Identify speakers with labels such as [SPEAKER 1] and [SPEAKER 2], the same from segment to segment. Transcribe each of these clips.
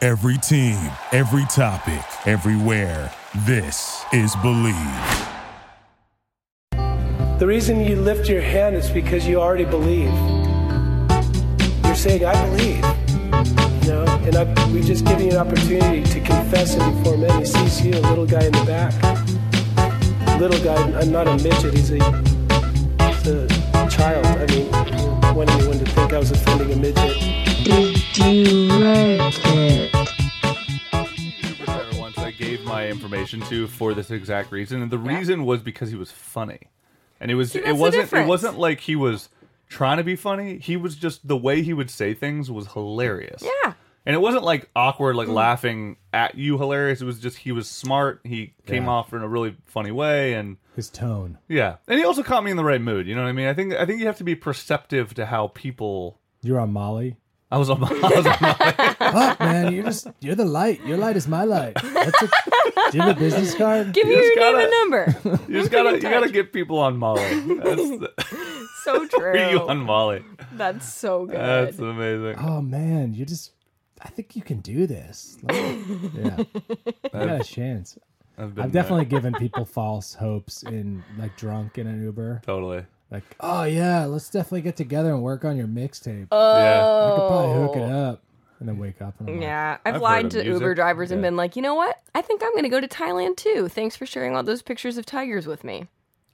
[SPEAKER 1] Every team, every topic, everywhere. This is Believe.
[SPEAKER 2] The reason you lift your hand is because you already believe. You're saying, I believe. You know, and I, we've just given you an opportunity to confess it before men. He sees you, a little guy in the back. Little guy, I'm not a midget, he's a, he's a child. I mean, one anyone to think I was offending a midget.
[SPEAKER 3] Did you like it?
[SPEAKER 4] Ever once I gave my information to for this exact reason, and the reason was because he was funny, and it was
[SPEAKER 5] See, that's
[SPEAKER 4] it
[SPEAKER 5] the
[SPEAKER 4] wasn't it
[SPEAKER 5] difference.
[SPEAKER 4] wasn't like he was trying to be funny. He was just the way he would say things was hilarious.
[SPEAKER 5] Yeah. Mm.
[SPEAKER 4] and it wasn't like awkward, like laughing at you hilarious. It was just he was smart. He came
[SPEAKER 6] Yeah.
[SPEAKER 4] off in a really funny way, and
[SPEAKER 6] His tone.
[SPEAKER 4] yeah, and he also caught me in the right mood. You know what I mean? I think I think you have to be perceptive to how people.
[SPEAKER 6] You're on Molly.
[SPEAKER 4] I was on my. I was on my
[SPEAKER 6] Fuck, man. You're just, you're the light. Your light is my light. That's a, do you have a business card?
[SPEAKER 5] Give me
[SPEAKER 4] You
[SPEAKER 5] your
[SPEAKER 4] just
[SPEAKER 5] name
[SPEAKER 4] gotta-
[SPEAKER 5] and number.
[SPEAKER 4] you just gotta you gotta get people on Molly. That's the,
[SPEAKER 5] So
[SPEAKER 4] are you
[SPEAKER 5] true.
[SPEAKER 4] on Molly?
[SPEAKER 5] That's so good.
[SPEAKER 4] That's amazing.
[SPEAKER 6] Oh, man. You just, I think you can do this. Like, yeah. You got a chance.
[SPEAKER 4] I've, been
[SPEAKER 6] I've
[SPEAKER 4] there.
[SPEAKER 6] definitely given people false hopes in, like, drunk in an Uber.
[SPEAKER 4] totally.
[SPEAKER 6] Like, oh, yeah, let's definitely get together and work on your mixtape. I
[SPEAKER 5] Oh.
[SPEAKER 6] could probably hook it up. And then wake up and I'm like,
[SPEAKER 5] Yeah,
[SPEAKER 4] I've
[SPEAKER 5] I've,
[SPEAKER 4] heard
[SPEAKER 5] lied
[SPEAKER 4] of
[SPEAKER 5] to
[SPEAKER 4] music.
[SPEAKER 5] Uber drivers and
[SPEAKER 4] Yeah.
[SPEAKER 5] been like, you know what? I think I'm going to go to Thailand too. Thanks for sharing all those pictures of tigers with me.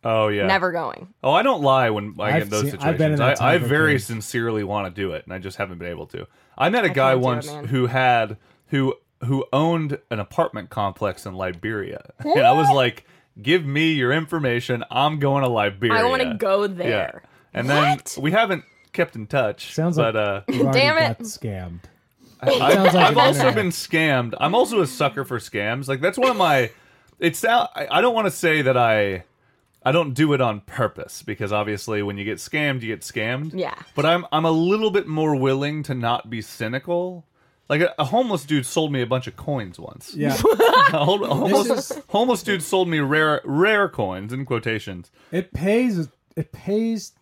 [SPEAKER 4] yeah. Oh yeah.
[SPEAKER 5] Never going.
[SPEAKER 4] Oh, I don't lie when I get
[SPEAKER 6] I've
[SPEAKER 4] in those
[SPEAKER 6] seen-
[SPEAKER 4] situations.
[SPEAKER 6] I've been in that
[SPEAKER 4] I, I
[SPEAKER 6] type of
[SPEAKER 4] very
[SPEAKER 6] case.
[SPEAKER 4] sincerely want to do it, and I just haven't been able to. I met a guy
[SPEAKER 5] can't do it,
[SPEAKER 4] once
[SPEAKER 5] man.
[SPEAKER 4] who had who who owned an apartment complex in Liberia, and I was like, "Give me your information. I'm going to Liberia.
[SPEAKER 5] I want to go
[SPEAKER 4] Yeah.
[SPEAKER 5] there.
[SPEAKER 4] And then
[SPEAKER 5] What?
[SPEAKER 4] we haven't kept in touch.
[SPEAKER 6] Sounds
[SPEAKER 4] but,
[SPEAKER 6] like-
[SPEAKER 4] uh,
[SPEAKER 6] You've already
[SPEAKER 5] Damn it.
[SPEAKER 6] got scammed.
[SPEAKER 4] I,
[SPEAKER 6] Sounds like
[SPEAKER 4] I've
[SPEAKER 6] an
[SPEAKER 4] also
[SPEAKER 6] internet.
[SPEAKER 4] been scammed. I'm also a sucker for scams. Like that's one of my. It's I I don't want to say that I. I don't do it on purpose because obviously when you get scammed, you get scammed.
[SPEAKER 5] Yeah.
[SPEAKER 4] But I'm I'm a little bit more willing to not be cynical. Like a, a homeless dude sold me a bunch of coins once.
[SPEAKER 6] Yeah.
[SPEAKER 4] a hol- a homeless,
[SPEAKER 6] This is-
[SPEAKER 4] homeless dude sold me rare rare coins in quotations.
[SPEAKER 6] It pays. It pays.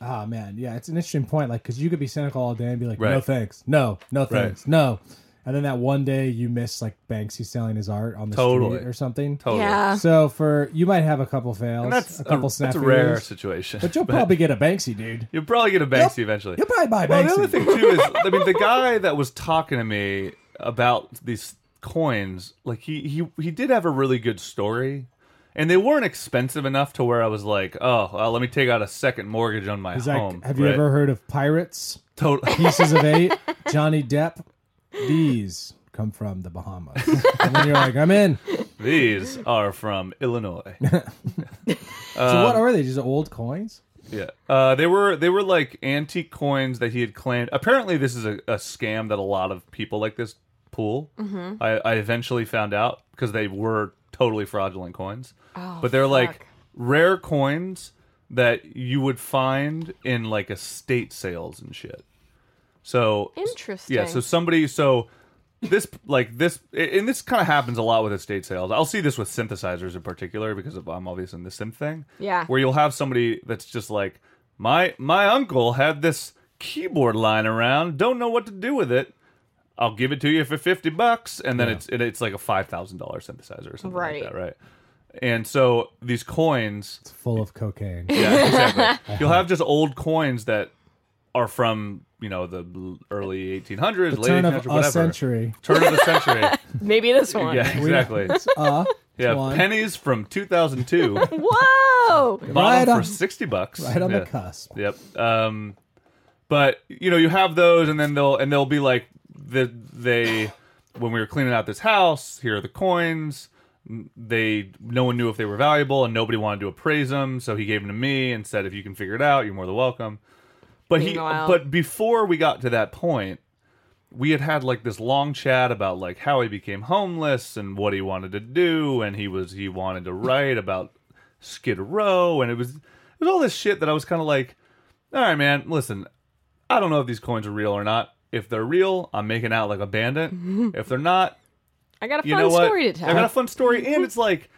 [SPEAKER 6] Ah, man. Yeah, it's an interesting point. Like, because you could be cynical all day and be like, no
[SPEAKER 4] Right.
[SPEAKER 6] thanks. No, no
[SPEAKER 4] Right.
[SPEAKER 6] thanks. No. And then that one day you miss, like, Banksy selling his art on the
[SPEAKER 4] Totally.
[SPEAKER 6] street or something.
[SPEAKER 4] Totally.
[SPEAKER 5] Yeah.
[SPEAKER 6] So, for you might have a couple fails,
[SPEAKER 4] And that's
[SPEAKER 6] a couple
[SPEAKER 4] that's a
[SPEAKER 6] snafu,
[SPEAKER 4] rare situation.
[SPEAKER 6] But you'll probably get a Banksy, dude.
[SPEAKER 4] you'll probably get a Banksy eventually.
[SPEAKER 6] You'll probably buy
[SPEAKER 4] Well,
[SPEAKER 6] Banksy.
[SPEAKER 4] the other thing too is, I mean, the guy that was talking to me about these coins, like he he he did have a really good story, and they weren't expensive enough to where I was like, oh, well, let me take out a second mortgage on my
[SPEAKER 6] He's like,
[SPEAKER 4] home.
[SPEAKER 6] have you
[SPEAKER 4] right?
[SPEAKER 6] ever heard of pirates?
[SPEAKER 4] Tot-
[SPEAKER 6] Pieces of eight, Johnny Depp. These come from the Bahamas. and then you're like, I'm in.
[SPEAKER 4] These are from Illinois.
[SPEAKER 6] So,
[SPEAKER 4] Uh,
[SPEAKER 6] what are they? Just old coins?
[SPEAKER 4] Yeah, uh, they were they were like antique coins that he had claimed. Apparently, this is a, a scam that a lot of people like this pool. Mm-hmm. I, I eventually found out because they were totally fraudulent coins. Oh, but they're like
[SPEAKER 5] fuck.
[SPEAKER 4] rare coins that you would find in like estate sales and shit. So
[SPEAKER 5] Interesting.
[SPEAKER 4] Yeah. So somebody so this like this and this kind of happens a lot with estate sales. I'll see this with synthesizers in particular because of, I'm obvious in the synth thing.
[SPEAKER 5] Yeah.
[SPEAKER 4] Where you'll have somebody that's just like my my uncle had this keyboard lying around, don't know what to do with it. I'll give it to you for fifty bucks, and then it's and it's like a five thousand dollar synthesizer or something
[SPEAKER 5] Right.
[SPEAKER 4] like that, right? And so these coins,
[SPEAKER 6] full of cocaine.
[SPEAKER 4] yeah, exactly. You'll have just old coins that are from you know the l- early eighteen hundreds, late eighteen
[SPEAKER 6] Turn of
[SPEAKER 4] hundreds,
[SPEAKER 6] a
[SPEAKER 4] whatever.
[SPEAKER 6] century.
[SPEAKER 4] Turn of the century.
[SPEAKER 5] Maybe this one.
[SPEAKER 4] yeah, exactly.
[SPEAKER 6] Uh,
[SPEAKER 4] Yeah,
[SPEAKER 6] one.
[SPEAKER 4] pennies from two thousand two.
[SPEAKER 5] Whoa.
[SPEAKER 4] Bought
[SPEAKER 6] Right
[SPEAKER 4] them
[SPEAKER 6] on-
[SPEAKER 4] for sixty bucks.
[SPEAKER 6] right on
[SPEAKER 4] Yeah.
[SPEAKER 6] the cusp.
[SPEAKER 4] Yep. Um, but you know, you have those, and then they'll and they'll be like the they when we were cleaning out this house. Here are the coins. They no one knew if they were valuable, and nobody wanted to appraise them, so he gave them to me and said, "If you can figure it out, you're more than welcome." But he,
[SPEAKER 5] Meanwhile-
[SPEAKER 4] but before we got to that point, we had had like this long chat about like how he became homeless and what he wanted to do, and he was he wanted to write about Skid Row, and it was it was all this shit that I was kind of like, all right, man, listen, I don't know if these coins are real or not. If they're real, I'm making out like a bandit. if they're not,
[SPEAKER 5] I got a
[SPEAKER 4] you
[SPEAKER 5] fun
[SPEAKER 4] know what?
[SPEAKER 5] story to
[SPEAKER 4] I
[SPEAKER 5] tell. Mm-hmm.
[SPEAKER 4] got a fun story, and it's like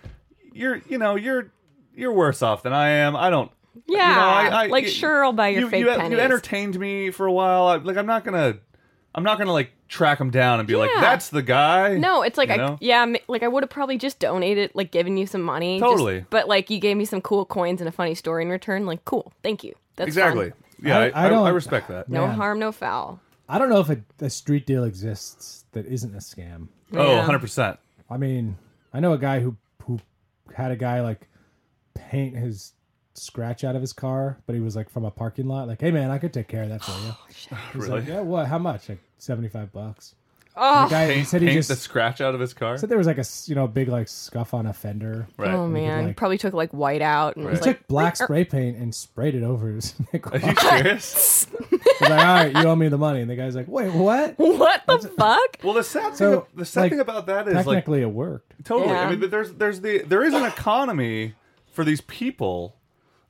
[SPEAKER 4] you're you know you're you're worse off than I am. I don't. you know,
[SPEAKER 5] yeah.
[SPEAKER 4] I- I-
[SPEAKER 5] like,
[SPEAKER 4] you-
[SPEAKER 5] sure, I'll buy your
[SPEAKER 4] you,
[SPEAKER 5] fake
[SPEAKER 4] you,
[SPEAKER 5] pennies.
[SPEAKER 4] You entertained me for a while. I, like I'm not gonna I'm not gonna like track him down and be like,
[SPEAKER 5] Yeah.
[SPEAKER 4] "That's the guy."
[SPEAKER 5] No, it's like
[SPEAKER 4] You
[SPEAKER 5] I,
[SPEAKER 4] know?
[SPEAKER 5] yeah, m- like I would have probably just donated, like given you some money. just-
[SPEAKER 4] Totally.
[SPEAKER 5] but like you gave me some cool coins and a funny story in return. Like cool, thank you. That's
[SPEAKER 4] exactly.
[SPEAKER 5] fun.
[SPEAKER 4] Yeah,
[SPEAKER 6] I-
[SPEAKER 4] I,
[SPEAKER 6] I
[SPEAKER 4] I, I,
[SPEAKER 6] don't-
[SPEAKER 4] respect that.
[SPEAKER 5] No
[SPEAKER 6] Man.
[SPEAKER 5] harm, no foul.
[SPEAKER 6] I don't know if a, a street deal exists that isn't a scam.
[SPEAKER 4] Oh,
[SPEAKER 5] Yeah.
[SPEAKER 4] 100 percent.
[SPEAKER 6] I mean, I know a guy who who had a guy like paint his scratch out of his car, but he was like from a parking lot. Like, hey man, I could take care of that for
[SPEAKER 4] Oh,
[SPEAKER 6] you. He's
[SPEAKER 4] Really?
[SPEAKER 6] like, yeah, what? How much? Like seventy five bucks.
[SPEAKER 5] Oh,
[SPEAKER 6] The guy he
[SPEAKER 4] Paint,
[SPEAKER 6] said he
[SPEAKER 4] paint
[SPEAKER 6] just
[SPEAKER 4] the scratch out of his car.
[SPEAKER 6] said there was like a s- you know big like scuff on a fender.
[SPEAKER 4] Right.
[SPEAKER 5] oh man,
[SPEAKER 6] like-
[SPEAKER 5] probably took like white out and
[SPEAKER 4] Right.
[SPEAKER 5] was
[SPEAKER 6] He
[SPEAKER 5] like,
[SPEAKER 6] took black spray paint and sprayed it over his nickel.
[SPEAKER 4] Are
[SPEAKER 6] He's
[SPEAKER 4] you serious?
[SPEAKER 6] like, all right, you owe me the money. And the guy's like, wait, what?
[SPEAKER 5] what the fuck?
[SPEAKER 4] well, the sad
[SPEAKER 6] So,
[SPEAKER 4] thing, the sad
[SPEAKER 6] like,
[SPEAKER 4] thing about that is like
[SPEAKER 6] Technically, it worked.
[SPEAKER 4] Totally.
[SPEAKER 5] Yeah.
[SPEAKER 4] I mean, but there's there's the there is an economy for these people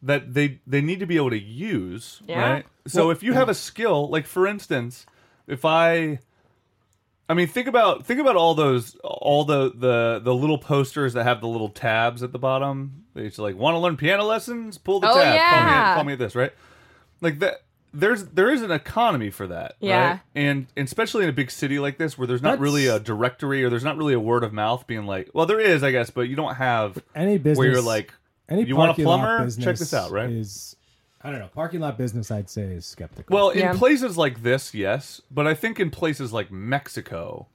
[SPEAKER 4] that they they need to be able to use,
[SPEAKER 5] Yeah.
[SPEAKER 4] right? So if you have a skill, like for instance, if I I mean, think about think about all those all the the the little posters that have the little tabs at the bottom. They used to like want to learn piano lessons, pull the tab,
[SPEAKER 5] Oh,
[SPEAKER 4] call me,
[SPEAKER 5] yeah.
[SPEAKER 4] at- call me at this, right? Like that there's there is an economy for that,
[SPEAKER 5] Yeah.
[SPEAKER 4] right? And, and especially in a big city like this where there's not
[SPEAKER 6] That's-
[SPEAKER 4] really a directory or there's not really a word of mouth being like, well, there is, I guess, but you don't have
[SPEAKER 6] Any business
[SPEAKER 4] where you're like,
[SPEAKER 6] Any
[SPEAKER 4] you want a
[SPEAKER 6] parking lot
[SPEAKER 4] plumber?
[SPEAKER 6] business
[SPEAKER 4] Check this out, right?
[SPEAKER 6] Is I don't know. Parking lot business, I'd say, is skeptical.
[SPEAKER 4] well, in
[SPEAKER 5] Yeah.
[SPEAKER 4] places like this, yes, but I think in places like Mexico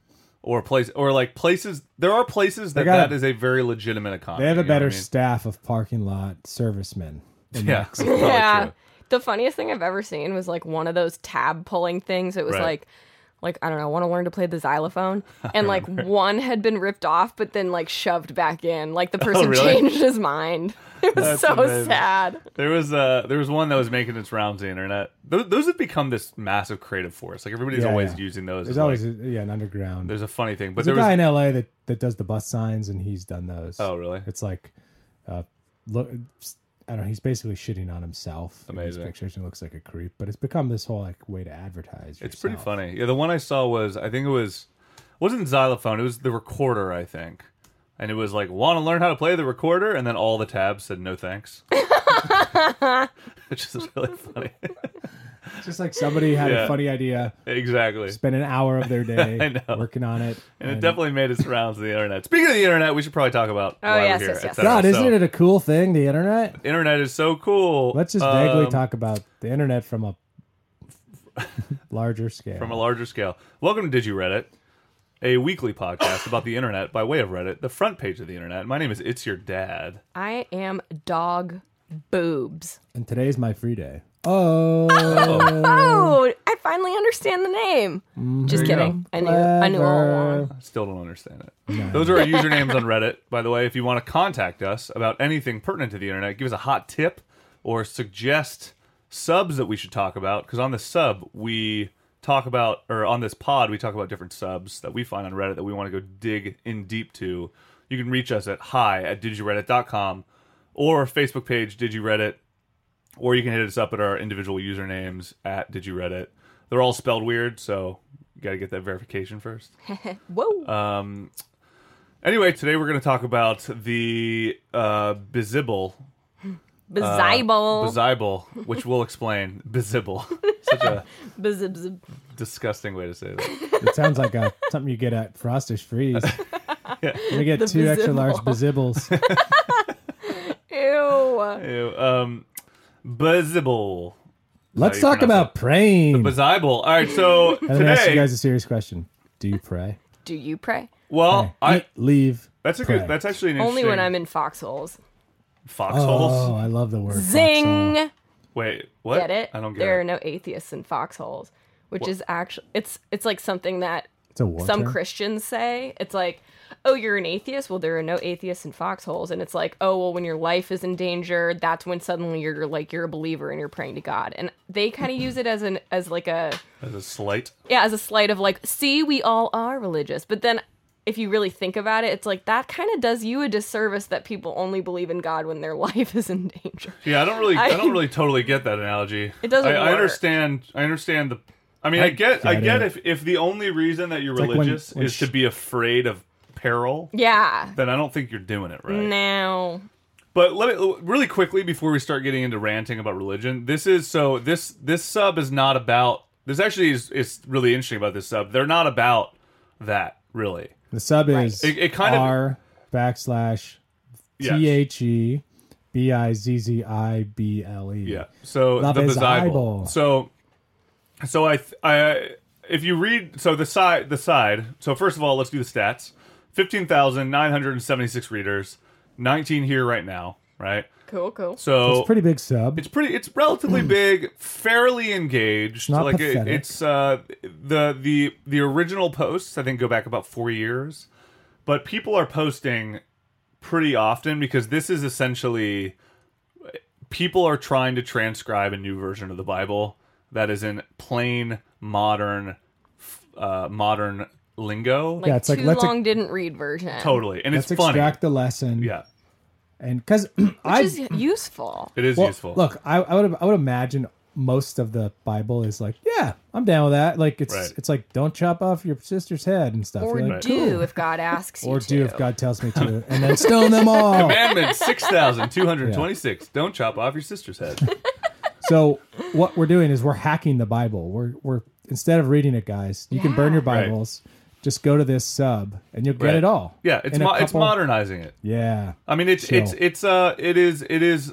[SPEAKER 4] or place or like places, there are places that
[SPEAKER 6] got
[SPEAKER 4] that
[SPEAKER 6] a-
[SPEAKER 4] is a very legitimate economy.
[SPEAKER 6] they have a
[SPEAKER 4] you know what
[SPEAKER 6] better
[SPEAKER 4] I mean?
[SPEAKER 6] staff of parking lot servicemen. in
[SPEAKER 4] Yeah,
[SPEAKER 6] Mexico.
[SPEAKER 4] that's probably
[SPEAKER 5] yeah.
[SPEAKER 4] true.
[SPEAKER 5] The funniest thing I've ever seen was like one of those tab pulling things. It was
[SPEAKER 4] Right.
[SPEAKER 5] like like I don't know, I want to learn to play the xylophone and like one had been ripped off but then like shoved back in. Like the person
[SPEAKER 4] Oh, really?
[SPEAKER 5] changed his mind. It was
[SPEAKER 4] That's
[SPEAKER 5] so
[SPEAKER 4] amazing.
[SPEAKER 5] sad.
[SPEAKER 4] There was uh there was one that was making its rounds the internet. Those, those have become this massive creative force. Like everybody's
[SPEAKER 6] Yeah,
[SPEAKER 4] always
[SPEAKER 6] yeah.
[SPEAKER 4] using those.
[SPEAKER 6] There's
[SPEAKER 4] as, like-
[SPEAKER 6] always a, yeah an underground. There's,
[SPEAKER 4] there's a funny thing, but
[SPEAKER 6] a
[SPEAKER 4] there
[SPEAKER 6] guy
[SPEAKER 4] was
[SPEAKER 6] in L.A. that that does the bus signs, and he's done those.
[SPEAKER 4] oh really
[SPEAKER 6] It's like, uh, look, I don't know. He's basically shitting on himself. in these
[SPEAKER 4] Amazing.
[SPEAKER 6] pictures and looks like a creep, but it's become this whole like way to advertise.
[SPEAKER 4] It's pretty
[SPEAKER 6] yourself.
[SPEAKER 4] funny. Yeah, the one I saw was I think it was wasn't xylophone. It was the recorder, I think. And it was like, want to learn how to play the recorder? And then all the tabs said no thanks, which is really funny.
[SPEAKER 6] It's just like somebody had a
[SPEAKER 4] Yeah.
[SPEAKER 6] funny idea,
[SPEAKER 4] exactly.
[SPEAKER 6] spent an hour of their day
[SPEAKER 4] know.
[SPEAKER 6] working on it,
[SPEAKER 4] And it definitely made its rounds on the internet. Speaking of the internet, we should probably talk about
[SPEAKER 5] Oh,
[SPEAKER 4] why
[SPEAKER 5] yes,
[SPEAKER 4] we're
[SPEAKER 5] yes,
[SPEAKER 4] here.
[SPEAKER 5] yes.
[SPEAKER 4] et cetera.
[SPEAKER 6] God, isn't
[SPEAKER 4] So,
[SPEAKER 6] it a cool thing? The internet.
[SPEAKER 4] internet is so cool.
[SPEAKER 6] Let's just vaguely
[SPEAKER 4] Um,
[SPEAKER 6] talk about the internet from a larger scale.
[SPEAKER 4] from a larger scale. Welcome to Did You Reddit, a weekly podcast about the internet by way of Reddit, the front page of the internet. My name is It's Your Dad.
[SPEAKER 5] I am dog boobs.
[SPEAKER 6] and today's my free day. Oh,
[SPEAKER 5] Oh, I finally understand the name. Just
[SPEAKER 4] Mm-hmm. There you
[SPEAKER 5] kidding. I knew I knew all along.
[SPEAKER 4] I still don't understand it. Those are our usernames on Reddit, by the way. If you want to contact us about anything pertinent to the internet, give us a hot tip or suggest subs that we should talk about. Because on the sub, we talk about, or on this pod, we talk about different subs that we find on Reddit that we want to go dig in deep to. You can reach us at hi at digireddit.com or our Facebook page, digireddit, or you can hit us up at our individual usernames at digireddit. They're all spelled weird, so you got to get that verification first.
[SPEAKER 5] Whoa.
[SPEAKER 4] Um, anyway, today we're going to talk about the uh, Bizibble. uh,
[SPEAKER 5] Bezibel.
[SPEAKER 4] Bizibble, which we'll explain. Bizibble. Such a
[SPEAKER 5] Bezibzib.
[SPEAKER 4] disgusting way to say that.
[SPEAKER 6] it sounds like a, something you get at Frostish Freeze. We get two extra large bazibbles.
[SPEAKER 5] Ew.
[SPEAKER 4] Ew, Um, Bizibble.
[SPEAKER 6] Let's
[SPEAKER 4] you
[SPEAKER 6] talk
[SPEAKER 4] pronounce
[SPEAKER 6] about praying. I'm
[SPEAKER 4] Bizibble. All right, so
[SPEAKER 6] going to ask you
[SPEAKER 4] today,
[SPEAKER 6] guys a serious question. Do you pray?
[SPEAKER 5] Do you pray?
[SPEAKER 4] well, I
[SPEAKER 6] Eat, leave.
[SPEAKER 4] that's a
[SPEAKER 6] pray.
[SPEAKER 4] good. That's actually an
[SPEAKER 5] Only when
[SPEAKER 4] interesting-
[SPEAKER 5] I'm in foxholes.
[SPEAKER 6] Oh,
[SPEAKER 4] foxholes.
[SPEAKER 6] I love the word.
[SPEAKER 5] Zing.
[SPEAKER 6] foxhole.
[SPEAKER 4] Wait, what?
[SPEAKER 5] Get it?
[SPEAKER 4] I don't get
[SPEAKER 5] there
[SPEAKER 4] it.
[SPEAKER 5] are no atheists in foxholes, which is actually it's it's like something that
[SPEAKER 6] It's a war
[SPEAKER 5] some
[SPEAKER 6] term?
[SPEAKER 5] Christians say. It's like, oh, you're an atheist. Well, there are no atheists in foxholes, and it's like, oh, well, when your life is in danger, that's when suddenly you're like you're a believer and you're praying to God. And they kind of use it as an as like a
[SPEAKER 4] As a slight.
[SPEAKER 5] yeah, as a slight of like, see, we all are religious. But then if you really think about it, it's like that kind of does you a disservice that people only believe in God when their life is in danger.
[SPEAKER 4] Yeah, I don't really, I,
[SPEAKER 5] I-
[SPEAKER 4] don't really totally get that analogy.
[SPEAKER 5] It doesn't
[SPEAKER 4] I, I
[SPEAKER 5] work.
[SPEAKER 4] understand. I understand the. I mean, I, get, I
[SPEAKER 6] get
[SPEAKER 4] get
[SPEAKER 6] it.
[SPEAKER 4] if if the only reason that you're
[SPEAKER 6] like when-
[SPEAKER 4] religious
[SPEAKER 6] when
[SPEAKER 4] is
[SPEAKER 6] sh-
[SPEAKER 4] to be afraid of peril,
[SPEAKER 5] Yeah.
[SPEAKER 4] then I don't think you're doing it right.
[SPEAKER 5] Now,
[SPEAKER 4] But let me really quickly before we start getting into ranting about religion. This is so this this sub is not about This actually is is really interesting about this sub. They're not about that really.
[SPEAKER 6] The sub is
[SPEAKER 4] It- it kind of-
[SPEAKER 6] R backslash
[SPEAKER 4] Yes.
[SPEAKER 6] T H E B I Z Z I B L E.
[SPEAKER 4] Yeah. So
[SPEAKER 6] Love
[SPEAKER 4] the
[SPEAKER 6] is
[SPEAKER 4] Bible.
[SPEAKER 6] eyeball.
[SPEAKER 4] So so I th- I if you read so the side the side. So first of all, let's do the stats. 15,976 readers, 19 here right now, right?
[SPEAKER 5] Cool, cool.
[SPEAKER 4] So
[SPEAKER 6] It's a pretty big sub.
[SPEAKER 4] it's pretty it's relatively big fairly engaged
[SPEAKER 6] Hmm. not
[SPEAKER 4] like it-
[SPEAKER 6] pathetic.
[SPEAKER 4] it's uh the the the original posts i think go back about four years but people are posting pretty often because this is essentially people are trying to transcribe a new version of the bible that is in plain modern f- uh modern lingo
[SPEAKER 5] Like
[SPEAKER 6] Yeah, it's like,
[SPEAKER 5] too
[SPEAKER 6] let's ex-
[SPEAKER 5] long didn't read version.
[SPEAKER 4] totally and
[SPEAKER 6] Let's
[SPEAKER 4] it's funny
[SPEAKER 6] extract the lesson.
[SPEAKER 4] yeah
[SPEAKER 6] And because
[SPEAKER 5] Which
[SPEAKER 6] I
[SPEAKER 5] is useful.
[SPEAKER 4] it is
[SPEAKER 6] well,
[SPEAKER 4] useful
[SPEAKER 6] look, I, I would I would imagine most of the Bible is like, yeah, I'm down with that. Like it's
[SPEAKER 4] Right.
[SPEAKER 6] it's like don't chop off your sister's head and stuff.
[SPEAKER 5] Or
[SPEAKER 6] You're like,
[SPEAKER 5] do
[SPEAKER 6] cool.
[SPEAKER 5] if God asks you
[SPEAKER 6] or
[SPEAKER 5] to.
[SPEAKER 6] do if God tells me to, and then stone them all.
[SPEAKER 4] commandment 6226 don't chop off your sister's head
[SPEAKER 6] So what we're doing is we're hacking the Bible. We're we're instead of reading it, guys, you can burn your
[SPEAKER 4] Right.
[SPEAKER 6] Bibles. Just go to this sub, and you'll get
[SPEAKER 4] Right.
[SPEAKER 6] it all.
[SPEAKER 4] Yeah, it's
[SPEAKER 6] In a
[SPEAKER 4] mo- it's
[SPEAKER 6] couple-
[SPEAKER 4] modernizing it.
[SPEAKER 6] Yeah,
[SPEAKER 4] I mean, it's
[SPEAKER 6] Chill.
[SPEAKER 4] it's it's uh, it is it is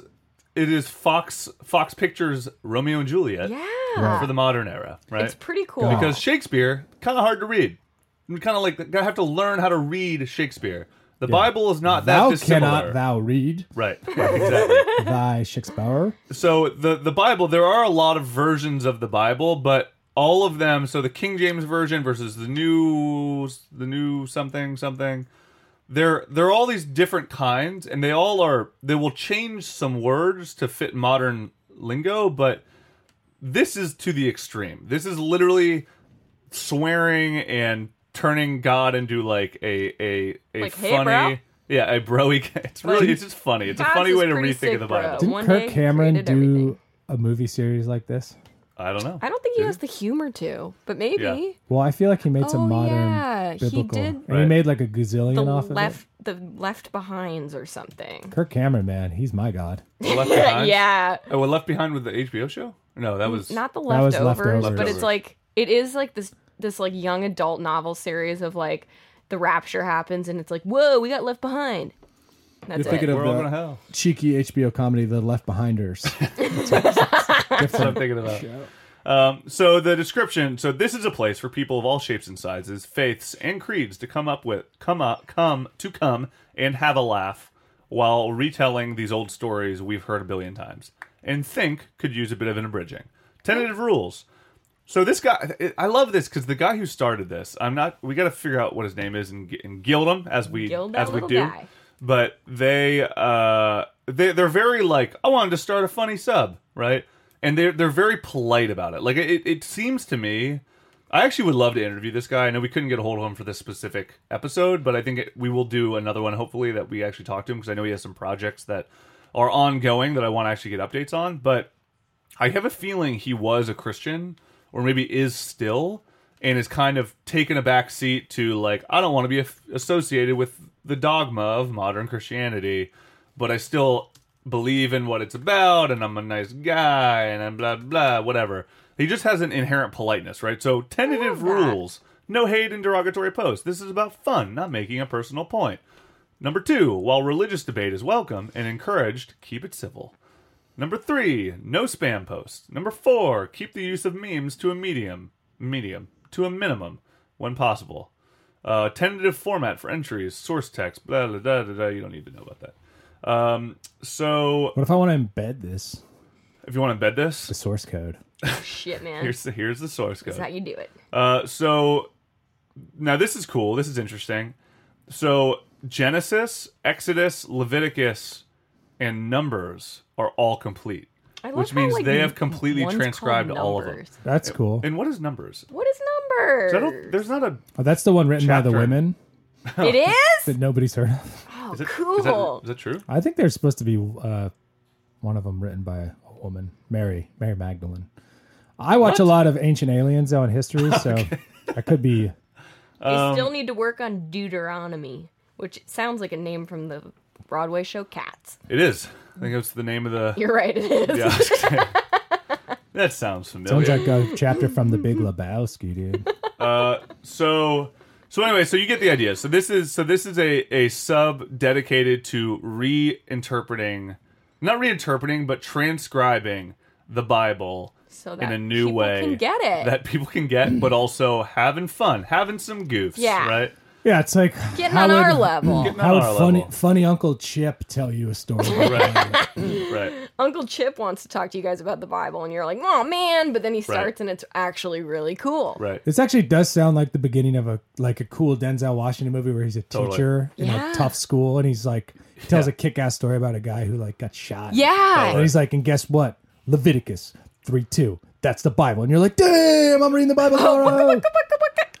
[SPEAKER 4] it is Fox Fox Pictures Romeo and Juliet
[SPEAKER 5] Yeah.
[SPEAKER 4] for the modern era, right?
[SPEAKER 5] It's pretty cool.
[SPEAKER 4] because Shakespeare kind of hard to read. You kind of like gotta have to learn how to read Shakespeare. The Bible is not that
[SPEAKER 6] thou
[SPEAKER 4] dissimilar,
[SPEAKER 6] cannot thou read
[SPEAKER 4] right? Right, exactly.
[SPEAKER 6] thy Shakespeare.
[SPEAKER 4] so the the Bible, there are a lot of versions of the Bible, but all of them. So the King James version versus the new the new something something. There there are all these different kinds, and they all are they will change some words to fit modern lingo, but this is to the extreme. This is literally swearing and turning God into like a a a
[SPEAKER 5] Like, hey,
[SPEAKER 4] funny.
[SPEAKER 5] bro.
[SPEAKER 4] Yeah, it's really It's really it's just funny. It's a
[SPEAKER 5] God's
[SPEAKER 4] funny
[SPEAKER 5] is
[SPEAKER 4] way to
[SPEAKER 5] pretty
[SPEAKER 4] rethink
[SPEAKER 5] sick,
[SPEAKER 4] of the
[SPEAKER 5] bro.
[SPEAKER 4] Bible.
[SPEAKER 6] Didn't
[SPEAKER 5] One day
[SPEAKER 6] Kirk
[SPEAKER 5] he
[SPEAKER 6] Cameron
[SPEAKER 5] created
[SPEAKER 6] do
[SPEAKER 5] everything.
[SPEAKER 6] a movie series like this?
[SPEAKER 4] I don't know.
[SPEAKER 5] I don't think he has the humor to, but maybe
[SPEAKER 4] Yeah.
[SPEAKER 6] Well, I feel like he made
[SPEAKER 5] Oh,
[SPEAKER 6] some modern
[SPEAKER 5] yeah. He
[SPEAKER 6] biblical,
[SPEAKER 5] did-
[SPEAKER 6] and
[SPEAKER 4] Right.
[SPEAKER 6] he made like a
[SPEAKER 5] the
[SPEAKER 6] gazillion off of
[SPEAKER 5] left the left behinds or something.
[SPEAKER 6] it. Kirk Cameron, man, he's my god.
[SPEAKER 4] Well, Left Behind?
[SPEAKER 5] Yeah.
[SPEAKER 4] Oh, well, Left Behind with the HBO show? No, that was
[SPEAKER 5] Not the
[SPEAKER 6] was
[SPEAKER 5] leftovers,
[SPEAKER 6] Leftovers.
[SPEAKER 5] but it's like it is like this this like young adult novel series of like the rapture happens and it's like, whoa, we got left behind. That's
[SPEAKER 6] You're thinking
[SPEAKER 5] it.
[SPEAKER 6] of
[SPEAKER 4] We're all
[SPEAKER 6] the-
[SPEAKER 4] going to hell.
[SPEAKER 6] Cheeky HBO comedy, The Left Behinders.
[SPEAKER 4] That's what I'm thinking about. Um, so the description. So this is a place for people of all shapes and sizes, faiths and creeds to come up with, come up, come to come and have a laugh while retelling these old stories we've heard a billion times, and think could use a bit of an abridging. Tentative rules. So this guy, I love this because the guy who started this, I'm not. We got to figure out what his name is and, and guild him as we
[SPEAKER 5] Guild that
[SPEAKER 4] as we
[SPEAKER 5] little
[SPEAKER 4] do.
[SPEAKER 5] guy.
[SPEAKER 4] But they uh they they're very like I wanted to start a funny sub right, and they're they're very polite about it. Like it it seems to me, I actually would love to interview this guy. I know we couldn't get a hold of him for this specific episode, but I think it, we will do another one hopefully that we actually talk to him because I know he has some projects that are ongoing that I want to actually get updates on, but. I have a feeling he was a Christian, or maybe is still, and is kind of taken a back seat to like I don't want to be af- associated with the dogma of modern Christianity, but I still believe in what it's about, and I'm a nice guy, and I'm blah blah whatever. He just has an inherent politeness, right? So tentative rules, no hate and derogatory posts. This is about fun, not making a personal point. Number two, while religious debate is welcome and encouraged, keep it civil. Number three, no spam posts. Number four, keep the use of memes to a medium, medium to a minimum when possible. Uh, tentative format for entries, source text, blah blah blah blah. blah. You don't need to know about that. Um, so
[SPEAKER 6] what if I want to embed this,
[SPEAKER 4] if you want to embed this,
[SPEAKER 6] the source code?
[SPEAKER 5] Shit, man.
[SPEAKER 4] here's the, here's the source code.
[SPEAKER 5] That's how you do it.
[SPEAKER 4] Uh, so now this is cool. This is interesting. So Genesis, Exodus, Leviticus, and Numbers are all complete,
[SPEAKER 5] I love
[SPEAKER 4] which
[SPEAKER 5] how,
[SPEAKER 4] means
[SPEAKER 5] like,
[SPEAKER 4] they have completely
[SPEAKER 5] one's called
[SPEAKER 4] transcribed all of them.
[SPEAKER 5] Numbers.
[SPEAKER 6] That's cool.
[SPEAKER 4] And what is Numbers?
[SPEAKER 5] What is number?
[SPEAKER 4] I don't, there's not a.
[SPEAKER 6] Oh, that's the one written by
[SPEAKER 4] Chapter.
[SPEAKER 6] the women
[SPEAKER 5] It is?
[SPEAKER 6] that nobody's heard of.
[SPEAKER 5] Oh,
[SPEAKER 4] Is it,
[SPEAKER 5] cool.
[SPEAKER 4] Is that, is that true?
[SPEAKER 6] I think there's supposed to be uh, one of them written by a woman, Mary, Mary Magdalene. I watch a lot of Ancient Aliens though in history, so I could
[SPEAKER 4] Oh,
[SPEAKER 6] be.
[SPEAKER 4] Um,
[SPEAKER 5] they still need to work on Deuteronomy, which sounds like a name from the Broadway show Cats.
[SPEAKER 4] It is. I think that's the name of the.
[SPEAKER 5] You're right, it is.
[SPEAKER 4] Yeah. I was gonna say. That sounds
[SPEAKER 6] Sounds
[SPEAKER 4] familiar.
[SPEAKER 6] like a chapter from The Big
[SPEAKER 4] Mm-hmm.
[SPEAKER 6] Lebowski, dude.
[SPEAKER 4] So so anyway, so you get the idea. So this is so this is a a sub dedicated to reinterpreting, not reinterpreting, but transcribing the Bible
[SPEAKER 5] So that
[SPEAKER 4] in a new
[SPEAKER 5] people
[SPEAKER 4] way
[SPEAKER 5] can get it.
[SPEAKER 4] that people can get, but also having fun, having some goofs,
[SPEAKER 5] Yeah.
[SPEAKER 4] right?
[SPEAKER 6] Yeah, it's like
[SPEAKER 5] Getting
[SPEAKER 6] how
[SPEAKER 5] on our
[SPEAKER 6] would-
[SPEAKER 5] level.
[SPEAKER 4] Getting
[SPEAKER 6] How
[SPEAKER 4] on
[SPEAKER 6] would
[SPEAKER 4] our
[SPEAKER 6] funny
[SPEAKER 4] level.
[SPEAKER 6] funny Uncle Chip tell you a story?
[SPEAKER 4] right, right.
[SPEAKER 5] Uncle Chip wants to talk to you guys about the Bible, and you're like, oh man, but then he starts and it's actually really cool.
[SPEAKER 4] Right.
[SPEAKER 6] This actually does sound like the beginning of a like a cool Denzel Washington movie where he's a
[SPEAKER 4] Totally.
[SPEAKER 6] teacher in
[SPEAKER 5] Yeah.
[SPEAKER 6] a tough school and he's like he tells
[SPEAKER 4] Yeah.
[SPEAKER 6] a kick-ass story about a guy who like got shot.
[SPEAKER 5] Yeah.
[SPEAKER 6] And he's like, and guess what? Leviticus three two. That's the Bible. And you're like, damn, I'm reading the Bible
[SPEAKER 5] Oh,
[SPEAKER 6] tomorrow.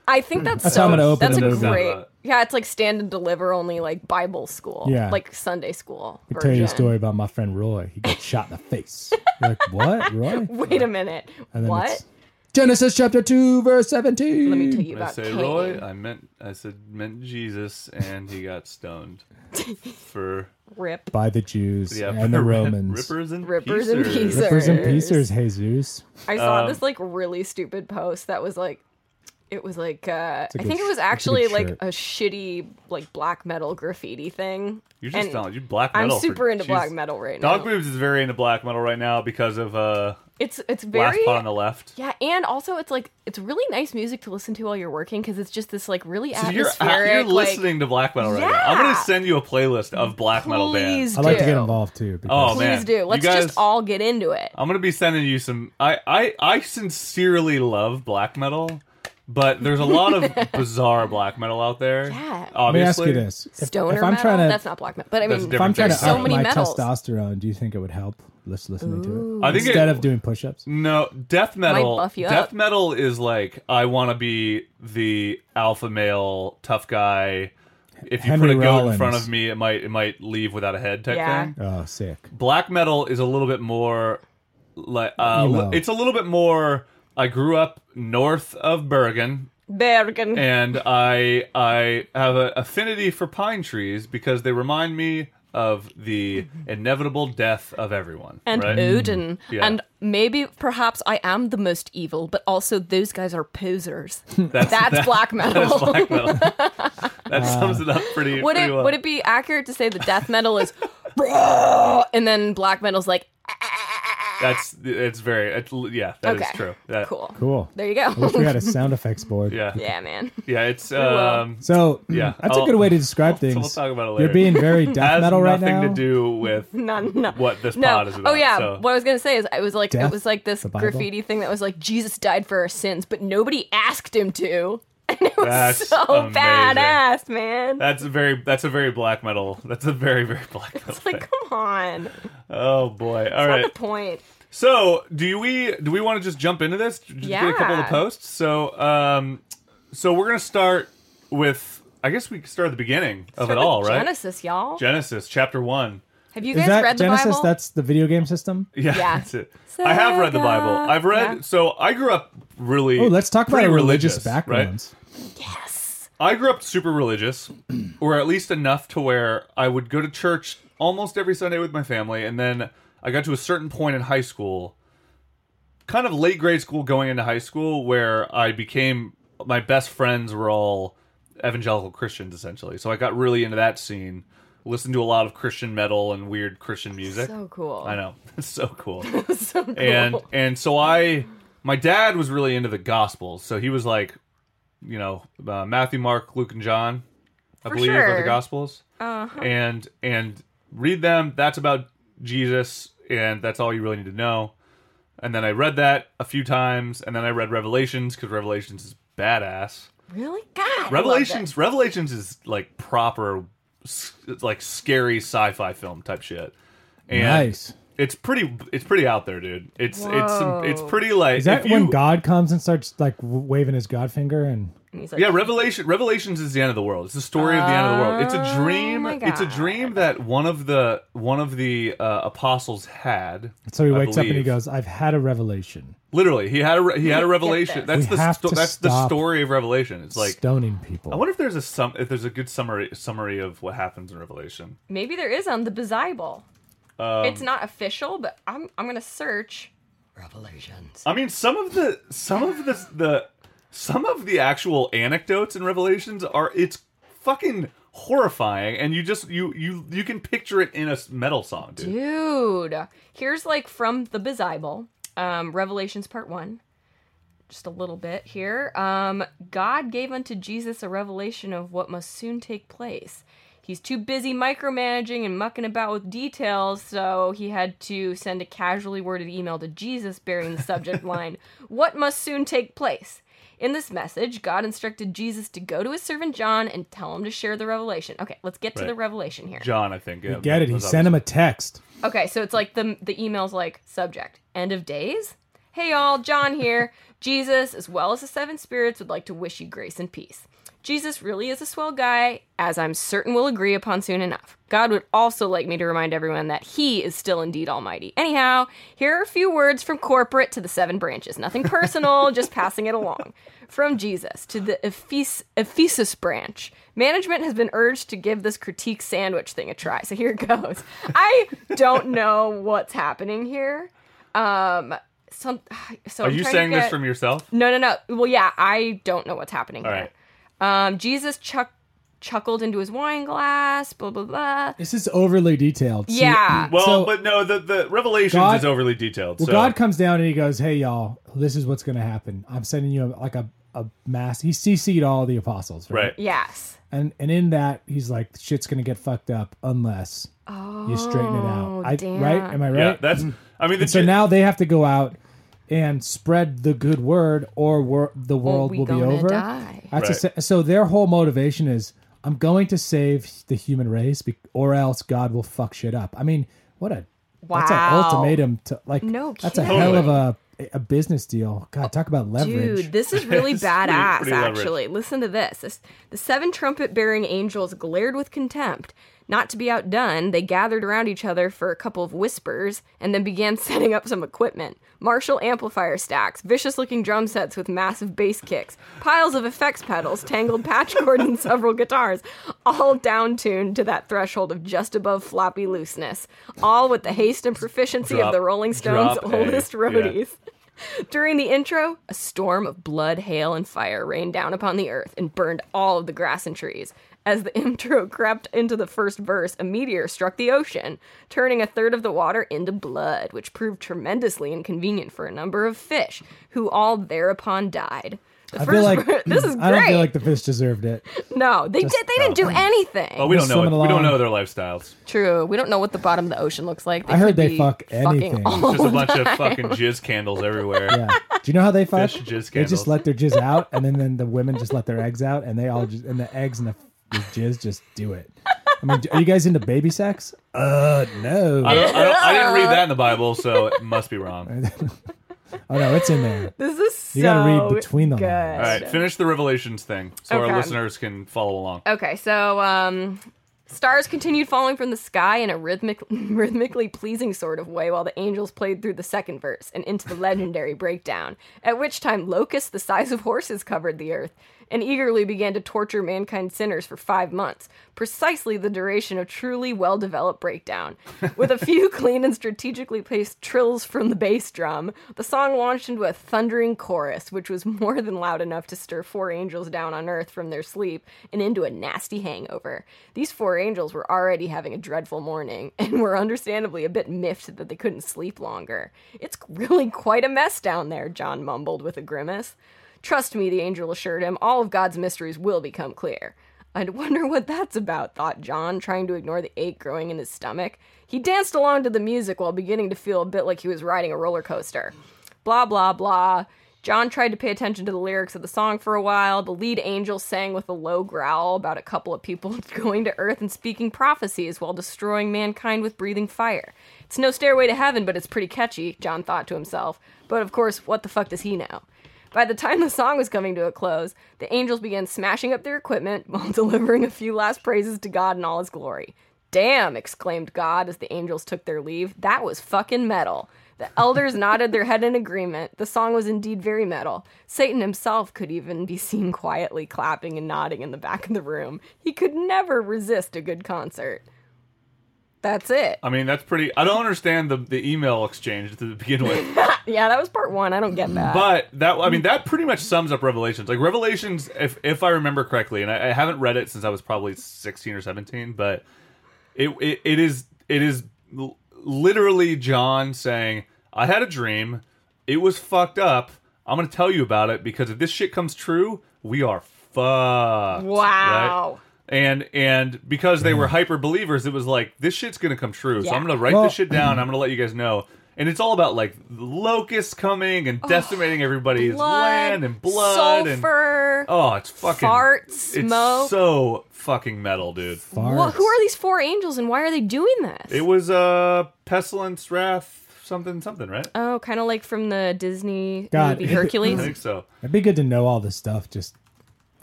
[SPEAKER 5] I think that's,
[SPEAKER 6] That's
[SPEAKER 5] so.
[SPEAKER 6] how I'm gonna open
[SPEAKER 5] that's
[SPEAKER 6] the
[SPEAKER 5] a
[SPEAKER 6] movie.
[SPEAKER 5] great. Yeah, it's like stand and deliver only like Bible school.
[SPEAKER 6] Yeah.
[SPEAKER 5] like Sunday school.
[SPEAKER 6] I tell you
[SPEAKER 5] version.
[SPEAKER 6] a story about my friend Roy. He got shot in the face. You're like, what, Roy?
[SPEAKER 5] Wait a minute.
[SPEAKER 6] then
[SPEAKER 5] What?
[SPEAKER 6] it's- Genesis chapter two, verse seventeen.
[SPEAKER 5] Let me tell you
[SPEAKER 4] I
[SPEAKER 5] about
[SPEAKER 4] say
[SPEAKER 5] Cain.
[SPEAKER 4] Roy. I meant I said meant Jesus, and he got stoned for
[SPEAKER 5] Rip.
[SPEAKER 6] By the Jews
[SPEAKER 4] yeah
[SPEAKER 6] and the
[SPEAKER 4] for
[SPEAKER 6] Romans.
[SPEAKER 4] rippers and
[SPEAKER 5] Rippers and
[SPEAKER 4] piecers.
[SPEAKER 5] pieces.
[SPEAKER 6] Rippers and
[SPEAKER 5] Pieces.
[SPEAKER 6] Piecers, Jesus.
[SPEAKER 5] I saw
[SPEAKER 4] um,
[SPEAKER 5] this like really stupid post that was like it was like uh I
[SPEAKER 6] good
[SPEAKER 5] think it
[SPEAKER 6] sh- that's a
[SPEAKER 5] was
[SPEAKER 6] good
[SPEAKER 5] actually like
[SPEAKER 6] shirt.
[SPEAKER 5] a shitty like black metal graffiti thing.
[SPEAKER 4] You're just
[SPEAKER 5] And
[SPEAKER 4] telling you black
[SPEAKER 5] I'm
[SPEAKER 4] metal. for-
[SPEAKER 5] super into
[SPEAKER 4] she's-
[SPEAKER 5] black metal right now.
[SPEAKER 4] Dog Boobs is very into black metal right now because of uh
[SPEAKER 5] It's it's
[SPEAKER 4] Last
[SPEAKER 5] very
[SPEAKER 4] Pot on the Left.
[SPEAKER 5] yeah, and also it's like it's really nice music to listen to while you're working because it's just this like really
[SPEAKER 4] So you're,
[SPEAKER 5] atmospheric.
[SPEAKER 4] you're
[SPEAKER 5] like-
[SPEAKER 4] listening to black metal right now. I'm
[SPEAKER 5] Yeah.
[SPEAKER 4] gonna send you a playlist of black metal bands.
[SPEAKER 5] Please
[SPEAKER 6] I like to
[SPEAKER 5] do.
[SPEAKER 6] get involved too.
[SPEAKER 4] Oh
[SPEAKER 6] Because
[SPEAKER 4] man,
[SPEAKER 5] Please do.
[SPEAKER 4] You
[SPEAKER 5] Let's
[SPEAKER 4] guys-
[SPEAKER 5] just all get into it.
[SPEAKER 4] I'm gonna be sending you some. I I I sincerely love black metal, but there's a lot of bizarre black metal out there.
[SPEAKER 5] Yeah.
[SPEAKER 6] Let me ask
[SPEAKER 4] Obviously,
[SPEAKER 6] you this: If-
[SPEAKER 5] Stoner
[SPEAKER 6] if, I'm
[SPEAKER 5] metal.
[SPEAKER 6] trying to,
[SPEAKER 5] That's not black metal, but I
[SPEAKER 4] That's
[SPEAKER 5] mean,
[SPEAKER 6] if I'm
[SPEAKER 4] different
[SPEAKER 6] trying to
[SPEAKER 4] thing.
[SPEAKER 6] up
[SPEAKER 5] so many
[SPEAKER 6] my
[SPEAKER 5] metals.
[SPEAKER 6] testosterone, do you think it would help? Let's listening to it
[SPEAKER 4] I think
[SPEAKER 6] instead
[SPEAKER 4] it-
[SPEAKER 6] of doing push-ups.
[SPEAKER 4] No, death metal.
[SPEAKER 5] buff you
[SPEAKER 4] death
[SPEAKER 5] up.
[SPEAKER 4] metal is like I want to be the alpha male tough guy. If you
[SPEAKER 6] Henry
[SPEAKER 4] put a goat in
[SPEAKER 6] Rollins.
[SPEAKER 4] front of me, it might it might leave without a head type
[SPEAKER 5] Yeah.
[SPEAKER 4] thing.
[SPEAKER 6] Oh, sick!
[SPEAKER 4] Black metal is a little bit more like uh,
[SPEAKER 6] Emo.
[SPEAKER 4] it's a little bit more. I grew up north of Bergen,
[SPEAKER 5] Bergen.
[SPEAKER 4] and I I have an affinity for pine trees because they remind me of the inevitable death of everyone.
[SPEAKER 5] and
[SPEAKER 4] right?
[SPEAKER 5] Odin.
[SPEAKER 4] Yeah.
[SPEAKER 5] And maybe perhaps I am the most evil, but also those guys are posers.
[SPEAKER 4] That's-
[SPEAKER 5] That's, black metal.
[SPEAKER 4] That's black metal. that sums it up pretty,
[SPEAKER 5] would
[SPEAKER 4] pretty
[SPEAKER 5] it
[SPEAKER 4] well.
[SPEAKER 5] would it be accurate to say that death metal is "Bruh," and then black metal's like
[SPEAKER 4] That's it's very it's, yeah. That is
[SPEAKER 5] okay.
[SPEAKER 4] true. That,
[SPEAKER 5] Cool.
[SPEAKER 6] Cool.
[SPEAKER 5] There you
[SPEAKER 6] I wish we
[SPEAKER 5] go.
[SPEAKER 6] had a sound effects board.
[SPEAKER 4] Yeah. yeah,
[SPEAKER 5] yeah, man.
[SPEAKER 4] It's um.
[SPEAKER 6] So mm,
[SPEAKER 4] Yeah,
[SPEAKER 6] that's
[SPEAKER 4] I'll-
[SPEAKER 6] a good way to describe
[SPEAKER 4] we'll
[SPEAKER 6] things.
[SPEAKER 4] talk about it later.
[SPEAKER 6] You're being very death
[SPEAKER 4] Has
[SPEAKER 6] metal right
[SPEAKER 4] nothing to
[SPEAKER 6] now.
[SPEAKER 4] do with
[SPEAKER 5] None, no.
[SPEAKER 4] what this
[SPEAKER 5] No.
[SPEAKER 4] pod is about.
[SPEAKER 5] oh yeah.
[SPEAKER 4] so-
[SPEAKER 5] What I was gonna say is, it was like
[SPEAKER 6] Death,
[SPEAKER 5] it was like this
[SPEAKER 6] the Bible.
[SPEAKER 5] graffiti thing that was like Jesus died for our sins, but nobody asked him to, and it was
[SPEAKER 4] That's
[SPEAKER 5] so
[SPEAKER 4] amazing.
[SPEAKER 5] badass, man.
[SPEAKER 4] that's a very that's a very black metal. That's a very very black metal.
[SPEAKER 5] it's
[SPEAKER 4] thing.
[SPEAKER 5] like, come on,
[SPEAKER 4] oh boy! All
[SPEAKER 5] Not
[SPEAKER 4] right.
[SPEAKER 5] the point.
[SPEAKER 4] So, do we do we want to just jump into this? Just get a couple of the
[SPEAKER 5] Yeah.
[SPEAKER 4] posts. So, um, so we're gonna start with. I guess we could start at the beginning of it
[SPEAKER 5] Start with
[SPEAKER 4] all, right?
[SPEAKER 5] Genesis, y'all.
[SPEAKER 4] Genesis chapter one.
[SPEAKER 5] Have you
[SPEAKER 6] Is
[SPEAKER 5] guys
[SPEAKER 6] that
[SPEAKER 5] read the
[SPEAKER 6] Genesis?
[SPEAKER 5] Bible?
[SPEAKER 6] That's the video game system.
[SPEAKER 4] Yeah,
[SPEAKER 5] Yeah.
[SPEAKER 4] that's it. I have read the Bible.
[SPEAKER 5] Saga.
[SPEAKER 4] I've read.
[SPEAKER 5] Yeah.
[SPEAKER 4] So I grew up really.
[SPEAKER 6] Oh, let's talk about
[SPEAKER 4] pretty
[SPEAKER 6] our religious,
[SPEAKER 4] religious right?
[SPEAKER 6] backgrounds.
[SPEAKER 5] yes.
[SPEAKER 4] I grew up super religious, or at least enough to where I would go to church almost every Sunday with my family, and then I got to a certain point in high school, kind of late grade school going into high school, where I became my best friends were all evangelical Christians essentially. So I got really into that scene, listened to a lot of Christian metal and weird Christian music.
[SPEAKER 5] So cool.
[SPEAKER 4] I know. It's so cool.
[SPEAKER 5] so cool.
[SPEAKER 4] and and so I, my dad was really into the Gospels, so he was like, you know, uh, Matthew, Mark, Luke, and John, I
[SPEAKER 5] For
[SPEAKER 4] believe, are
[SPEAKER 5] sure.
[SPEAKER 4] the Gospels, uh-huh. and and read them. That's about Jesus, and that's all you really need to know. And then I read that a few times, and then I read Revelations because Revelations is badass.
[SPEAKER 5] really? God. I love
[SPEAKER 4] Revelations, Revelations is like proper, s- like scary sci-fi film type shit. And
[SPEAKER 6] Nice.
[SPEAKER 4] it's pretty. It's pretty out there, dude. It's it's some, it's pretty like
[SPEAKER 6] Is that
[SPEAKER 4] if you-
[SPEAKER 6] when God comes and starts like w- waving his God finger and?
[SPEAKER 5] it. And he's like,
[SPEAKER 4] Yeah, Revelation. Revelations is the end of the world. It's the story of the end of the world. It's a dream.
[SPEAKER 5] Oh my
[SPEAKER 4] It's a dream that one of the one of the uh, apostles had.
[SPEAKER 6] So he
[SPEAKER 4] I
[SPEAKER 6] wakes up and he
[SPEAKER 4] believe.
[SPEAKER 6] goes, "I've had a revelation."
[SPEAKER 4] Literally, he had a re- he had a revelation.
[SPEAKER 5] this.
[SPEAKER 4] That's
[SPEAKER 6] We
[SPEAKER 4] the
[SPEAKER 6] have
[SPEAKER 4] sto-
[SPEAKER 6] to
[SPEAKER 4] that's the
[SPEAKER 6] stop
[SPEAKER 4] story of Revelation. It's like
[SPEAKER 6] Stoning people.
[SPEAKER 4] I wonder if there's a sum if there's a good summary summary of what happens in Revelation. Um,
[SPEAKER 5] maybe there is on the Bible. it's not official, but I'm I'm gonna search
[SPEAKER 7] Revelations.
[SPEAKER 4] I mean, some of the some of the the some of the actual anecdotes and revelations are it's fucking horrifying, and you just you you you can picture it in a s- metal song, dude.
[SPEAKER 5] Dude, here's like from the Bible, um, Revelations part one. Just a little bit here. Um, God gave unto Jesus a revelation of what must soon take place. He's too busy micromanaging and mucking about with details, so he had to send a casually worded email to Jesus bearing the subject line, What must soon take place? In this message, God instructed Jesus to go to his servant John and tell him to share the revelation. Okay, let's get to
[SPEAKER 4] Right.
[SPEAKER 5] the revelation here.
[SPEAKER 4] John, I think. yeah,
[SPEAKER 6] Get it? He
[SPEAKER 4] was
[SPEAKER 6] sent him a text.
[SPEAKER 5] Okay, so it's like the the email's like subject end of days. Hey y'all, John here. Jesus, as well as the seven spirits, would like to wish you grace and peace. Jesus really is a swell guy, as I'm certain we'll agree upon soon enough. God would also like me to remind everyone that He is still indeed Almighty. Anyhow, here are a few words from corporate to the seven branches. Nothing personal, just passing it along. From Jesus to the Ephes- Ephesus branch. Management has been urged to give this critique sandwich thing a try, so here it goes. I don't know what's happening here. Um, some, so
[SPEAKER 4] Are
[SPEAKER 5] I'm
[SPEAKER 4] you
[SPEAKER 5] trying
[SPEAKER 4] saying
[SPEAKER 5] to get,
[SPEAKER 4] this from yourself?
[SPEAKER 5] No, no, no. Well, yeah, I don't know what's happening
[SPEAKER 4] All
[SPEAKER 5] here.
[SPEAKER 4] right.
[SPEAKER 5] Um, Jesus chuck- chuckled into his wine glass, blah, blah, blah.
[SPEAKER 6] This is overly detailed. See,
[SPEAKER 5] Yeah.
[SPEAKER 4] Well,
[SPEAKER 6] So-
[SPEAKER 4] but no, the the Revelations
[SPEAKER 6] God-
[SPEAKER 4] is overly detailed.
[SPEAKER 6] Well,
[SPEAKER 4] so
[SPEAKER 6] God comes down and he goes, "Hey, y'all, this is what's going to happen. I'm sending you a, like a, a mass." He CC'd all the apostles, right?
[SPEAKER 4] right.
[SPEAKER 5] Yes.
[SPEAKER 6] And and in that, he's like, "Shit's going to get fucked up unless you straighten it out."
[SPEAKER 5] Oh,
[SPEAKER 6] I,
[SPEAKER 5] damn.
[SPEAKER 6] Right? Am I right?
[SPEAKER 4] Yeah, that's. I mean, the,
[SPEAKER 6] And so now they have to go out and spread the good word, or wor- the world
[SPEAKER 5] we
[SPEAKER 6] will be
[SPEAKER 5] gonna
[SPEAKER 6] over.
[SPEAKER 5] die.
[SPEAKER 6] That's
[SPEAKER 4] Right.
[SPEAKER 6] a- so their whole motivation is, I'm going to save the human race, be- or else God will fuck shit up. I mean, what a that's an
[SPEAKER 5] Wow.
[SPEAKER 6] ultimatum to like.
[SPEAKER 5] No
[SPEAKER 6] that's a
[SPEAKER 5] kidding.
[SPEAKER 6] hell of a a business deal. God, talk about leverage.
[SPEAKER 5] Dude, this is really
[SPEAKER 4] It's pretty-
[SPEAKER 5] badass,
[SPEAKER 4] pretty leverage.
[SPEAKER 5] actually. Listen to this. this. The seven trumpet bearing angels glared with contempt. Not to be outdone, they gathered around each other for a couple of whispers and then began setting up some equipment Marshall amplifier stacks, vicious looking drum sets with massive bass kicks, piles of effects pedals, tangled patch cords, and several guitars, all down tuned to that threshold of just above floppy looseness, all with the haste and proficiency
[SPEAKER 4] Drop-
[SPEAKER 5] of the Rolling Stones'
[SPEAKER 4] drop A.
[SPEAKER 5] oldest
[SPEAKER 4] Yeah.
[SPEAKER 5] roadies. During the intro, a storm of blood, hail, and fire rained down upon the earth and burned all of the grass and trees. As the intro crept into the first verse, a meteor struck the ocean, turning a third of the water into blood, which proved tremendously inconvenient for a number of fish, who all thereupon died. The
[SPEAKER 6] I feel like
[SPEAKER 5] ver- this is great.
[SPEAKER 6] I don't feel like the fish deserved it.
[SPEAKER 5] no, they did. They didn't do anything.
[SPEAKER 4] But oh, we don't know.
[SPEAKER 6] swimming
[SPEAKER 4] It. We don't
[SPEAKER 6] along.
[SPEAKER 4] know their lifestyles.
[SPEAKER 5] True. We don't know what the bottom of the ocean looks like.
[SPEAKER 6] I heard
[SPEAKER 5] could
[SPEAKER 6] they
[SPEAKER 5] be
[SPEAKER 6] fuck
[SPEAKER 5] fucking
[SPEAKER 6] anything.
[SPEAKER 5] all-
[SPEAKER 4] Just a bunch of fucking jizz candles everywhere.
[SPEAKER 6] Yeah. Do you know how they fuck?
[SPEAKER 4] Fish jizz
[SPEAKER 6] they
[SPEAKER 4] candles.
[SPEAKER 6] just let their jizz out, and then, then the women just let their eggs out, and they all just and the eggs and the, the jizz just do it. I mean, are you guys into baby sex? Uh, no.
[SPEAKER 4] I, don't, I, don't, I didn't read that in the Bible, so it must be wrong.
[SPEAKER 6] oh no, it's in there.
[SPEAKER 5] This is so
[SPEAKER 6] You gotta read between the
[SPEAKER 5] good.
[SPEAKER 6] lines.
[SPEAKER 4] All right, finish the Revelations thing so
[SPEAKER 5] Okay.
[SPEAKER 4] our listeners can follow along.
[SPEAKER 5] Okay, so um, stars continued falling from the sky in a rhythmic, rhythmically pleasing sort of way while the angels played through the second verse and into the legendary breakdown, at which time locusts the size of horses covered the earth and eagerly began to torture mankind sinners for five months, precisely the duration of truly well developed breakdown. With a few clean and strategically placed trills from the bass drum, the song launched into a thundering chorus, which was more than loud enough to stir four angels down on earth from their sleep and into a nasty hangover. These four angels were already having a dreadful morning and were understandably a bit miffed that they couldn't sleep longer. It's really quite a mess down there, John mumbled with a grimace. Trust me, the angel assured him, all of God's mysteries will become clear. I'd wonder what that's about, thought John, trying to ignore the ache growing in his stomach. He danced along to the music while beginning to feel a bit like he was riding a roller coaster. Blah, blah, blah. John tried to pay attention to the lyrics of the song for a while. The lead angel sang with a low growl about a couple of people going to earth and speaking prophecies while destroying mankind with breathing fire. It's no stairway to heaven, but it's pretty catchy, John thought to himself. But of course, what the fuck does he know? By the time the song was coming to a close, the angels began smashing up their equipment while delivering a few last praises to God in all his glory. Damn, exclaimed God as the angels took their leave. That was fucking metal. The elders nodded their head in agreement. The song was indeed very metal. Satan himself could even be seen quietly clapping and nodding in the back of the room. He could never resist a good concert. That's it.
[SPEAKER 4] I mean, that's pretty. I don't understand the the email exchange to begin with.
[SPEAKER 5] Yeah, that was part one. I don't get that.
[SPEAKER 4] But that I mean that pretty much sums up Revelations. Like Revelations, if if I remember correctly, and I, I haven't read it since I was probably sixteen or seventeen, but it it, it is it is l- literally John saying, "I had a dream. It was fucked up. I'm gonna tell you about it because if this shit comes true, we are fucked."
[SPEAKER 5] Wow.
[SPEAKER 4] Right? And and because they were hyper believers, it was like this shit's gonna come true. So
[SPEAKER 5] Yeah.
[SPEAKER 4] I'm gonna write
[SPEAKER 6] Well-
[SPEAKER 4] this shit down. I'm gonna let you guys know. And it's all about like locusts coming and decimating everybody's land and blood and
[SPEAKER 5] sulfur.
[SPEAKER 4] oh, it's fucking
[SPEAKER 5] fart,
[SPEAKER 4] it's
[SPEAKER 5] smoke.
[SPEAKER 4] so fucking metal, dude.
[SPEAKER 5] Wha- who are these four angels and why are they doing this?
[SPEAKER 4] It was uh pestilence, wrath, something, something, right?
[SPEAKER 5] oh, kind of like from the Disney
[SPEAKER 6] God,
[SPEAKER 5] movie
[SPEAKER 6] it-
[SPEAKER 4] I
[SPEAKER 5] Hercules.
[SPEAKER 4] think so.
[SPEAKER 6] It'd be good to know all this stuff just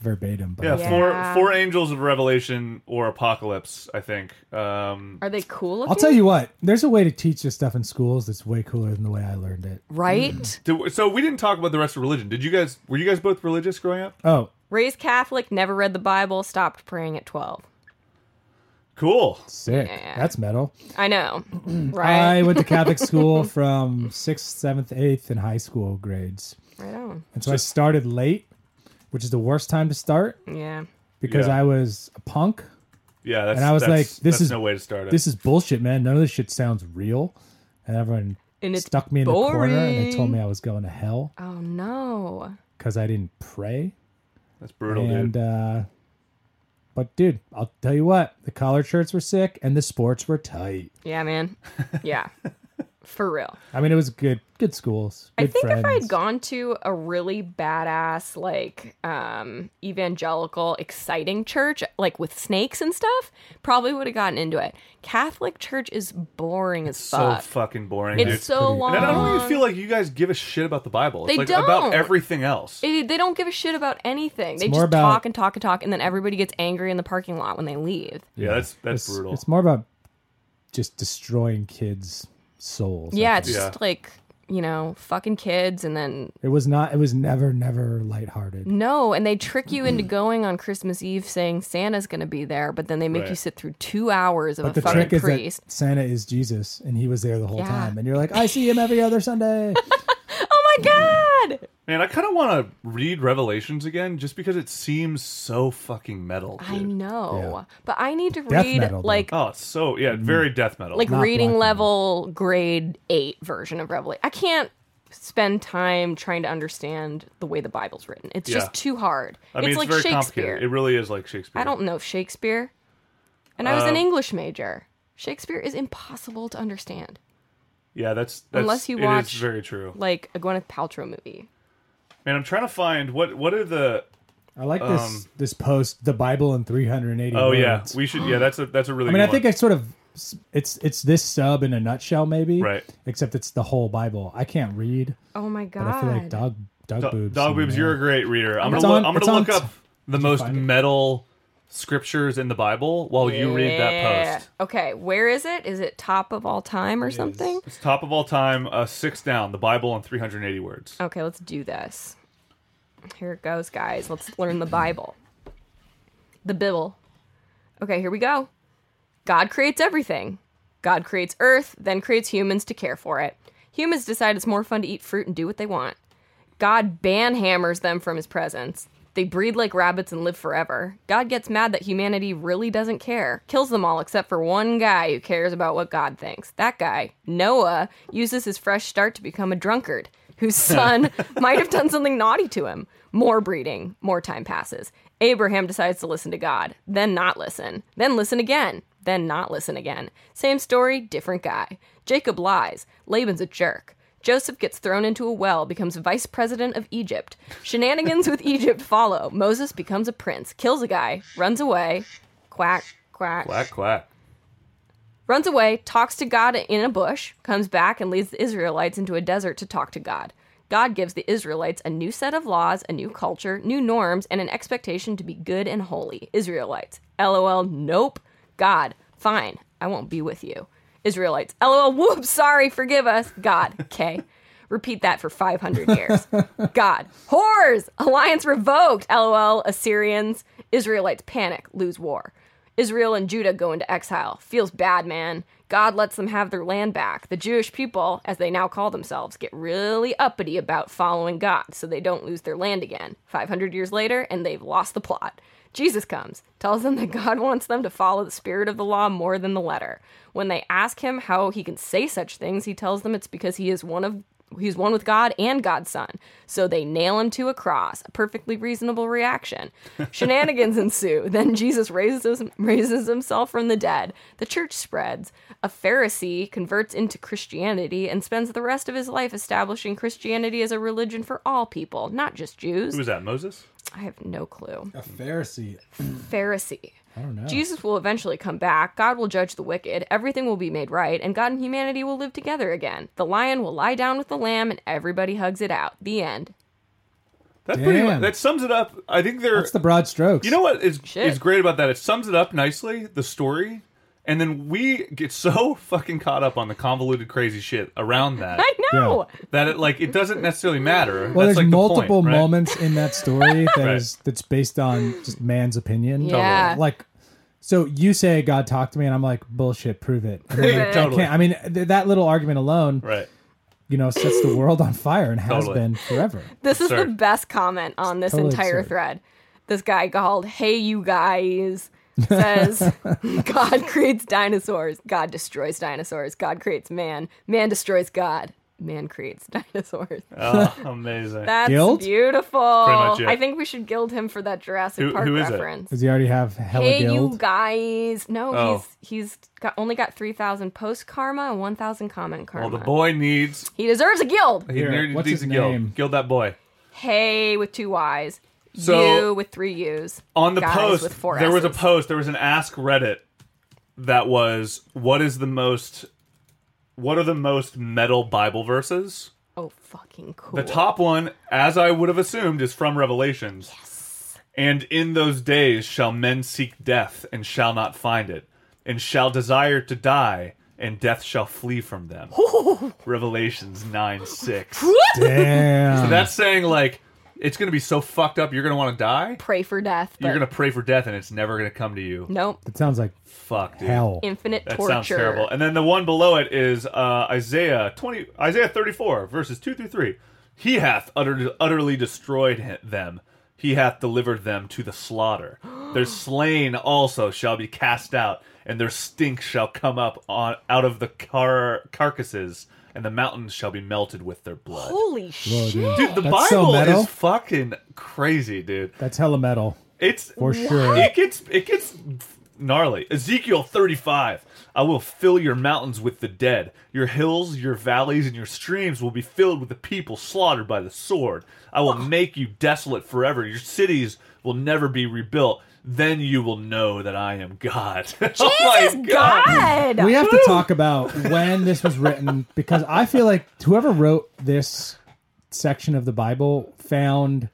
[SPEAKER 6] verbatim. But
[SPEAKER 4] Yeah,
[SPEAKER 5] Yeah.
[SPEAKER 4] four four angels of Revelation or Apocalypse, I think. Um,
[SPEAKER 5] Are they cool looking?
[SPEAKER 6] I'll tell you what. There's a way to teach this stuff in schools that's way cooler than the way I learned it.
[SPEAKER 5] Right?
[SPEAKER 4] did- so we didn't talk about the rest of religion. Did you guys? Were you guys both religious growing up?
[SPEAKER 6] Oh,
[SPEAKER 5] Raised Catholic, never read the Bible, stopped praying at 12.
[SPEAKER 4] Cool.
[SPEAKER 6] sick. That's metal.
[SPEAKER 5] I know.
[SPEAKER 6] I
[SPEAKER 5] right?
[SPEAKER 6] went to Catholic school from sixth, seventh, eighth, and high school grades,
[SPEAKER 5] right on.
[SPEAKER 6] and so, I started late, which is the worst time to start
[SPEAKER 5] Yeah.
[SPEAKER 6] because
[SPEAKER 4] Yeah.
[SPEAKER 6] I was a punk.
[SPEAKER 4] Yeah, that's,
[SPEAKER 6] And I was
[SPEAKER 4] that's-
[SPEAKER 6] like, this
[SPEAKER 4] that's
[SPEAKER 6] is-
[SPEAKER 4] no way to start it.
[SPEAKER 6] This is bullshit, man. None of this shit sounds real. And everyone
[SPEAKER 5] And it's
[SPEAKER 6] stuck me in the corner and they told
[SPEAKER 5] boring.
[SPEAKER 6] me I was going to hell
[SPEAKER 5] Oh, no.
[SPEAKER 6] because I didn't pray.
[SPEAKER 4] that's brutal,
[SPEAKER 6] and
[SPEAKER 4] dude.
[SPEAKER 6] uh but dude, I'll tell you what, the collar shirts were sick and the sports were tight.
[SPEAKER 5] Yeah, man. Yeah. For real.
[SPEAKER 6] I mean, it was good, good schools.
[SPEAKER 5] I
[SPEAKER 6] Good
[SPEAKER 5] think
[SPEAKER 6] friends.
[SPEAKER 5] if I had gone to a really badass, like um, evangelical, exciting church, like with snakes and stuff, probably would have gotten into it. Catholic church is boring as
[SPEAKER 4] so
[SPEAKER 5] fuck.
[SPEAKER 4] fucking boring. dude.
[SPEAKER 5] it's so long.
[SPEAKER 4] And I don't even feel like you guys give a shit about the Bible. It's
[SPEAKER 5] They
[SPEAKER 4] like
[SPEAKER 5] don't.
[SPEAKER 4] about everything else.
[SPEAKER 5] It- they don't give a shit about anything. they
[SPEAKER 6] more
[SPEAKER 5] just
[SPEAKER 6] about-
[SPEAKER 5] talk and talk and talk, and then everybody gets angry in the parking lot when they leave.
[SPEAKER 4] yeah, that's that's
[SPEAKER 6] it's,
[SPEAKER 4] brutal.
[SPEAKER 6] It's more about just destroying kids' souls. I
[SPEAKER 5] yeah,
[SPEAKER 6] think.
[SPEAKER 5] it's
[SPEAKER 4] Yeah.
[SPEAKER 5] just like you know, fucking kids, and then
[SPEAKER 6] it was not. It was never, never lighthearted.
[SPEAKER 5] no, and they trick you into going on Christmas Eve saying Santa's gonna be there, but then they make
[SPEAKER 4] Right.
[SPEAKER 5] you sit through two hours of
[SPEAKER 6] But
[SPEAKER 5] a
[SPEAKER 6] the
[SPEAKER 5] fucking
[SPEAKER 6] trick is
[SPEAKER 5] priest.
[SPEAKER 6] that Santa is Jesus, and he was there the whole
[SPEAKER 5] Yeah.
[SPEAKER 6] time. And you're like, I see him every other Sunday.
[SPEAKER 5] oh my god!
[SPEAKER 4] Man, I kind of want to read Revelations again just because it seems so fucking metal.
[SPEAKER 5] I
[SPEAKER 4] dude.
[SPEAKER 5] know,
[SPEAKER 6] Yeah.
[SPEAKER 5] but I need to
[SPEAKER 6] Death
[SPEAKER 5] read
[SPEAKER 6] metal, though.
[SPEAKER 5] like
[SPEAKER 4] Oh, it's so yeah, very death metal.
[SPEAKER 5] like
[SPEAKER 6] Mm. Not
[SPEAKER 5] reading
[SPEAKER 6] black
[SPEAKER 5] level grade eight version of Revelation. I can't spend time trying to understand the way the Bible's written. It's
[SPEAKER 4] Yeah.
[SPEAKER 5] just too hard.
[SPEAKER 4] I mean,
[SPEAKER 5] it's,
[SPEAKER 4] it's,
[SPEAKER 5] like
[SPEAKER 4] very
[SPEAKER 5] Shakespeare.
[SPEAKER 4] complicated. It really is Um, like Shakespeare.
[SPEAKER 5] I don't know Shakespeare, and I was an English major. Shakespeare is impossible to understand,
[SPEAKER 4] Yeah, that's, that's
[SPEAKER 5] Unless you
[SPEAKER 4] it is
[SPEAKER 5] watch-
[SPEAKER 4] very true.
[SPEAKER 5] like a Gwyneth Paltrow movie.
[SPEAKER 4] Man, I'm trying to find what what are the
[SPEAKER 6] I like this
[SPEAKER 4] Um,
[SPEAKER 6] this post, the Bible in 380.
[SPEAKER 4] oh yeah
[SPEAKER 6] words.
[SPEAKER 4] we should yeah that's a that's a really
[SPEAKER 6] I mean,
[SPEAKER 4] good
[SPEAKER 6] I think
[SPEAKER 4] one.
[SPEAKER 6] it's sort of it's it's this sub in a nutshell, maybe.
[SPEAKER 4] Right.
[SPEAKER 6] Except it's the whole Bible. I can't read,
[SPEAKER 5] Oh my
[SPEAKER 6] but I feel like
[SPEAKER 5] god!
[SPEAKER 6] dog dog
[SPEAKER 4] Do-
[SPEAKER 6] boobs.
[SPEAKER 4] Dog boobs, you're a great reader. I'm
[SPEAKER 6] It's
[SPEAKER 4] gonna
[SPEAKER 6] on-
[SPEAKER 4] look, I'm
[SPEAKER 6] it's
[SPEAKER 4] gonna look
[SPEAKER 6] on t-
[SPEAKER 4] up the most
[SPEAKER 6] find it?
[SPEAKER 4] metal scriptures in the Bible while you read that
[SPEAKER 5] Yeah.
[SPEAKER 4] post.
[SPEAKER 5] Okay, where is it? Is it top of all time or something?
[SPEAKER 4] It's top of all time, uh, six down, the Bible in 380 words.
[SPEAKER 5] Okay, let's do this. Here it goes, guys. Let's learn the Bible. The Bible. Okay, here we go. God creates everything. God creates earth, then creates humans to care for it. Humans decide it's more fun to eat fruit and do what they want. God banhammers them from his presence. They breed like rabbits and live forever. God gets mad that humanity really doesn't care, kills them all except for one guy who cares about what God thinks. That guy, Noah, uses his fresh start to become a drunkard whose son might have done something naughty to him. More breeding, more time passes. Abraham decides to listen to God, then not listen, then listen again, then not listen again. Same story, different guy. Jacob lies. Laban's a jerk. Joseph gets thrown into a well, becomes vice president of Egypt. Shenanigans with Egypt follow. Moses becomes a prince, kills a guy, runs away. Quack, quack.
[SPEAKER 4] Quack quack.
[SPEAKER 5] Runs away, talks to God in a bush, comes back and leads the Israelites into a desert to talk to God. God gives the Israelites a new set of laws, a new culture, new norms, and an expectation to be good and holy. Israelites. LOL, nope. God, fine, I won't be with you. Israelites. LOL, whoops, sorry, forgive us. God, okay. Repeat that for 500 years. God. Whores! Alliance revoked. LOL. Assyrians. Israelites panic. Lose war. Israel and Judah go into exile. Feels bad, man. God lets them have their land back. The Jewish people, as they now call themselves, get really uppity about following God so they don't lose their land again. 500 years later, and they've lost the plot. Jesus comes, tells them that God wants them to follow the spirit of the law more than the letter. When they ask him how he can say such things, he tells them it's because he is one of he's one with God and God's son. So they nail him to a cross, a perfectly reasonable reaction. Shenanigans ensue. Then Jesus raises raises himself from the dead. The church spreads. A Pharisee converts into Christianity and spends the rest of his life establishing Christianity as a religion for all people, not just Jews.
[SPEAKER 4] Who was that? Moses?
[SPEAKER 5] I have no clue.
[SPEAKER 6] A Pharisee.
[SPEAKER 5] Pharisee.
[SPEAKER 6] I don't know.
[SPEAKER 5] Jesus will eventually come back. God will judge the wicked. Everything will be made right, and God and humanity will live together again. The lion will lie down with the lamb, and everybody hugs it out. The end.
[SPEAKER 4] That's pretty much,
[SPEAKER 6] Damn.
[SPEAKER 4] that sums it up. I think they're
[SPEAKER 6] That's the broad strokes.
[SPEAKER 4] You know what is
[SPEAKER 5] Shit.
[SPEAKER 4] is great about that? It sums it up nicely, the story, and then we get so fucking caught up on the convoluted crazy shit around that
[SPEAKER 5] I know.
[SPEAKER 4] that it like it doesn't necessarily matter.
[SPEAKER 6] Well,
[SPEAKER 4] That's
[SPEAKER 6] there's
[SPEAKER 4] like the point,
[SPEAKER 6] multiple
[SPEAKER 4] right?
[SPEAKER 6] moments in that story that is
[SPEAKER 4] Right.
[SPEAKER 6] that's based on just man's opinion.
[SPEAKER 5] Yeah.
[SPEAKER 6] Like, so you say God talked to me, and I'm like, bullshit, prove it. And
[SPEAKER 4] Yeah,
[SPEAKER 6] I'm like, I
[SPEAKER 4] totally.
[SPEAKER 6] can't- I mean, th- that little argument alone,
[SPEAKER 4] Right.
[SPEAKER 6] you know, sets the world on fire and has
[SPEAKER 4] Totally.
[SPEAKER 6] been forever.
[SPEAKER 5] This is the
[SPEAKER 4] absurd.
[SPEAKER 5] best comment on this
[SPEAKER 6] Totally
[SPEAKER 5] entire
[SPEAKER 6] absurd.
[SPEAKER 5] thread. This guy called, Hey, you guys, says, God creates dinosaurs. God destroys dinosaurs. God creates man. Man destroys God. Man creates dinosaurs.
[SPEAKER 4] Oh, amazing.
[SPEAKER 5] That's
[SPEAKER 6] Guild?
[SPEAKER 5] beautiful.
[SPEAKER 4] Pretty much it.
[SPEAKER 5] I think we should guild him for that Jurassic
[SPEAKER 4] Who-
[SPEAKER 5] Park
[SPEAKER 4] who is it?
[SPEAKER 5] reference.
[SPEAKER 6] Does he already have hella
[SPEAKER 5] Hey,
[SPEAKER 6] guild?
[SPEAKER 5] you guys! No,
[SPEAKER 4] Oh.
[SPEAKER 5] he's he's got only got three thousand post karma and one thousand common karma.
[SPEAKER 4] well, the boy needs
[SPEAKER 5] he deserves a guild.
[SPEAKER 4] he
[SPEAKER 6] Here,
[SPEAKER 4] needs-
[SPEAKER 6] what's
[SPEAKER 4] needs a
[SPEAKER 6] his
[SPEAKER 4] guild.
[SPEAKER 6] name?
[SPEAKER 4] Guild that boy.
[SPEAKER 5] Hey with two Y's,
[SPEAKER 4] So-
[SPEAKER 5] you with three U's.
[SPEAKER 4] on the
[SPEAKER 5] guys
[SPEAKER 4] post
[SPEAKER 5] with four
[SPEAKER 4] there was a
[SPEAKER 5] S's.
[SPEAKER 4] post there was an ask reddit that was what is the most what are the most metal bible verses
[SPEAKER 5] oh fucking cool.
[SPEAKER 4] the top one as i would have assumed is from revelations yes and in those days shall men seek death and shall not find it and shall desire to die and death shall flee from them revelations 9 6
[SPEAKER 6] Damn.
[SPEAKER 4] that's saying like it's gonna be so fucked up you're gonna want to die
[SPEAKER 5] pray for death. But
[SPEAKER 4] you're gonna pray for death and it's never gonna come to you
[SPEAKER 5] nope.
[SPEAKER 6] that sounds like
[SPEAKER 4] fuck dude
[SPEAKER 6] hell.
[SPEAKER 5] Infinite
[SPEAKER 4] That
[SPEAKER 5] torture.
[SPEAKER 4] sounds terrible. And then the one below it is uh, Isaiah twenty, Isaiah thirty-four, verses two through three. He hath uttered, utterly destroyed hi- them. He hath delivered them to the slaughter. Their slain also shall be cast out, and their stink shall come up on out of the car- carcasses, and the mountains shall be melted with their blood.
[SPEAKER 5] Holy shit!
[SPEAKER 4] Dude, the
[SPEAKER 6] That's so
[SPEAKER 4] Bible
[SPEAKER 6] metal.
[SPEAKER 4] is fucking crazy, dude.
[SPEAKER 6] That's hella metal.
[SPEAKER 4] It's
[SPEAKER 6] For sure.
[SPEAKER 4] It gets it gets gnarly. Ezekiel 35. I will fill your mountains with the dead. Your hills, your valleys, and your streams will be filled with the people slaughtered by the sword. I will make you desolate forever. Your cities will never be rebuilt. Then you will know that I am God. oh
[SPEAKER 5] Jesus God!
[SPEAKER 6] We have to talk about when this was written because I feel like whoever wrote this section of the Bible found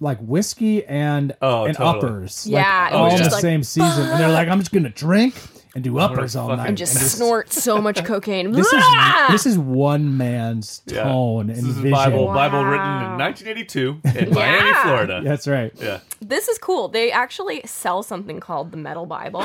[SPEAKER 6] like whiskey and
[SPEAKER 4] Oh,
[SPEAKER 6] and
[SPEAKER 4] totally.
[SPEAKER 6] uppers.
[SPEAKER 5] Yeah,
[SPEAKER 6] like,
[SPEAKER 5] it was
[SPEAKER 6] all in
[SPEAKER 5] just
[SPEAKER 6] the
[SPEAKER 5] like,
[SPEAKER 6] same season, and they're like, "I'm just gonna drink and do uppers all
[SPEAKER 4] fucking-
[SPEAKER 6] night."
[SPEAKER 4] And
[SPEAKER 5] just snort so much cocaine.
[SPEAKER 6] This is
[SPEAKER 5] Ah!
[SPEAKER 6] this is one man's
[SPEAKER 4] Yeah.
[SPEAKER 6] tone
[SPEAKER 4] This
[SPEAKER 6] and
[SPEAKER 4] is
[SPEAKER 6] vision.
[SPEAKER 4] Bible
[SPEAKER 5] Wow.
[SPEAKER 4] Bible written in 1982 in Miami,
[SPEAKER 5] Yeah.
[SPEAKER 4] Florida.
[SPEAKER 6] That's right.
[SPEAKER 4] Yeah.
[SPEAKER 5] This is cool. They actually sell something called the Metal Bible.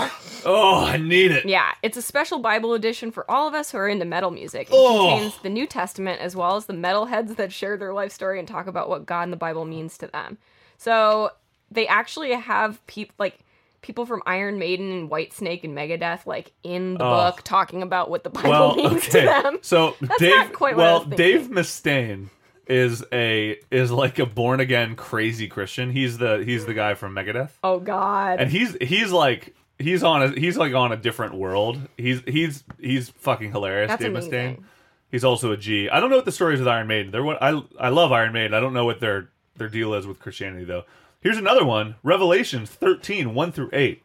[SPEAKER 4] Oh, I need it.
[SPEAKER 5] Yeah, it's a special Bible edition for all of us who are into metal music. It
[SPEAKER 4] Oh.
[SPEAKER 5] contains the New Testament as well as the metalheads that share their life story and talk about what God and the Bible means to them. So they actually have people like people from Iron Maiden and Whitesnake and Megadeth like in the
[SPEAKER 4] Oh.
[SPEAKER 5] book talking about what the Bible
[SPEAKER 4] well,
[SPEAKER 5] means
[SPEAKER 4] okay.
[SPEAKER 5] to them.
[SPEAKER 4] So
[SPEAKER 5] That's
[SPEAKER 4] Dave,
[SPEAKER 5] not quite what I
[SPEAKER 4] well,
[SPEAKER 5] was thinking.
[SPEAKER 4] Dave Mustaine is a is like a born again crazy Christian. He's the he's the guy from Megadeth,
[SPEAKER 5] Oh God.
[SPEAKER 4] and he's he's like he's on a he's like on a different world. He's he's he's fucking hilarious.
[SPEAKER 5] That's
[SPEAKER 4] Dave
[SPEAKER 5] amazing.
[SPEAKER 4] Mustaine. He's also a G. I don't know what the story is with Iron Maiden. They're one, I I love Iron Maiden. I don't know what their their deal is with Christianity though. Here's another one: Revelations 13, 1 through eight.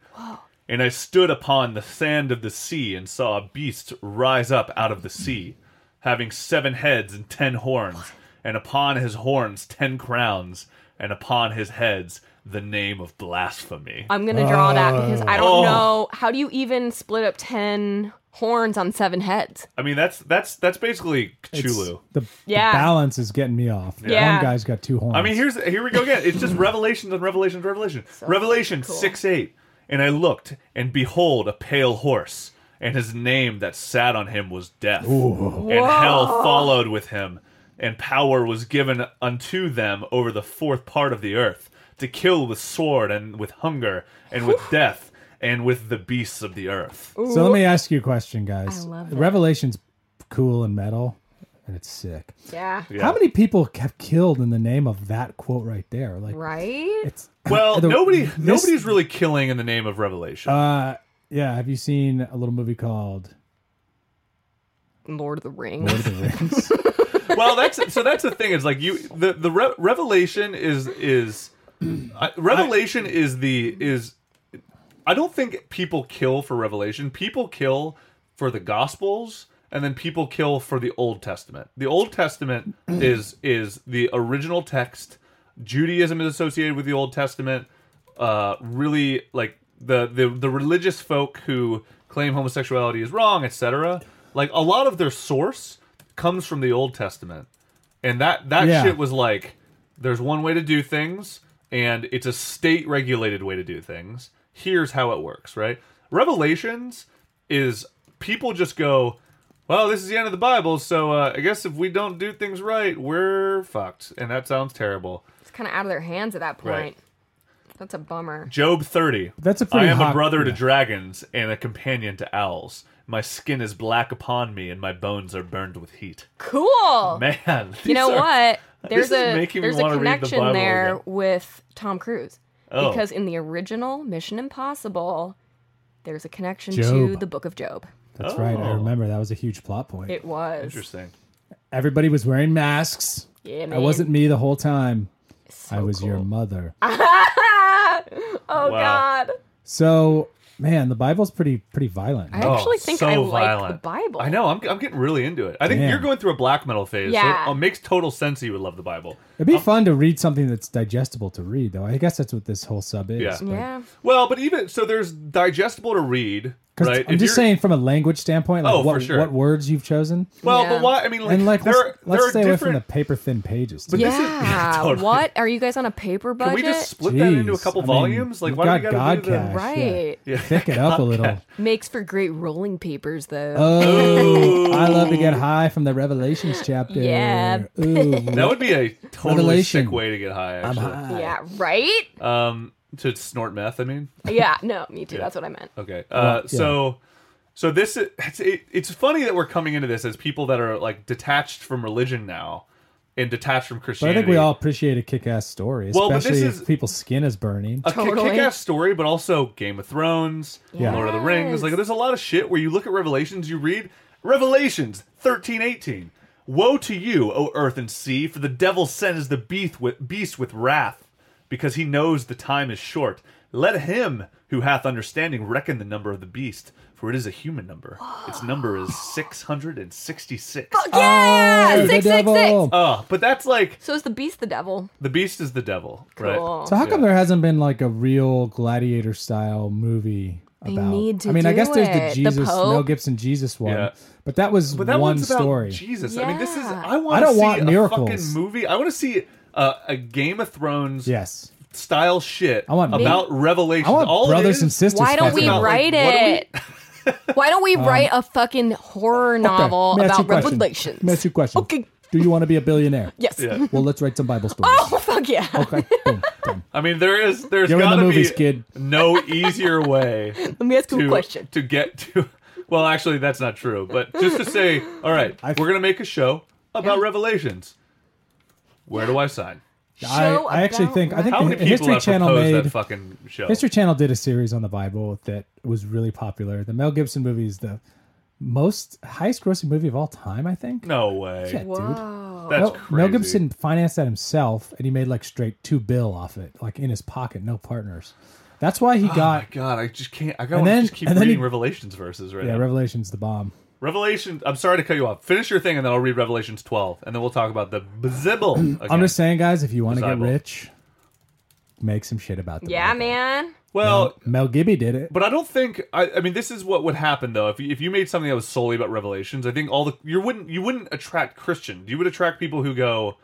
[SPEAKER 4] And I stood upon the sand of the sea and saw a beast rise up out of the sea, having seven heads and ten horns, and upon his horns ten crowns, and upon his heads the name of blasphemy.
[SPEAKER 5] I'm gonna draw that because I don't
[SPEAKER 4] Oh.
[SPEAKER 5] know how do you even split up ten horns on seven heads?
[SPEAKER 4] I mean, that's that's that's basically
[SPEAKER 6] It's-
[SPEAKER 4] Cthulhu.
[SPEAKER 6] The, the
[SPEAKER 5] Yeah.
[SPEAKER 6] balance is getting me off.
[SPEAKER 5] Yeah.
[SPEAKER 6] One guy's got two horns.
[SPEAKER 4] I mean, here's here we go again. It's just revelations and revelations, and revelations. Revelation
[SPEAKER 5] cool.
[SPEAKER 4] six eight. And I looked, and behold, a pale horse, and his name that sat on him was Death. And hell followed with him, and power was given unto them over the fourth part of the earth to kill with sword, and with hunger, and with death, and with the beasts of the earth.
[SPEAKER 6] So let me ask you a question, guys.
[SPEAKER 5] I love it.
[SPEAKER 6] Revelation's cool and metal, and it's sick.
[SPEAKER 5] Yeah.
[SPEAKER 4] Yeah.
[SPEAKER 6] How many people have killed in the name of that quote right there? Like,
[SPEAKER 5] Right?
[SPEAKER 6] it's
[SPEAKER 4] Well,
[SPEAKER 6] the-
[SPEAKER 4] nobody,
[SPEAKER 6] this-
[SPEAKER 4] nobody's really killing in the name of Revelation.
[SPEAKER 6] Uh, yeah. Have you seen a little movie called
[SPEAKER 5] Lord of the Rings.
[SPEAKER 6] Lord of the Rings?
[SPEAKER 4] well, that's so. That's the thing. Is like you the the re- revelation is is I revelation is the is. I don't think people kill for revelation. People kill for the gospels, and then people kill for the Old Testament. The Old Testament is is the original text. Judaism is associated with the Old Testament. Uh, really, like the the the religious folk who claim homosexuality is wrong, etc. Like a lot of their source comes from the Old Testament, and that that
[SPEAKER 6] Yeah.
[SPEAKER 4] shit was like, there's one way to do things, and it's a state regulated way to do things. Here's how it works, right? Revelations is people just go, well, this is the end of the Bible, so uh, I guess if we don't do things right, we're fucked, and that sounds terrible.
[SPEAKER 5] It's kind of out of their hands at that point.
[SPEAKER 4] Right.
[SPEAKER 5] That's a bummer.
[SPEAKER 4] Job 30.
[SPEAKER 6] That's a
[SPEAKER 4] I
[SPEAKER 6] pretty
[SPEAKER 4] am a
[SPEAKER 6] hot-
[SPEAKER 4] brother to
[SPEAKER 6] yeah.
[SPEAKER 4] dragons and a companion to owls. My skin is black upon me and my bones are burned with heat.
[SPEAKER 5] Cool.
[SPEAKER 4] Man,
[SPEAKER 5] you know what? There's
[SPEAKER 4] is
[SPEAKER 5] a
[SPEAKER 4] making me
[SPEAKER 5] there's a
[SPEAKER 4] wanna read the
[SPEAKER 5] connection
[SPEAKER 4] Bible
[SPEAKER 5] there
[SPEAKER 4] again.
[SPEAKER 5] with Tom Cruise
[SPEAKER 4] Oh.
[SPEAKER 5] because in the original Mission Impossible, there's a connection to
[SPEAKER 6] Job.
[SPEAKER 5] the Book of Job.
[SPEAKER 6] That's right. I
[SPEAKER 4] Oh.
[SPEAKER 6] remember that was a huge plot point.
[SPEAKER 5] It was
[SPEAKER 4] Interesting.
[SPEAKER 6] Everybody was wearing masks.
[SPEAKER 5] Yeah,
[SPEAKER 6] I
[SPEAKER 5] man.
[SPEAKER 6] wasn't me the whole time.
[SPEAKER 5] So
[SPEAKER 6] I was your
[SPEAKER 5] cool.
[SPEAKER 6] mother.
[SPEAKER 5] Oh
[SPEAKER 4] Wow.
[SPEAKER 5] God!
[SPEAKER 6] So, man, the Bible's pretty pretty violent.
[SPEAKER 5] I
[SPEAKER 4] Oh,
[SPEAKER 5] actually think
[SPEAKER 4] so
[SPEAKER 5] I like
[SPEAKER 4] violent.
[SPEAKER 5] the Bible.
[SPEAKER 4] I know. I'm, I'm getting really into it. I think
[SPEAKER 6] Damn.
[SPEAKER 4] you're going through a black metal phase.
[SPEAKER 5] Yeah.
[SPEAKER 4] So it, it makes total sense you would love the Bible.
[SPEAKER 6] It'd be fun to read something that's digestible to read, though. I guess that's what this whole sub is.
[SPEAKER 4] Yeah.
[SPEAKER 6] but-
[SPEAKER 5] Yeah.
[SPEAKER 4] Well, but even so, there's digestible to read,
[SPEAKER 6] 'Cause
[SPEAKER 4] right?
[SPEAKER 6] I'm
[SPEAKER 4] If
[SPEAKER 6] just
[SPEAKER 4] you're-
[SPEAKER 6] saying, from a language standpoint, like
[SPEAKER 4] Oh, for
[SPEAKER 6] what,
[SPEAKER 4] sure.
[SPEAKER 6] what words you've chosen,
[SPEAKER 4] Well,
[SPEAKER 5] Yeah.
[SPEAKER 4] but why? I mean, like,
[SPEAKER 6] and like
[SPEAKER 4] there,
[SPEAKER 6] let's,
[SPEAKER 4] are-
[SPEAKER 6] let's
[SPEAKER 4] there are
[SPEAKER 6] stay away from
[SPEAKER 4] different.
[SPEAKER 6] the paper thin pages. too.
[SPEAKER 4] But this
[SPEAKER 5] yeah.
[SPEAKER 4] is- totally.
[SPEAKER 5] What are you guys on a paper
[SPEAKER 4] Can
[SPEAKER 5] budget?
[SPEAKER 4] we just split that into a
[SPEAKER 6] Jeez,
[SPEAKER 4] couple
[SPEAKER 6] I mean,
[SPEAKER 4] volumes? like,
[SPEAKER 6] you've
[SPEAKER 4] why do we
[SPEAKER 6] got
[SPEAKER 4] gotta do
[SPEAKER 6] God
[SPEAKER 4] the-
[SPEAKER 6] cash.
[SPEAKER 5] right?
[SPEAKER 6] Thick it up a little.
[SPEAKER 5] Makes for great rolling papers, though.
[SPEAKER 6] Oh, I love to get high from the Revelations chapter.
[SPEAKER 5] Yeah.
[SPEAKER 6] Ooh,
[SPEAKER 4] That would be a totally
[SPEAKER 6] Revelation.
[SPEAKER 4] sick way to get high.
[SPEAKER 6] I'm
[SPEAKER 4] Actually,
[SPEAKER 6] high.
[SPEAKER 5] yeah. Right.
[SPEAKER 4] um, to snort meth. I mean,
[SPEAKER 5] yeah. No. Me too. That's what I meant.
[SPEAKER 4] Okay. Uh, So, so this is- it's, it, it's funny that we're coming into this as people that are like detached from religion now and detached from
[SPEAKER 6] But I
[SPEAKER 4] Christianity.
[SPEAKER 6] think we all appreciate a kick-ass story,
[SPEAKER 4] Well, but this
[SPEAKER 6] especially
[SPEAKER 4] is-
[SPEAKER 6] if people's skin is burning.
[SPEAKER 4] a ki-
[SPEAKER 5] Totally.
[SPEAKER 4] kick-ass story, but also Game of Thrones,
[SPEAKER 6] Yeah.
[SPEAKER 4] Lord of the Rings. Like,
[SPEAKER 5] Yes.
[SPEAKER 4] there's a lot of shit where you look at Revelations, you read Revelations thirteen eighteen. Woe to you, O earth and sea, for the devil sends the beast with, beast with wrath, because he knows the time is short. Let him who hath understanding reckon the number of the beast, for it is a human number. Its number is six hundred and sixty-six.
[SPEAKER 5] Yeah.
[SPEAKER 6] Oh, the
[SPEAKER 5] six six six.
[SPEAKER 6] devil.
[SPEAKER 4] Uh, but that's like
[SPEAKER 5] So is the beast the devil?
[SPEAKER 4] the beast is the devil,
[SPEAKER 5] Cool.
[SPEAKER 4] right?
[SPEAKER 6] So how
[SPEAKER 4] Oh.
[SPEAKER 6] come
[SPEAKER 4] Yeah.
[SPEAKER 6] there hasn't been like a real gladiator style movie
[SPEAKER 5] They
[SPEAKER 6] about?
[SPEAKER 5] need to
[SPEAKER 6] I mean, I
[SPEAKER 5] do
[SPEAKER 6] guess
[SPEAKER 5] it.
[SPEAKER 6] there's
[SPEAKER 5] The
[SPEAKER 6] the Jesus Mel
[SPEAKER 5] Pope?
[SPEAKER 6] Gibson Jesus one,
[SPEAKER 4] Yeah.
[SPEAKER 6] but that was
[SPEAKER 4] But that
[SPEAKER 6] one
[SPEAKER 4] one's
[SPEAKER 6] story.
[SPEAKER 4] about Jesus. I mean, this is
[SPEAKER 5] Yeah.
[SPEAKER 4] I want.
[SPEAKER 6] I don't
[SPEAKER 4] see
[SPEAKER 6] want
[SPEAKER 4] a
[SPEAKER 6] miracles.
[SPEAKER 4] Fucking movie. I want to see uh, a Game of Thrones
[SPEAKER 6] yes,
[SPEAKER 4] style shit.
[SPEAKER 6] I want-
[SPEAKER 4] about revelation.
[SPEAKER 6] I want
[SPEAKER 4] All it
[SPEAKER 6] brothers
[SPEAKER 4] is-
[SPEAKER 6] and sisters.
[SPEAKER 5] Why don't we
[SPEAKER 6] fucking-
[SPEAKER 4] about, like,
[SPEAKER 5] write
[SPEAKER 4] what do we-
[SPEAKER 5] it? Why don't we write a fucking horror
[SPEAKER 6] Um, Okay,
[SPEAKER 5] novel
[SPEAKER 6] let me ask you
[SPEAKER 5] about
[SPEAKER 6] a question.
[SPEAKER 5] revelations?
[SPEAKER 6] Let me ask you a question.
[SPEAKER 5] Okay.
[SPEAKER 6] Do you want to be a billionaire?
[SPEAKER 5] Yes.
[SPEAKER 4] Yeah.
[SPEAKER 6] Well, let's write some Bible stories.
[SPEAKER 5] Oh fuck yeah!
[SPEAKER 6] Okay. Boom. Done.
[SPEAKER 4] I mean, there is there's
[SPEAKER 6] You're in the
[SPEAKER 4] gotta
[SPEAKER 6] movies,
[SPEAKER 4] be
[SPEAKER 6] kid.
[SPEAKER 4] no easier way
[SPEAKER 5] Let me ask you
[SPEAKER 4] to
[SPEAKER 5] a question.
[SPEAKER 4] to get to. Well, actually, that's not true. But just to say, all right,
[SPEAKER 6] I-
[SPEAKER 4] we're gonna make a show about revelations. Where do I sign?
[SPEAKER 6] I,
[SPEAKER 5] Show
[SPEAKER 6] I actually
[SPEAKER 5] about
[SPEAKER 6] think I think
[SPEAKER 4] How
[SPEAKER 6] the
[SPEAKER 4] many people
[SPEAKER 6] History
[SPEAKER 4] have
[SPEAKER 6] Channel
[SPEAKER 4] proposed
[SPEAKER 6] made
[SPEAKER 4] that fucking show?
[SPEAKER 6] History Channel did a series on the Bible that was really popular. The Mel Gibson movie is the most highest grossing movie of all time, I think.
[SPEAKER 4] no way.
[SPEAKER 6] Yeah, dude.
[SPEAKER 5] Whoa.
[SPEAKER 4] That's
[SPEAKER 6] Mel,
[SPEAKER 4] crazy.
[SPEAKER 6] Mel Gibson financed that himself, and he made like straight two bill off it, like in his pocket, no partners. That's why he
[SPEAKER 4] Oh
[SPEAKER 6] got
[SPEAKER 4] my god, I just can't. I
[SPEAKER 6] And
[SPEAKER 4] gotta wanna
[SPEAKER 6] then-
[SPEAKER 4] just keep
[SPEAKER 6] and then
[SPEAKER 4] reading
[SPEAKER 6] he-
[SPEAKER 4] Revelations verses right
[SPEAKER 6] yeah.
[SPEAKER 4] now.
[SPEAKER 6] Revelation's the bomb.
[SPEAKER 4] Revelation. I'm sorry to cut you off. Finish your thing, and then I'll read Revelations 12, and then we'll talk about the Bible.
[SPEAKER 6] I'm just saying, guys, if you want to get
[SPEAKER 4] Desirable.
[SPEAKER 6] rich, make some shit about the
[SPEAKER 5] Yeah,
[SPEAKER 6] Bible.
[SPEAKER 5] man.
[SPEAKER 4] Well,
[SPEAKER 6] Mel Gibby did it.
[SPEAKER 4] but I don't think. I, I mean, this is what would happen though. If you, if you made something that was solely about Revelations, I think all the you wouldn't you wouldn't attract Christian. You would attract people who go,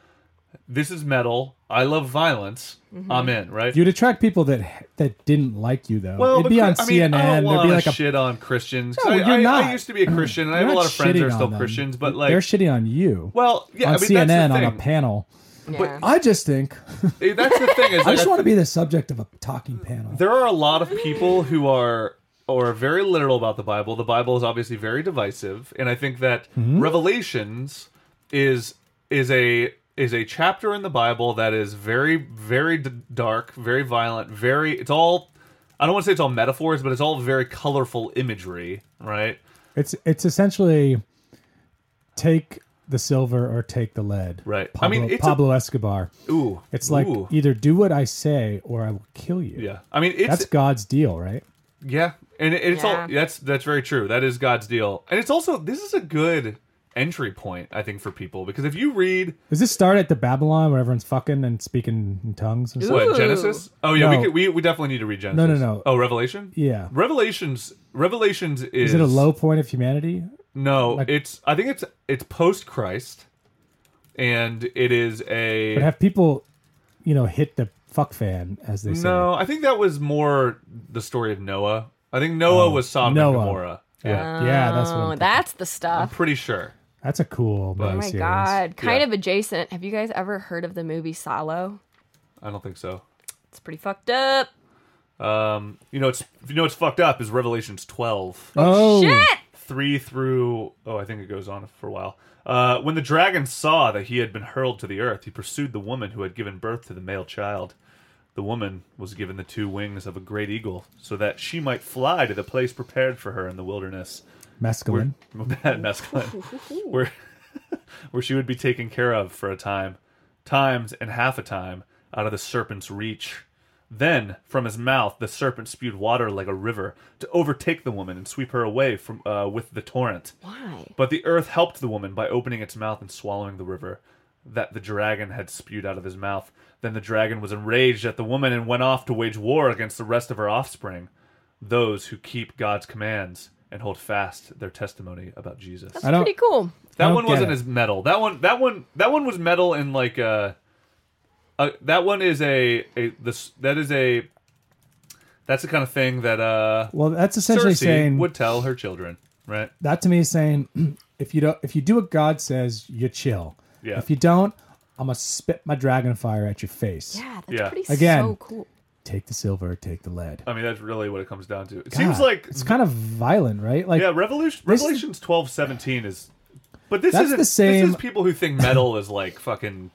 [SPEAKER 4] this is metal. I love violence. I'm in, right?
[SPEAKER 6] You'd attract people that that didn't like you though.
[SPEAKER 4] well,
[SPEAKER 6] It'd be on
[SPEAKER 4] but Chri- I mean, I
[SPEAKER 6] CNN.
[SPEAKER 4] don't
[SPEAKER 6] There'd be
[SPEAKER 4] wanna
[SPEAKER 6] like a
[SPEAKER 4] shit on Christians. 'cause
[SPEAKER 6] No,
[SPEAKER 4] I,
[SPEAKER 6] you're
[SPEAKER 4] I- I
[SPEAKER 6] not.
[SPEAKER 4] used to be a Christian, and I have
[SPEAKER 6] You're
[SPEAKER 4] a
[SPEAKER 6] not
[SPEAKER 4] lot of friends that
[SPEAKER 6] shitting
[SPEAKER 4] are
[SPEAKER 6] on
[SPEAKER 4] still
[SPEAKER 6] them.
[SPEAKER 4] Christians. But like,
[SPEAKER 6] they're shitting on you
[SPEAKER 4] well, yeah,
[SPEAKER 6] on
[SPEAKER 4] I mean,
[SPEAKER 6] CNN
[SPEAKER 4] that's the
[SPEAKER 6] on
[SPEAKER 4] thing.
[SPEAKER 6] a panel.
[SPEAKER 5] Yeah.
[SPEAKER 6] I just think
[SPEAKER 4] Eh, That's the thing. Is
[SPEAKER 6] I
[SPEAKER 4] like,
[SPEAKER 6] just
[SPEAKER 4] I-
[SPEAKER 6] want to be the subject of a talking panel.
[SPEAKER 4] there are a lot of people who are or are very literal about the Bible. The Bible is obviously very divisive, and I think that
[SPEAKER 6] Mm-hmm.
[SPEAKER 4] Revelations is is a is a chapter in the Bible that is very very d- dark, very violent, very it's all I don't want to say it's all metaphors, but it's all very colorful imagery, right?
[SPEAKER 6] It's it's essentially take the silver or take the lead.
[SPEAKER 4] Right. I
[SPEAKER 6] Pablo,
[SPEAKER 4] mean, it's a-
[SPEAKER 6] Pablo Escobar.
[SPEAKER 4] Ooh.
[SPEAKER 6] It's like
[SPEAKER 4] Ooh.
[SPEAKER 6] either do what I say or I will kill you.
[SPEAKER 4] yeah. I mean, it's
[SPEAKER 6] That's God's deal, right?
[SPEAKER 4] Yeah, and it, it's
[SPEAKER 5] Yeah.
[SPEAKER 4] all that's that's very true. That is God's deal, and it's also this is a good entry point, I think, for people because if you read
[SPEAKER 6] Does this start at the Babylon where everyone's fucking and speaking in tongues? And stuff?
[SPEAKER 4] what
[SPEAKER 5] Ooh.
[SPEAKER 4] Genesis, oh yeah,
[SPEAKER 6] No.
[SPEAKER 4] we, could, we we definitely need to read Genesis.
[SPEAKER 6] No, no, no.
[SPEAKER 4] Oh, Revelation.
[SPEAKER 6] Yeah.
[SPEAKER 4] Revelations. Revelations is
[SPEAKER 6] Is it a low point of humanity?
[SPEAKER 4] No, it's I think it's it's post Christ, and it is a
[SPEAKER 6] But have people, you know, hit the fuck fan as they say?
[SPEAKER 4] no. I think that was more the story of Noah. I think Noah was Sodom and
[SPEAKER 6] Oh. Noah.
[SPEAKER 4] Gomorrah. Yeah,
[SPEAKER 6] Yeah, that's what. I'm
[SPEAKER 5] Oh,
[SPEAKER 6] thinking.
[SPEAKER 5] that's the
[SPEAKER 4] I'm
[SPEAKER 5] stuff.
[SPEAKER 4] pretty sure.
[SPEAKER 6] That's a cool.
[SPEAKER 5] Oh my
[SPEAKER 6] miniseries.
[SPEAKER 5] god. Kind
[SPEAKER 4] Yeah.
[SPEAKER 5] of adjacent. Have you guys ever heard of the movie Salo?
[SPEAKER 4] I don't think so.
[SPEAKER 5] It's pretty fucked up.
[SPEAKER 4] Um, you know, it's you know, it's fucked up. Is Revelations twelve
[SPEAKER 6] Oh,
[SPEAKER 5] Shit!
[SPEAKER 4] three through? Oh, I think it goes on for a while. Uh, when the dragon saw that he had been hurled to the earth, he pursued the woman who had given birth to the male child. The woman was given the two wings of a great eagle, so that she might fly to the place prepared for her in the wilderness,
[SPEAKER 6] mescaline.
[SPEAKER 4] Bad masculine. where, where she would be taken care of for a time, times and half a time, out of the serpent's reach. Then, from his mouth, the serpent spewed water like a river to overtake the woman and sweep her away from uh, with the torrent.
[SPEAKER 5] Why?
[SPEAKER 4] But the earth helped the woman by opening its mouth and swallowing the river that the dragon had spewed out of his mouth. Then the dragon was enraged at the woman and went off to wage war against the rest of her offspring, those who keep God's commands and hold fast their testimony about Jesus.
[SPEAKER 6] I don't.
[SPEAKER 5] Pretty cool.
[SPEAKER 4] That
[SPEAKER 6] don't
[SPEAKER 4] one
[SPEAKER 6] get
[SPEAKER 4] wasn't
[SPEAKER 6] it.
[SPEAKER 4] as metal. That one that one that one was metal in like uh, uh that one is a a this that is a that's the kind of thing that uh
[SPEAKER 6] Well, that's essentially
[SPEAKER 4] Cersei
[SPEAKER 6] saying
[SPEAKER 4] would tell her children, right?
[SPEAKER 6] that to me is saying if you don't, if you do what God says, you chill.
[SPEAKER 4] Yeah.
[SPEAKER 6] If you don't, I'm gonna spit my dragon fire at your face.
[SPEAKER 5] Yeah, that's
[SPEAKER 4] Yeah.
[SPEAKER 5] pretty
[SPEAKER 6] Again.
[SPEAKER 5] so cool.
[SPEAKER 6] Take the silver, take the lead.
[SPEAKER 4] I mean, that's really what it comes down to. It seems
[SPEAKER 6] God,
[SPEAKER 4] like
[SPEAKER 6] it's kind of violent, right? Like
[SPEAKER 4] yeah, Revolution
[SPEAKER 6] This is-
[SPEAKER 4] Revelations twelve seventeen is, but this
[SPEAKER 6] That's
[SPEAKER 4] isn't.
[SPEAKER 6] the same-
[SPEAKER 4] This is people who think metal is like fucking,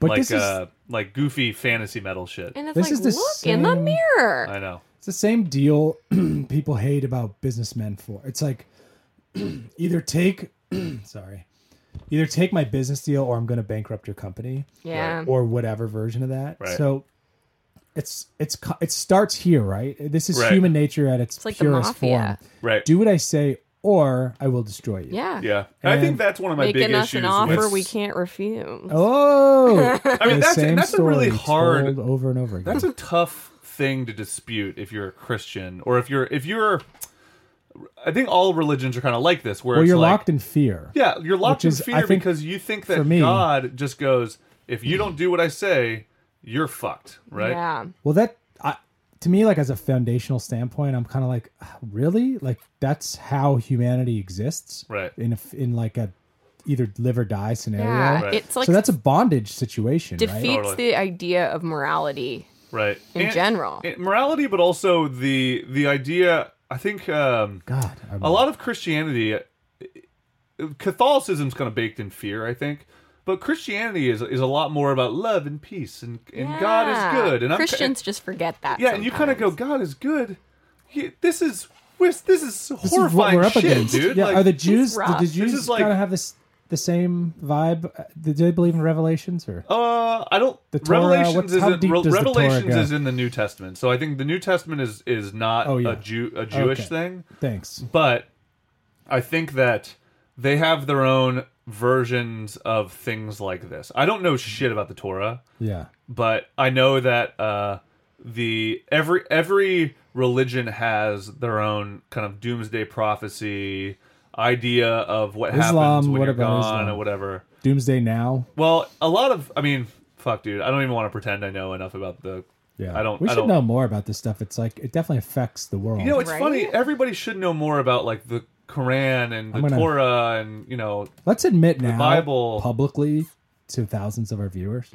[SPEAKER 6] But
[SPEAKER 4] like
[SPEAKER 6] this is-
[SPEAKER 4] uh, like goofy fantasy metal shit.
[SPEAKER 5] And it's
[SPEAKER 6] This
[SPEAKER 5] like,
[SPEAKER 6] is the
[SPEAKER 5] look in the
[SPEAKER 6] same-
[SPEAKER 5] mirror.
[SPEAKER 4] I know.
[SPEAKER 6] It's the same deal people hate about businessmen for. It's like either take sorry. Either take my business deal or I'm gonna bankrupt your company
[SPEAKER 5] yeah.
[SPEAKER 6] or whatever version of that.
[SPEAKER 4] Right.
[SPEAKER 6] So it's it's co- it starts here, right? This is
[SPEAKER 4] Right.
[SPEAKER 6] human nature at its,
[SPEAKER 5] It's like the
[SPEAKER 6] purest
[SPEAKER 5] mafia.
[SPEAKER 6] form.
[SPEAKER 4] Right.
[SPEAKER 6] Do what I say or I will destroy you.
[SPEAKER 5] Yeah.
[SPEAKER 4] yeah, and I think
[SPEAKER 6] And-
[SPEAKER 4] that's one of my big
[SPEAKER 5] Making us
[SPEAKER 4] issues.
[SPEAKER 5] an offer
[SPEAKER 4] with,
[SPEAKER 5] we can't refuse.
[SPEAKER 6] Oh,
[SPEAKER 4] I mean, that's that's a really hard.
[SPEAKER 6] over and over again.
[SPEAKER 4] That's a tough thing to dispute if you're a Christian or if you're if you're. I think all religions are kind of like this, where
[SPEAKER 6] well,
[SPEAKER 4] it's
[SPEAKER 6] you're
[SPEAKER 4] like,
[SPEAKER 6] locked in fear.
[SPEAKER 4] Yeah, you're locked
[SPEAKER 6] Which is,
[SPEAKER 4] in
[SPEAKER 6] I
[SPEAKER 4] fear
[SPEAKER 6] think,
[SPEAKER 4] because you think
[SPEAKER 6] for
[SPEAKER 4] that
[SPEAKER 6] me-
[SPEAKER 4] God just goes, if you don't do what I say, you're fucked, right?
[SPEAKER 5] Yeah.
[SPEAKER 6] Well, that I, to me, like as a foundational standpoint, I'm kind of like, "Ah, really, like that's how humanity exists,
[SPEAKER 4] Right.
[SPEAKER 6] In a, in like a either live or die scenario.
[SPEAKER 5] Yeah.
[SPEAKER 4] Right.
[SPEAKER 5] It's like
[SPEAKER 6] so that's a bondage situation, right?
[SPEAKER 5] defeats
[SPEAKER 4] Totally.
[SPEAKER 5] the idea of morality.
[SPEAKER 4] Right.
[SPEAKER 5] In general.
[SPEAKER 4] and morality, but also the the idea. I think um,
[SPEAKER 6] God, I'm,
[SPEAKER 4] a lot of Christianity, Catholicism's kind of baked in fear. I think. But Christianity is is a lot more about love and peace and, and God
[SPEAKER 5] Yeah.
[SPEAKER 4] is good and I'm-
[SPEAKER 5] Christians just forget that.
[SPEAKER 4] yeah, and you kind of go,
[SPEAKER 5] sometimes.
[SPEAKER 4] God is good. He- this is we're- this is
[SPEAKER 6] this is
[SPEAKER 4] horrifying
[SPEAKER 6] what we're up
[SPEAKER 4] shit,
[SPEAKER 6] against.
[SPEAKER 4] dude.
[SPEAKER 6] Yeah,
[SPEAKER 4] Like-
[SPEAKER 6] are the Jews?
[SPEAKER 5] rough.
[SPEAKER 6] Did the
[SPEAKER 5] This
[SPEAKER 6] Jews
[SPEAKER 4] is like-
[SPEAKER 6] kind of have this the same vibe? Uh, Do they believe in revelations or?
[SPEAKER 4] Uh, I don't.
[SPEAKER 6] The Torah,
[SPEAKER 4] Revelations
[SPEAKER 6] what's- how
[SPEAKER 4] isn't.
[SPEAKER 6] deep
[SPEAKER 4] Re-
[SPEAKER 6] does the Torah
[SPEAKER 4] Revelations
[SPEAKER 6] go?
[SPEAKER 4] is in the New Testament, so I think the New Testament is is not
[SPEAKER 6] Oh, yeah.
[SPEAKER 4] a Jew a Jewish
[SPEAKER 6] Okay.
[SPEAKER 4] thing,
[SPEAKER 6] Thanks.
[SPEAKER 4] but I think that they have their own versions of things like this. I don't know shit about the Torah,
[SPEAKER 6] Yeah.
[SPEAKER 4] but I know that uh, the every every religion has their own kind of doomsday prophecy idea of what
[SPEAKER 6] Islam,
[SPEAKER 4] happens when
[SPEAKER 6] what
[SPEAKER 4] you're
[SPEAKER 6] about
[SPEAKER 4] gone
[SPEAKER 6] Islam?
[SPEAKER 4] or whatever.
[SPEAKER 6] Doomsday now.
[SPEAKER 4] Well, a lot of, I mean, fuck, dude. I don't even want to pretend I know enough about the.
[SPEAKER 6] Yeah,
[SPEAKER 4] I don't-
[SPEAKER 6] We
[SPEAKER 4] I
[SPEAKER 6] should
[SPEAKER 4] don't-
[SPEAKER 6] know more about this stuff. It's like it definitely affects the world.
[SPEAKER 4] You know, it's
[SPEAKER 5] Right?
[SPEAKER 4] funny. Everybody should know more about like the Quran and the
[SPEAKER 6] I'm gonna-
[SPEAKER 4] Torah and you know.
[SPEAKER 6] Let's admit now,
[SPEAKER 4] Bible.
[SPEAKER 6] publicly to thousands of our viewers,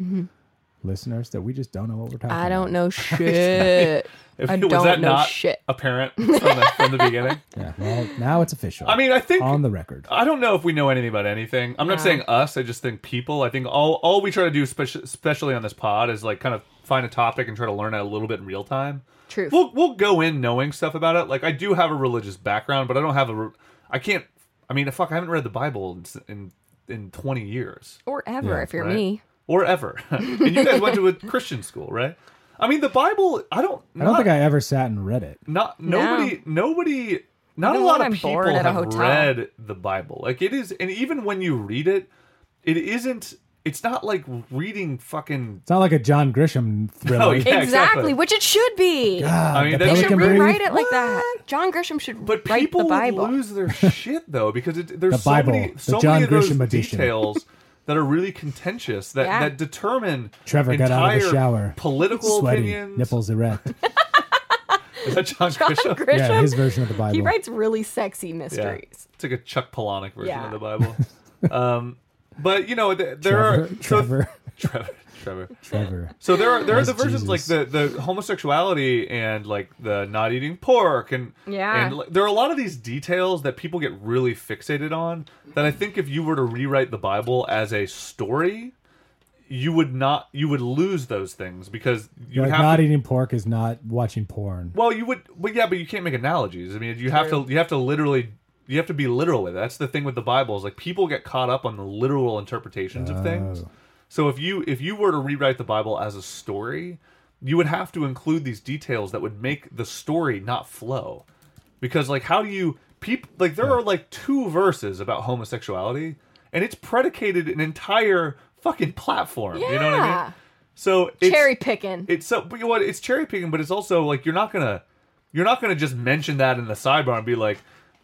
[SPEAKER 6] listeners, that we just don't know what we're talking.
[SPEAKER 5] I
[SPEAKER 6] about.
[SPEAKER 5] don't know shit.
[SPEAKER 4] If,
[SPEAKER 5] I
[SPEAKER 4] was
[SPEAKER 5] don't
[SPEAKER 4] that
[SPEAKER 5] know
[SPEAKER 4] not
[SPEAKER 5] shit.
[SPEAKER 4] apparent from the, from the beginning?
[SPEAKER 6] Yeah, well, now it's official.
[SPEAKER 4] I mean, I think
[SPEAKER 6] on the record.
[SPEAKER 4] I don't know if we know anything about anything. I'm not
[SPEAKER 5] No.
[SPEAKER 4] saying us. I just think people. I think all all we try to do, speci- especially on this pod, is like kind of find a topic and try to learn it a little bit in real time.
[SPEAKER 5] Truth.
[SPEAKER 4] We'll we'll go in knowing stuff about it. Like I do have a religious background, but I don't have a. re- I can't. I mean, fuck. I haven't read the Bible in s- in, in 20 years
[SPEAKER 5] or ever, if you're
[SPEAKER 4] right?
[SPEAKER 5] me.
[SPEAKER 4] or ever. and you guys went to a Christian school, right? I mean, the Bible. I don't.
[SPEAKER 6] I don't
[SPEAKER 4] not-
[SPEAKER 6] think I ever sat and read it.
[SPEAKER 4] not nobody nobody not a
[SPEAKER 5] Even
[SPEAKER 4] lot
[SPEAKER 5] when
[SPEAKER 4] of
[SPEAKER 5] I'm
[SPEAKER 4] people
[SPEAKER 5] bored at
[SPEAKER 4] have
[SPEAKER 5] a hotel.
[SPEAKER 4] read the bible like it is and even when you read it it isn't it's not like reading fucking
[SPEAKER 6] It's not like a John Grisham thriller.
[SPEAKER 4] Oh, yeah.
[SPEAKER 5] Exactly,
[SPEAKER 4] exactly.
[SPEAKER 5] which it should be.
[SPEAKER 6] Ah,
[SPEAKER 4] I mean,
[SPEAKER 6] the
[SPEAKER 4] they
[SPEAKER 5] They
[SPEAKER 4] Pelican
[SPEAKER 6] belly
[SPEAKER 5] should
[SPEAKER 6] can
[SPEAKER 5] rewrite
[SPEAKER 6] breathe.
[SPEAKER 5] it like that. John Grisham should
[SPEAKER 4] but
[SPEAKER 5] write
[SPEAKER 4] people
[SPEAKER 5] the Bible.
[SPEAKER 4] lose their shit though because it, there's
[SPEAKER 6] The
[SPEAKER 4] so
[SPEAKER 6] Bible,
[SPEAKER 4] many
[SPEAKER 6] the
[SPEAKER 4] so
[SPEAKER 6] John
[SPEAKER 4] many of those
[SPEAKER 6] Grisham edition.
[SPEAKER 4] details that are really contentious that
[SPEAKER 5] Yeah.
[SPEAKER 4] that determine
[SPEAKER 6] Trevor
[SPEAKER 4] entire
[SPEAKER 6] got out of the shower,
[SPEAKER 4] political
[SPEAKER 6] sweaty,
[SPEAKER 4] opinions
[SPEAKER 6] nipples erect.
[SPEAKER 4] Is that John,
[SPEAKER 5] John
[SPEAKER 4] Grisham?
[SPEAKER 5] Grisham.
[SPEAKER 6] yeah, his version of the Bible.
[SPEAKER 5] he writes really sexy
[SPEAKER 4] Yeah.
[SPEAKER 5] mysteries.
[SPEAKER 4] It's like a Chuck Palahniuk version
[SPEAKER 5] Yeah.
[SPEAKER 4] of the Bible. um, but you know, th- there
[SPEAKER 6] Trevor,
[SPEAKER 4] are so-
[SPEAKER 6] Trevor,
[SPEAKER 4] Trevor, Trevor.
[SPEAKER 6] Trevor.
[SPEAKER 4] So there are there are
[SPEAKER 6] Yes,
[SPEAKER 4] the versions like the, the homosexuality and like the not eating pork and
[SPEAKER 5] Yeah.
[SPEAKER 4] and like, there are a lot of these details that people get really fixated on that I think if you were to rewrite the Bible as a story, you would not you would lose those things because you
[SPEAKER 6] Like,
[SPEAKER 4] have
[SPEAKER 6] not
[SPEAKER 4] to,
[SPEAKER 6] eating pork is not watching porn.
[SPEAKER 4] well, you would, but yeah, but you can't make analogies. I mean, you have to, you have to literally, you have to be literal with it. That's the thing with the Bible is like people get caught up on the literal interpretations of things. So if you if you were to rewrite the Bible as a story, you would have to include these details that would make the story not flow, because like how do you people like there are like two verses about homosexuality, and it's predicated an entire fucking platform. You know what I mean? So it's-
[SPEAKER 5] Cherry picking.
[SPEAKER 4] it's so but you know what it's cherry picking but it's also like you're not gonna you're not gonna just mention that in the sidebar and be like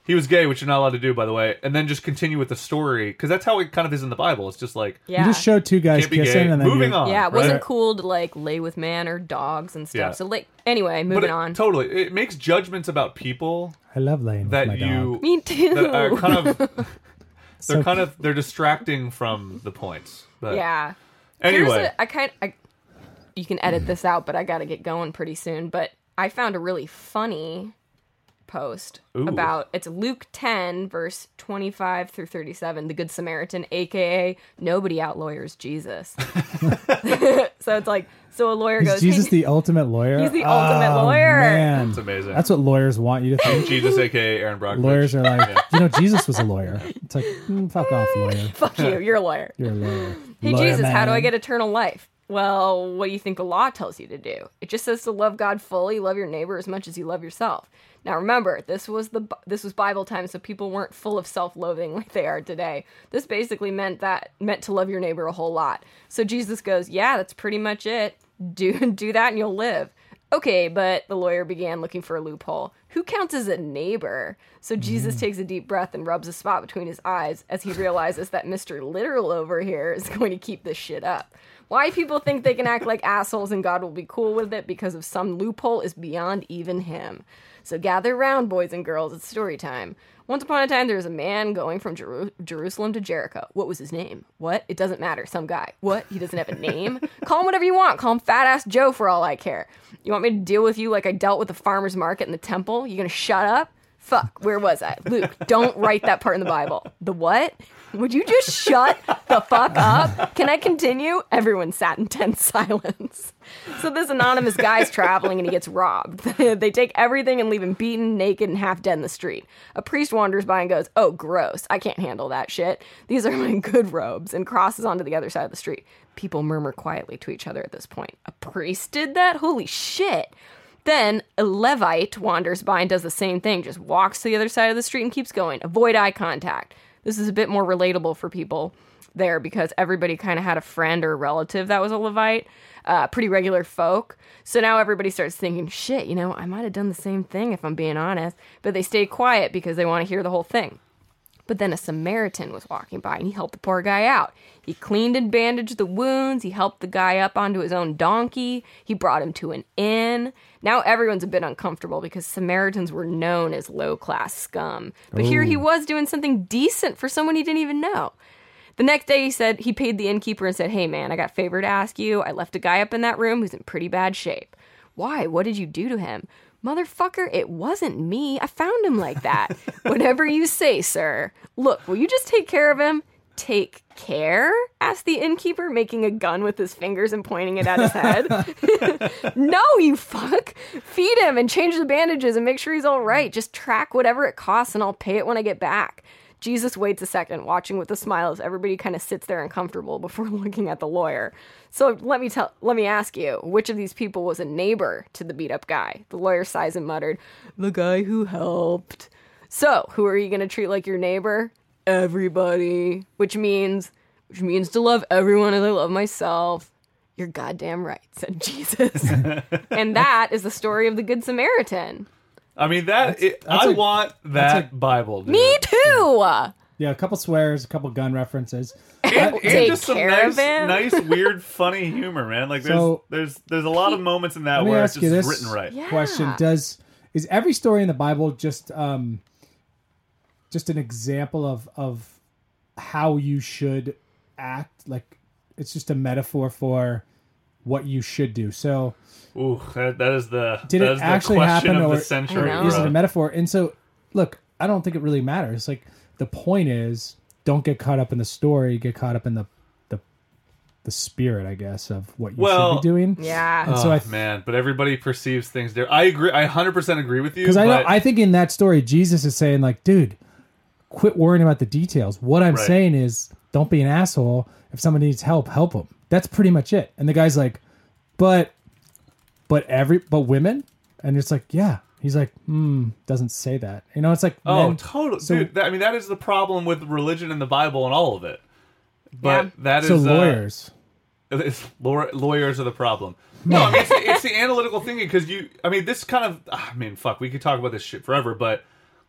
[SPEAKER 4] he was gay which you're not allowed to do by the way and then just continue with the story because that's how it kind of is in the bible it's just like
[SPEAKER 5] yeah.
[SPEAKER 6] You just show two guys
[SPEAKER 4] can't be gay
[SPEAKER 6] kissing and then
[SPEAKER 4] moving
[SPEAKER 6] you-
[SPEAKER 4] on
[SPEAKER 5] yeah, it wasn't
[SPEAKER 4] right?
[SPEAKER 5] cool to like lay with man or dogs and stuff.
[SPEAKER 4] Yeah.
[SPEAKER 5] So like anyway,
[SPEAKER 4] but
[SPEAKER 5] moving
[SPEAKER 4] it,
[SPEAKER 5] on.
[SPEAKER 4] totally it makes judgments about people
[SPEAKER 6] I love laying with my
[SPEAKER 4] that
[SPEAKER 6] dog.
[SPEAKER 4] you
[SPEAKER 5] Me too.
[SPEAKER 4] that are kind of they're
[SPEAKER 6] So
[SPEAKER 4] kind of they're distracting from the points but
[SPEAKER 5] yeah. Here's
[SPEAKER 4] anyway
[SPEAKER 5] a- I kind I, you can edit this out, but I got to get going pretty soon. But I found a really funny post
[SPEAKER 4] Ooh.
[SPEAKER 5] about it's Luke 10 verse 25 through 37, the good Samaritan, aka nobody outlawyers Jesus. so it's like so a lawyer
[SPEAKER 6] Is
[SPEAKER 5] goes, "Hey,
[SPEAKER 6] Jesus the ultimate lawyer?
[SPEAKER 5] He's the
[SPEAKER 6] Oh,
[SPEAKER 5] ultimate lawyer.
[SPEAKER 6] Man.
[SPEAKER 4] it's amazing
[SPEAKER 6] That's what lawyers want you to think.
[SPEAKER 4] jesus aka aaron brock
[SPEAKER 6] lawyers are like, you know, Jesus was a lawyer. It's like, mm, fuck off, lawyer.
[SPEAKER 5] fuck you, you're a lawyer."
[SPEAKER 6] You're a lawyer.
[SPEAKER 5] Hey
[SPEAKER 6] Lawyer
[SPEAKER 5] Jesus, how do I
[SPEAKER 6] man.
[SPEAKER 5] get eternal life? Well, what do you think the law tells you to do? It just says to love God fully, love your neighbor as much as you love yourself. Now remember, this was the Bi- this was Bible time, so people weren't full of self-loathing like they are today. This basically meant that meant to love your neighbor a whole lot. So Jesus goes, "Yeah, that's pretty much it. Do do that and you'll live." Okay, but the lawyer began looking for a loophole. Who counts as a neighbor? So Jesus takes a deep breath and rubs a spot between his eyes as he realizes that Mr. Literal over here is going to keep this shit up. Why people think they can act like assholes and God will be cool with it because of some loophole is beyond even him. So gather round, boys and girls, it's story time. Once upon a time, there was a man going from Jeru- Jerusalem to Jericho. What was his name? What? It doesn't matter. Some guy. What? He doesn't have a name? Call him whatever you want. Call him Fat Ass Joe for all I care. You want me to deal with you like I dealt with the farmer's market and the temple? You gonna shut up? Fuck, where was I? Luke, don't write that part in the Bible. The what? Would you just shut the fuck up? Can I continue? Everyone sat in tense silence. So this anonymous guy's traveling and he gets robbed. they take everything and leave him beaten, naked, and half dead in the street. A priest wanders by and goes, Oh, gross. I can't handle that shit. These are my good robes, and crosses onto the other side of the street. People murmur quietly to each other at this point. A priest did that? Holy shit. Then a Levite wanders by and does the same thing, just walks to the other side of the street and keeps going. Avoid eye contact. This is a bit more relatable for people there because everybody kind of had a friend or relative that was a Levite, uh, pretty regular folk. So now everybody starts thinking, shit, you know, I might have done the same thing if I'm being honest. But they stay quiet because they want to hear the whole thing. But then a Samaritan was walking by and he helped the poor guy out. He cleaned and bandaged the wounds. He helped the guy up onto his own donkey. He brought him to an inn. Now everyone's a bit uncomfortable because Samaritans were known as low class scum. But here he was doing something decent for someone he didn't even know. The next day, he said he paid the innkeeper and said, Hey, man, I got a favor to ask you. I left a guy up in that room who's in pretty bad shape. Why? What did you do to him? Motherfucker, it wasn't me. I found him like that. Whatever you say, sir. Look, will you just take care of him? Take care? asked the innkeeper, making a gun with his fingers and pointing it at his head. no, you fuck. Feed him and change the bandages and make sure he's all right. Just track whatever it costs and I'll pay it when I get back. Jesus waits a second, watching with a smile as everybody kind of sits there uncomfortable before looking at the lawyer. So let me tell, let me ask you, which of these people was a neighbor to the beat up guy? The lawyer sighs and muttered, "The guy who helped." So who are you going to treat like your neighbor? Everybody, which means, which means to love everyone as I love myself. You're goddamn right," said Jesus. and that is the story of the Good Samaritan.
[SPEAKER 4] I mean that. it,
[SPEAKER 6] that's
[SPEAKER 4] I
[SPEAKER 6] a-
[SPEAKER 4] want that Bible. Dude.
[SPEAKER 5] Me too.
[SPEAKER 6] Yeah, a couple swears, a couple gun references.
[SPEAKER 4] and, and
[SPEAKER 5] Take
[SPEAKER 4] just some
[SPEAKER 5] care
[SPEAKER 4] nice,
[SPEAKER 5] of him.
[SPEAKER 4] nice, weird, funny humor, man. Like there's
[SPEAKER 6] So-
[SPEAKER 4] there's there's a lot of moments in that
[SPEAKER 6] Let me
[SPEAKER 4] where it's
[SPEAKER 6] ask you
[SPEAKER 4] just
[SPEAKER 6] this
[SPEAKER 4] written right.
[SPEAKER 5] Yeah.
[SPEAKER 6] question: Does is every story in the Bible just um just an example of of how you should act? Like it's just a metaphor for what you should do. So
[SPEAKER 4] Ooh, that, that is the
[SPEAKER 6] did
[SPEAKER 4] that
[SPEAKER 6] it
[SPEAKER 4] is the
[SPEAKER 6] actually
[SPEAKER 4] question
[SPEAKER 6] happen
[SPEAKER 4] of
[SPEAKER 6] or
[SPEAKER 4] the century.
[SPEAKER 5] I
[SPEAKER 4] bro.
[SPEAKER 5] know.
[SPEAKER 6] is it a metaphor? And so, look, I don't think it really matters. Like the point is, don't get caught up in the story. Get caught up in the the the spirit, I guess, of what you
[SPEAKER 4] Well-
[SPEAKER 6] should be doing.
[SPEAKER 5] Yeah.
[SPEAKER 6] And so I
[SPEAKER 4] Oh, man, but everybody perceives things different. I agree. I hundred percent agree with you.
[SPEAKER 6] because I know,
[SPEAKER 4] but-
[SPEAKER 6] I think in that story, Jesus is saying like, dude, quit worrying about the details. What I'm
[SPEAKER 4] Right.
[SPEAKER 6] saying is, don't be an asshole. If somebody needs help, help them. That's pretty much it. And the guy's like, but, but every, but women, and it's like, yeah. He's like, hmm, doesn't say that. You know, it's like,
[SPEAKER 4] oh,
[SPEAKER 6] men-
[SPEAKER 4] totally,
[SPEAKER 6] so-
[SPEAKER 4] dude. That, I mean, that is the problem with religion and the Bible and all of it. But
[SPEAKER 5] Yeah.
[SPEAKER 4] that is
[SPEAKER 6] so
[SPEAKER 4] uh,
[SPEAKER 6] lawyers.
[SPEAKER 4] It's, law- lawyers are the problem. No, I mean it's, it's the analytical thinking because you. I mean this kind of. I mean, fuck. We could talk about this shit forever, but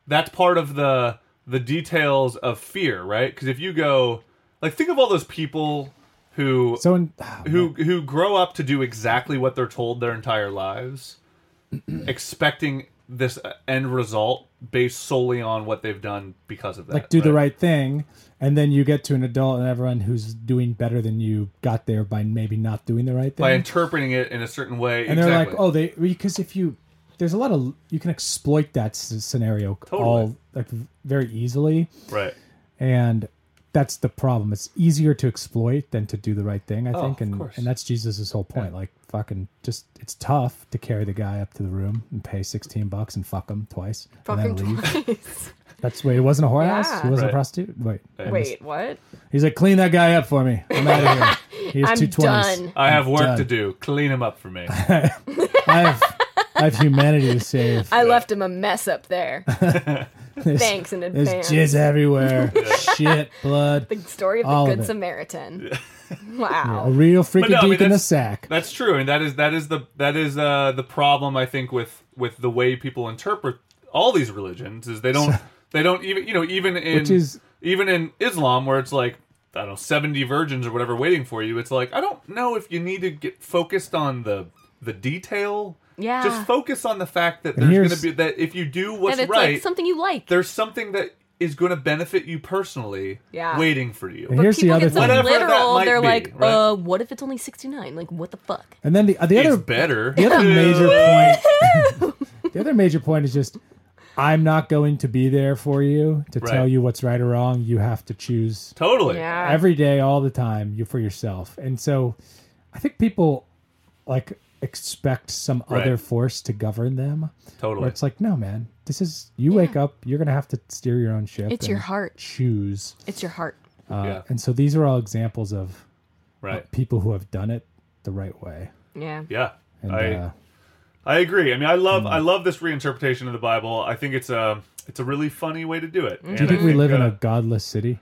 [SPEAKER 4] that's part of the the details of fear, right? Because if you go, like, think of all those people who
[SPEAKER 6] so in,
[SPEAKER 4] who who grow up to do exactly what they're told their entire lives, expecting this uh, end result based solely on what they've done because of that.
[SPEAKER 6] like do the right thing, and then you get to an adult and everyone who's doing better than you got there by maybe not doing the right thing.
[SPEAKER 4] by interpreting it in a certain way.
[SPEAKER 6] and they're
[SPEAKER 4] exactly.
[SPEAKER 6] like, oh, they because if you there's a lot of you can exploit that s- scenario all like very easily,
[SPEAKER 4] right.
[SPEAKER 6] and that's the problem. It's easier to exploit than to do the right thing, I think,
[SPEAKER 4] Oh, of
[SPEAKER 6] and
[SPEAKER 4] course.
[SPEAKER 6] and that's Jesus's whole point. Like fucking, just it's tough to carry the guy up to the room and pay sixteen bucks and fuck him twice
[SPEAKER 5] Fucking
[SPEAKER 6] and then leave.
[SPEAKER 5] twice.
[SPEAKER 6] That's wait, it wasn't a whorehouse.
[SPEAKER 5] Yeah.
[SPEAKER 6] He wasn't
[SPEAKER 4] Right.
[SPEAKER 6] a prostitute. Wait, I missed-
[SPEAKER 5] Wait, what?
[SPEAKER 6] He's like, clean that guy up for me. I'm out of here. He has
[SPEAKER 5] I'm
[SPEAKER 6] two twenties.
[SPEAKER 5] done.
[SPEAKER 4] I have work
[SPEAKER 6] done.
[SPEAKER 4] to do. Clean him up for me.
[SPEAKER 6] I have, I have humanity to save.
[SPEAKER 5] I left him a mess up there.
[SPEAKER 6] There's-
[SPEAKER 5] Thanks in
[SPEAKER 6] There's
[SPEAKER 5] advance.
[SPEAKER 6] jizz everywhere. Shit, blood.
[SPEAKER 5] The story of the
[SPEAKER 6] All of
[SPEAKER 5] Good
[SPEAKER 6] it.
[SPEAKER 5] Samaritan.
[SPEAKER 6] A
[SPEAKER 5] Wow.
[SPEAKER 6] real freaky
[SPEAKER 4] no, I mean,
[SPEAKER 6] deek in the
[SPEAKER 4] that's-
[SPEAKER 6] sack.
[SPEAKER 4] That's true, and that is that is the that is uh, the problem I think with with the way people interpret all these religions is they don't they don't even you know even in
[SPEAKER 6] Which is-
[SPEAKER 4] even in Islam where it's like I don't know seventy virgins or whatever waiting for you. It's like I don't know if you need to get focused on the the detail.
[SPEAKER 5] Yeah.
[SPEAKER 4] just focus on the fact that
[SPEAKER 6] And
[SPEAKER 4] there's going to
[SPEAKER 6] here's-
[SPEAKER 4] be that if you do what's
[SPEAKER 5] And it's
[SPEAKER 4] right,
[SPEAKER 5] like something you like.
[SPEAKER 4] there's something that is going to benefit you personally.
[SPEAKER 5] Yeah.
[SPEAKER 4] waiting for you.
[SPEAKER 6] And here's the
[SPEAKER 5] People
[SPEAKER 6] other
[SPEAKER 5] get so
[SPEAKER 6] thing.
[SPEAKER 4] Whatever that
[SPEAKER 5] literal.
[SPEAKER 4] might
[SPEAKER 5] They're
[SPEAKER 4] be,
[SPEAKER 5] like,
[SPEAKER 4] right?
[SPEAKER 5] uh, what if it's only 69? Like, what the fuck?
[SPEAKER 6] And then the, the
[SPEAKER 4] it's
[SPEAKER 6] other
[SPEAKER 4] better.
[SPEAKER 6] the other
[SPEAKER 4] Ew.
[SPEAKER 6] major point. the other major point is just I'm not going to be there for you to
[SPEAKER 4] Right.
[SPEAKER 6] tell you what's right or wrong. You have to choose
[SPEAKER 4] Totally.
[SPEAKER 5] Yeah.
[SPEAKER 6] every day, all the time, you for yourself. And so, I think people like expect some
[SPEAKER 4] Right.
[SPEAKER 6] other force to govern them. Where
[SPEAKER 4] Totally.
[SPEAKER 6] it's like, no, man, this is you wake up, you're gonna have to steer your own ship.
[SPEAKER 5] It's your
[SPEAKER 6] and
[SPEAKER 5] heart.
[SPEAKER 6] Choose.
[SPEAKER 5] It's your heart.
[SPEAKER 6] Uh,
[SPEAKER 4] Yeah.
[SPEAKER 6] And so these are all examples of
[SPEAKER 4] Right.
[SPEAKER 6] people who have done it the right way.
[SPEAKER 5] Yeah.
[SPEAKER 4] Yeah.
[SPEAKER 6] And
[SPEAKER 4] I
[SPEAKER 6] uh,
[SPEAKER 4] I agree. I mean, I love I love this reinterpretation of the
[SPEAKER 5] Mm-hmm.
[SPEAKER 4] Bible. I think it's a it's a really funny way to do it.
[SPEAKER 6] do you think we live in a godless city?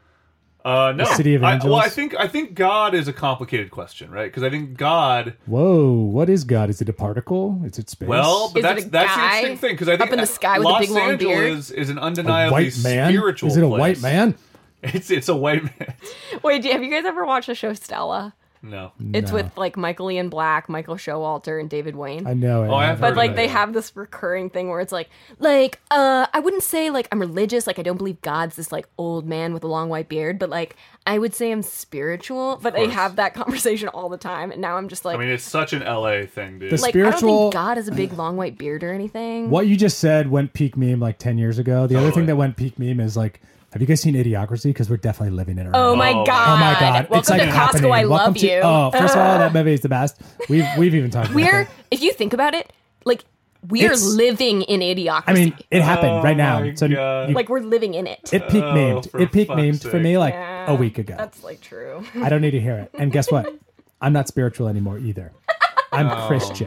[SPEAKER 4] Uh, no,
[SPEAKER 6] City of
[SPEAKER 4] I- well,
[SPEAKER 6] Angels?
[SPEAKER 4] I think I think God is a complicated question, right? Because I think God.
[SPEAKER 6] Whoa, what is God? Is it a particle? Is it space?
[SPEAKER 4] Well, but
[SPEAKER 5] Is it
[SPEAKER 4] that's
[SPEAKER 5] a
[SPEAKER 4] that's
[SPEAKER 5] guy
[SPEAKER 4] the interesting thing because I think
[SPEAKER 5] up in the sky with a
[SPEAKER 4] Los
[SPEAKER 5] big long
[SPEAKER 4] Angeles
[SPEAKER 5] beard?
[SPEAKER 4] is is an
[SPEAKER 6] a
[SPEAKER 4] undeniably
[SPEAKER 6] white man.
[SPEAKER 4] spiritual.
[SPEAKER 6] Is it a
[SPEAKER 4] place.
[SPEAKER 6] white man?
[SPEAKER 4] It's it's a white man.
[SPEAKER 5] Wait, do- have you guys ever watched the show Stella?
[SPEAKER 4] No.
[SPEAKER 5] It's with like Michael Ian Black, Michael Showalter, and David Wayne.
[SPEAKER 6] I know. I
[SPEAKER 4] Oh, I have
[SPEAKER 6] haven't.
[SPEAKER 4] heard
[SPEAKER 5] but
[SPEAKER 4] of
[SPEAKER 5] like
[SPEAKER 4] that.
[SPEAKER 5] they have this recurring thing where it's like like uh i wouldn't say like i'm religious like i don't believe god's this like old man with a long white beard but like i would say i'm spiritual but they
[SPEAKER 4] course.
[SPEAKER 5] have that conversation all the time and now i'm just like
[SPEAKER 4] I mean, it's such an LA thing, dude.
[SPEAKER 6] This-
[SPEAKER 5] like i don't
[SPEAKER 6] Spiritual-
[SPEAKER 5] think god has a big long white beard or anything
[SPEAKER 6] What you just said went peak meme like 10 years ago. The other
[SPEAKER 4] Totally.
[SPEAKER 6] thing that went peak meme is like, have you guys seen Idiocracy? Because we're definitely living in it. right now.
[SPEAKER 5] oh my
[SPEAKER 4] Oh my-
[SPEAKER 5] god
[SPEAKER 6] Oh my god!
[SPEAKER 5] welcome
[SPEAKER 6] it's like
[SPEAKER 5] to
[SPEAKER 6] happening.
[SPEAKER 5] costco i
[SPEAKER 6] Welcome
[SPEAKER 5] love
[SPEAKER 6] to-
[SPEAKER 5] you
[SPEAKER 6] Oh, first of all, that movie is the best. We've we've even talked.
[SPEAKER 5] we're
[SPEAKER 6] about that.
[SPEAKER 5] if you think about it like we're
[SPEAKER 6] It's-
[SPEAKER 5] living in idiocracy
[SPEAKER 6] I mean, it happened right now.
[SPEAKER 4] Oh my
[SPEAKER 6] so
[SPEAKER 4] God.
[SPEAKER 6] you-
[SPEAKER 5] like we're living in it
[SPEAKER 6] it peak
[SPEAKER 4] Oh,
[SPEAKER 6] memed.
[SPEAKER 4] for
[SPEAKER 6] It peak
[SPEAKER 4] fuck's
[SPEAKER 6] memed for
[SPEAKER 4] sake.
[SPEAKER 6] me like a
[SPEAKER 5] Yeah,
[SPEAKER 6] week ago.
[SPEAKER 5] that's like true
[SPEAKER 6] I don't need to hear it. And guess what? I'm not spiritual anymore either. I'm Christian.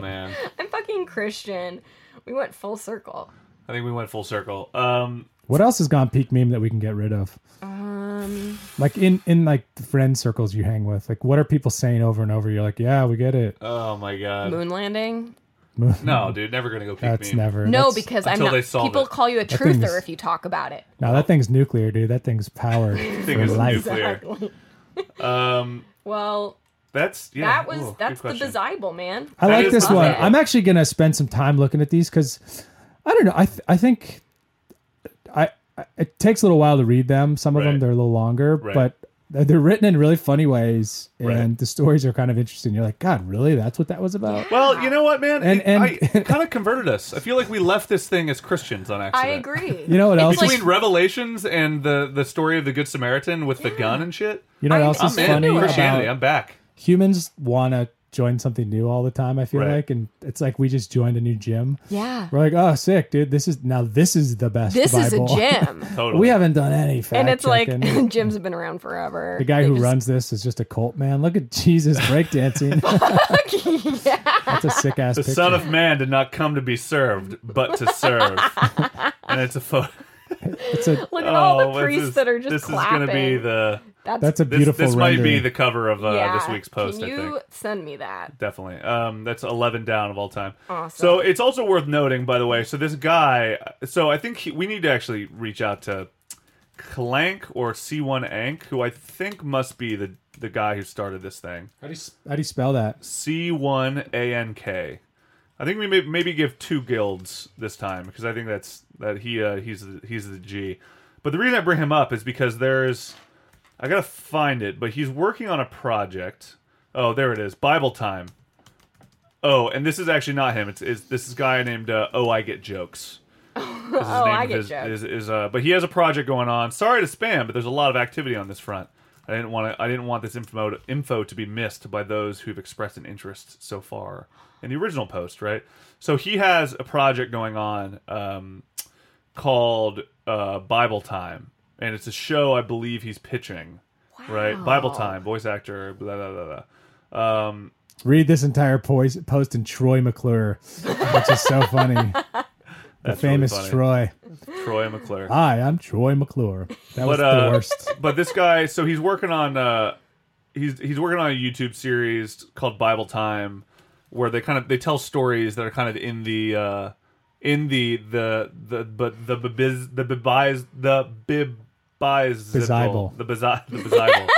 [SPEAKER 4] Oh, man.
[SPEAKER 5] i'm fucking christian we went full circle
[SPEAKER 4] I think we went full circle. Um,
[SPEAKER 6] What else has gone peak meme that we can get rid of?
[SPEAKER 5] um
[SPEAKER 6] Like in in like the friend circles you hang with. Like what are people saying over and over? You're like, yeah, we get it.
[SPEAKER 4] oh my god.
[SPEAKER 5] moon landing
[SPEAKER 4] No, dude, never gonna go peak
[SPEAKER 6] That's
[SPEAKER 4] meme.
[SPEAKER 6] never.
[SPEAKER 5] No,
[SPEAKER 6] that's-
[SPEAKER 5] because I'm
[SPEAKER 4] until
[SPEAKER 5] not.
[SPEAKER 4] they solve
[SPEAKER 5] People
[SPEAKER 4] it.
[SPEAKER 5] call you a
[SPEAKER 6] thing
[SPEAKER 5] truther
[SPEAKER 6] is-
[SPEAKER 5] if you talk about it.
[SPEAKER 6] No, that thing's nuclear, dude. That thing's power.
[SPEAKER 4] Thing
[SPEAKER 6] for
[SPEAKER 4] is
[SPEAKER 6] life.
[SPEAKER 4] nuclear.
[SPEAKER 5] Exactly.
[SPEAKER 4] Um,
[SPEAKER 5] Well,
[SPEAKER 4] that's yeah.
[SPEAKER 5] that was
[SPEAKER 4] ooh, good
[SPEAKER 5] that's the
[SPEAKER 4] question.
[SPEAKER 5] Bizible, man.
[SPEAKER 6] I
[SPEAKER 4] That
[SPEAKER 6] like
[SPEAKER 4] is
[SPEAKER 6] this
[SPEAKER 4] awesome.
[SPEAKER 6] one. I'm actually gonna spend some time looking at these because I don't know. I th- I think I, I it takes a little while to read them. Some of them
[SPEAKER 4] Right.
[SPEAKER 6] they're a little longer,
[SPEAKER 4] Right.
[SPEAKER 6] but they're, they're written in really funny ways, and
[SPEAKER 4] Right.
[SPEAKER 6] the stories are kind of interesting. You're like, God, really? That's what that was about?
[SPEAKER 4] Well, you know what, man?
[SPEAKER 6] And-
[SPEAKER 4] It-
[SPEAKER 6] and-
[SPEAKER 4] I, it kind of converted us. I feel like we left this thing as Christians on
[SPEAKER 5] I
[SPEAKER 4] accident.
[SPEAKER 5] agree.
[SPEAKER 6] You know what else?
[SPEAKER 5] It's
[SPEAKER 4] Between
[SPEAKER 5] like-
[SPEAKER 4] Revelations and the the story of the Good Samaritan with the gun and shit.
[SPEAKER 6] you know what
[SPEAKER 5] I-
[SPEAKER 6] else
[SPEAKER 5] I'm
[SPEAKER 6] is
[SPEAKER 5] into
[SPEAKER 6] funny
[SPEAKER 5] it.
[SPEAKER 4] Christianity.
[SPEAKER 6] about
[SPEAKER 4] I'm back.
[SPEAKER 6] humans want to join something new all the time. I feel
[SPEAKER 4] Right.
[SPEAKER 6] like, and it's like we just joined a new gym.
[SPEAKER 5] Yeah.
[SPEAKER 6] We're like, oh, sick, dude. This is now. This is the best.
[SPEAKER 5] This is a
[SPEAKER 6] Bible."
[SPEAKER 5] gem,
[SPEAKER 4] Totally.
[SPEAKER 6] we haven't done any. Fact
[SPEAKER 5] and it's like
[SPEAKER 6] checking.
[SPEAKER 5] gyms have been around forever.
[SPEAKER 6] The guy who runs this is just a cult man. Look at Jesus breakdancing. That's a sick ass
[SPEAKER 4] the
[SPEAKER 6] picture.
[SPEAKER 4] Son of Man did not come to be served, but to serve. and it's a photo.
[SPEAKER 6] it's a,
[SPEAKER 5] Look at all
[SPEAKER 4] Oh,
[SPEAKER 5] the
[SPEAKER 4] this
[SPEAKER 5] priests
[SPEAKER 4] is-
[SPEAKER 5] that are just
[SPEAKER 4] This
[SPEAKER 5] clapping.
[SPEAKER 4] is gonna be the.
[SPEAKER 5] That's,
[SPEAKER 6] that's a
[SPEAKER 4] This,
[SPEAKER 6] beautiful
[SPEAKER 4] this might
[SPEAKER 6] rendering.
[SPEAKER 4] be the cover of uh,
[SPEAKER 5] yeah.
[SPEAKER 4] this week's post.
[SPEAKER 5] Can
[SPEAKER 4] I think.
[SPEAKER 5] you send me that?
[SPEAKER 4] Definitely. Um, that's 11 down of all time.
[SPEAKER 5] Awesome.
[SPEAKER 4] So it's also worth noting, by the way. So this guy, so I think he, we need to actually reach out to Clank or C1 Ank, who I think must be the, the guy who started this thing.
[SPEAKER 6] how, do you, s- how do you spell that?
[SPEAKER 4] C1 ANK. I think we may, maybe give two guilds this time because I think that's that he uh, he's the, he's the G. But the reason I bring him up is because there's I gotta find it, but he's working on a project. Oh, there it is, Bible time. Oh, and this is actually not him. It's, it's this is a guy named uh, Oh I Get Jokes. This is
[SPEAKER 5] Oh, I
[SPEAKER 4] of
[SPEAKER 5] Get
[SPEAKER 4] his-
[SPEAKER 5] Jokes.
[SPEAKER 4] Is, is, uh, but he has a project going on. Sorry to spam, but there's a lot of activity on this front. I didn't want to. I didn't want this info to, info to be missed by those who've expressed an interest so far in the original post. Right. So he has a project going on um, called uh, Bible Time, and it's a show I believe he's pitching. Right. Bible Time, voice actor. Blah blah blah. blah. Um,
[SPEAKER 6] Read this entire pois- post in Troy McClure, which is so funny. the
[SPEAKER 4] really
[SPEAKER 6] famous
[SPEAKER 4] funny.
[SPEAKER 6] Troy.
[SPEAKER 4] Troy McClure.
[SPEAKER 6] Hi, I'm Troy McClure. That was
[SPEAKER 4] But, uh,
[SPEAKER 6] the worst.
[SPEAKER 4] but this guy, so he's working on uh, he's he's working on a YouTube series called Bible Time, where they kind of they tell stories that are kind of in the uh, in the the the but the biz the bibiz the bib
[SPEAKER 6] Bizible.
[SPEAKER 4] the bizi the bizible.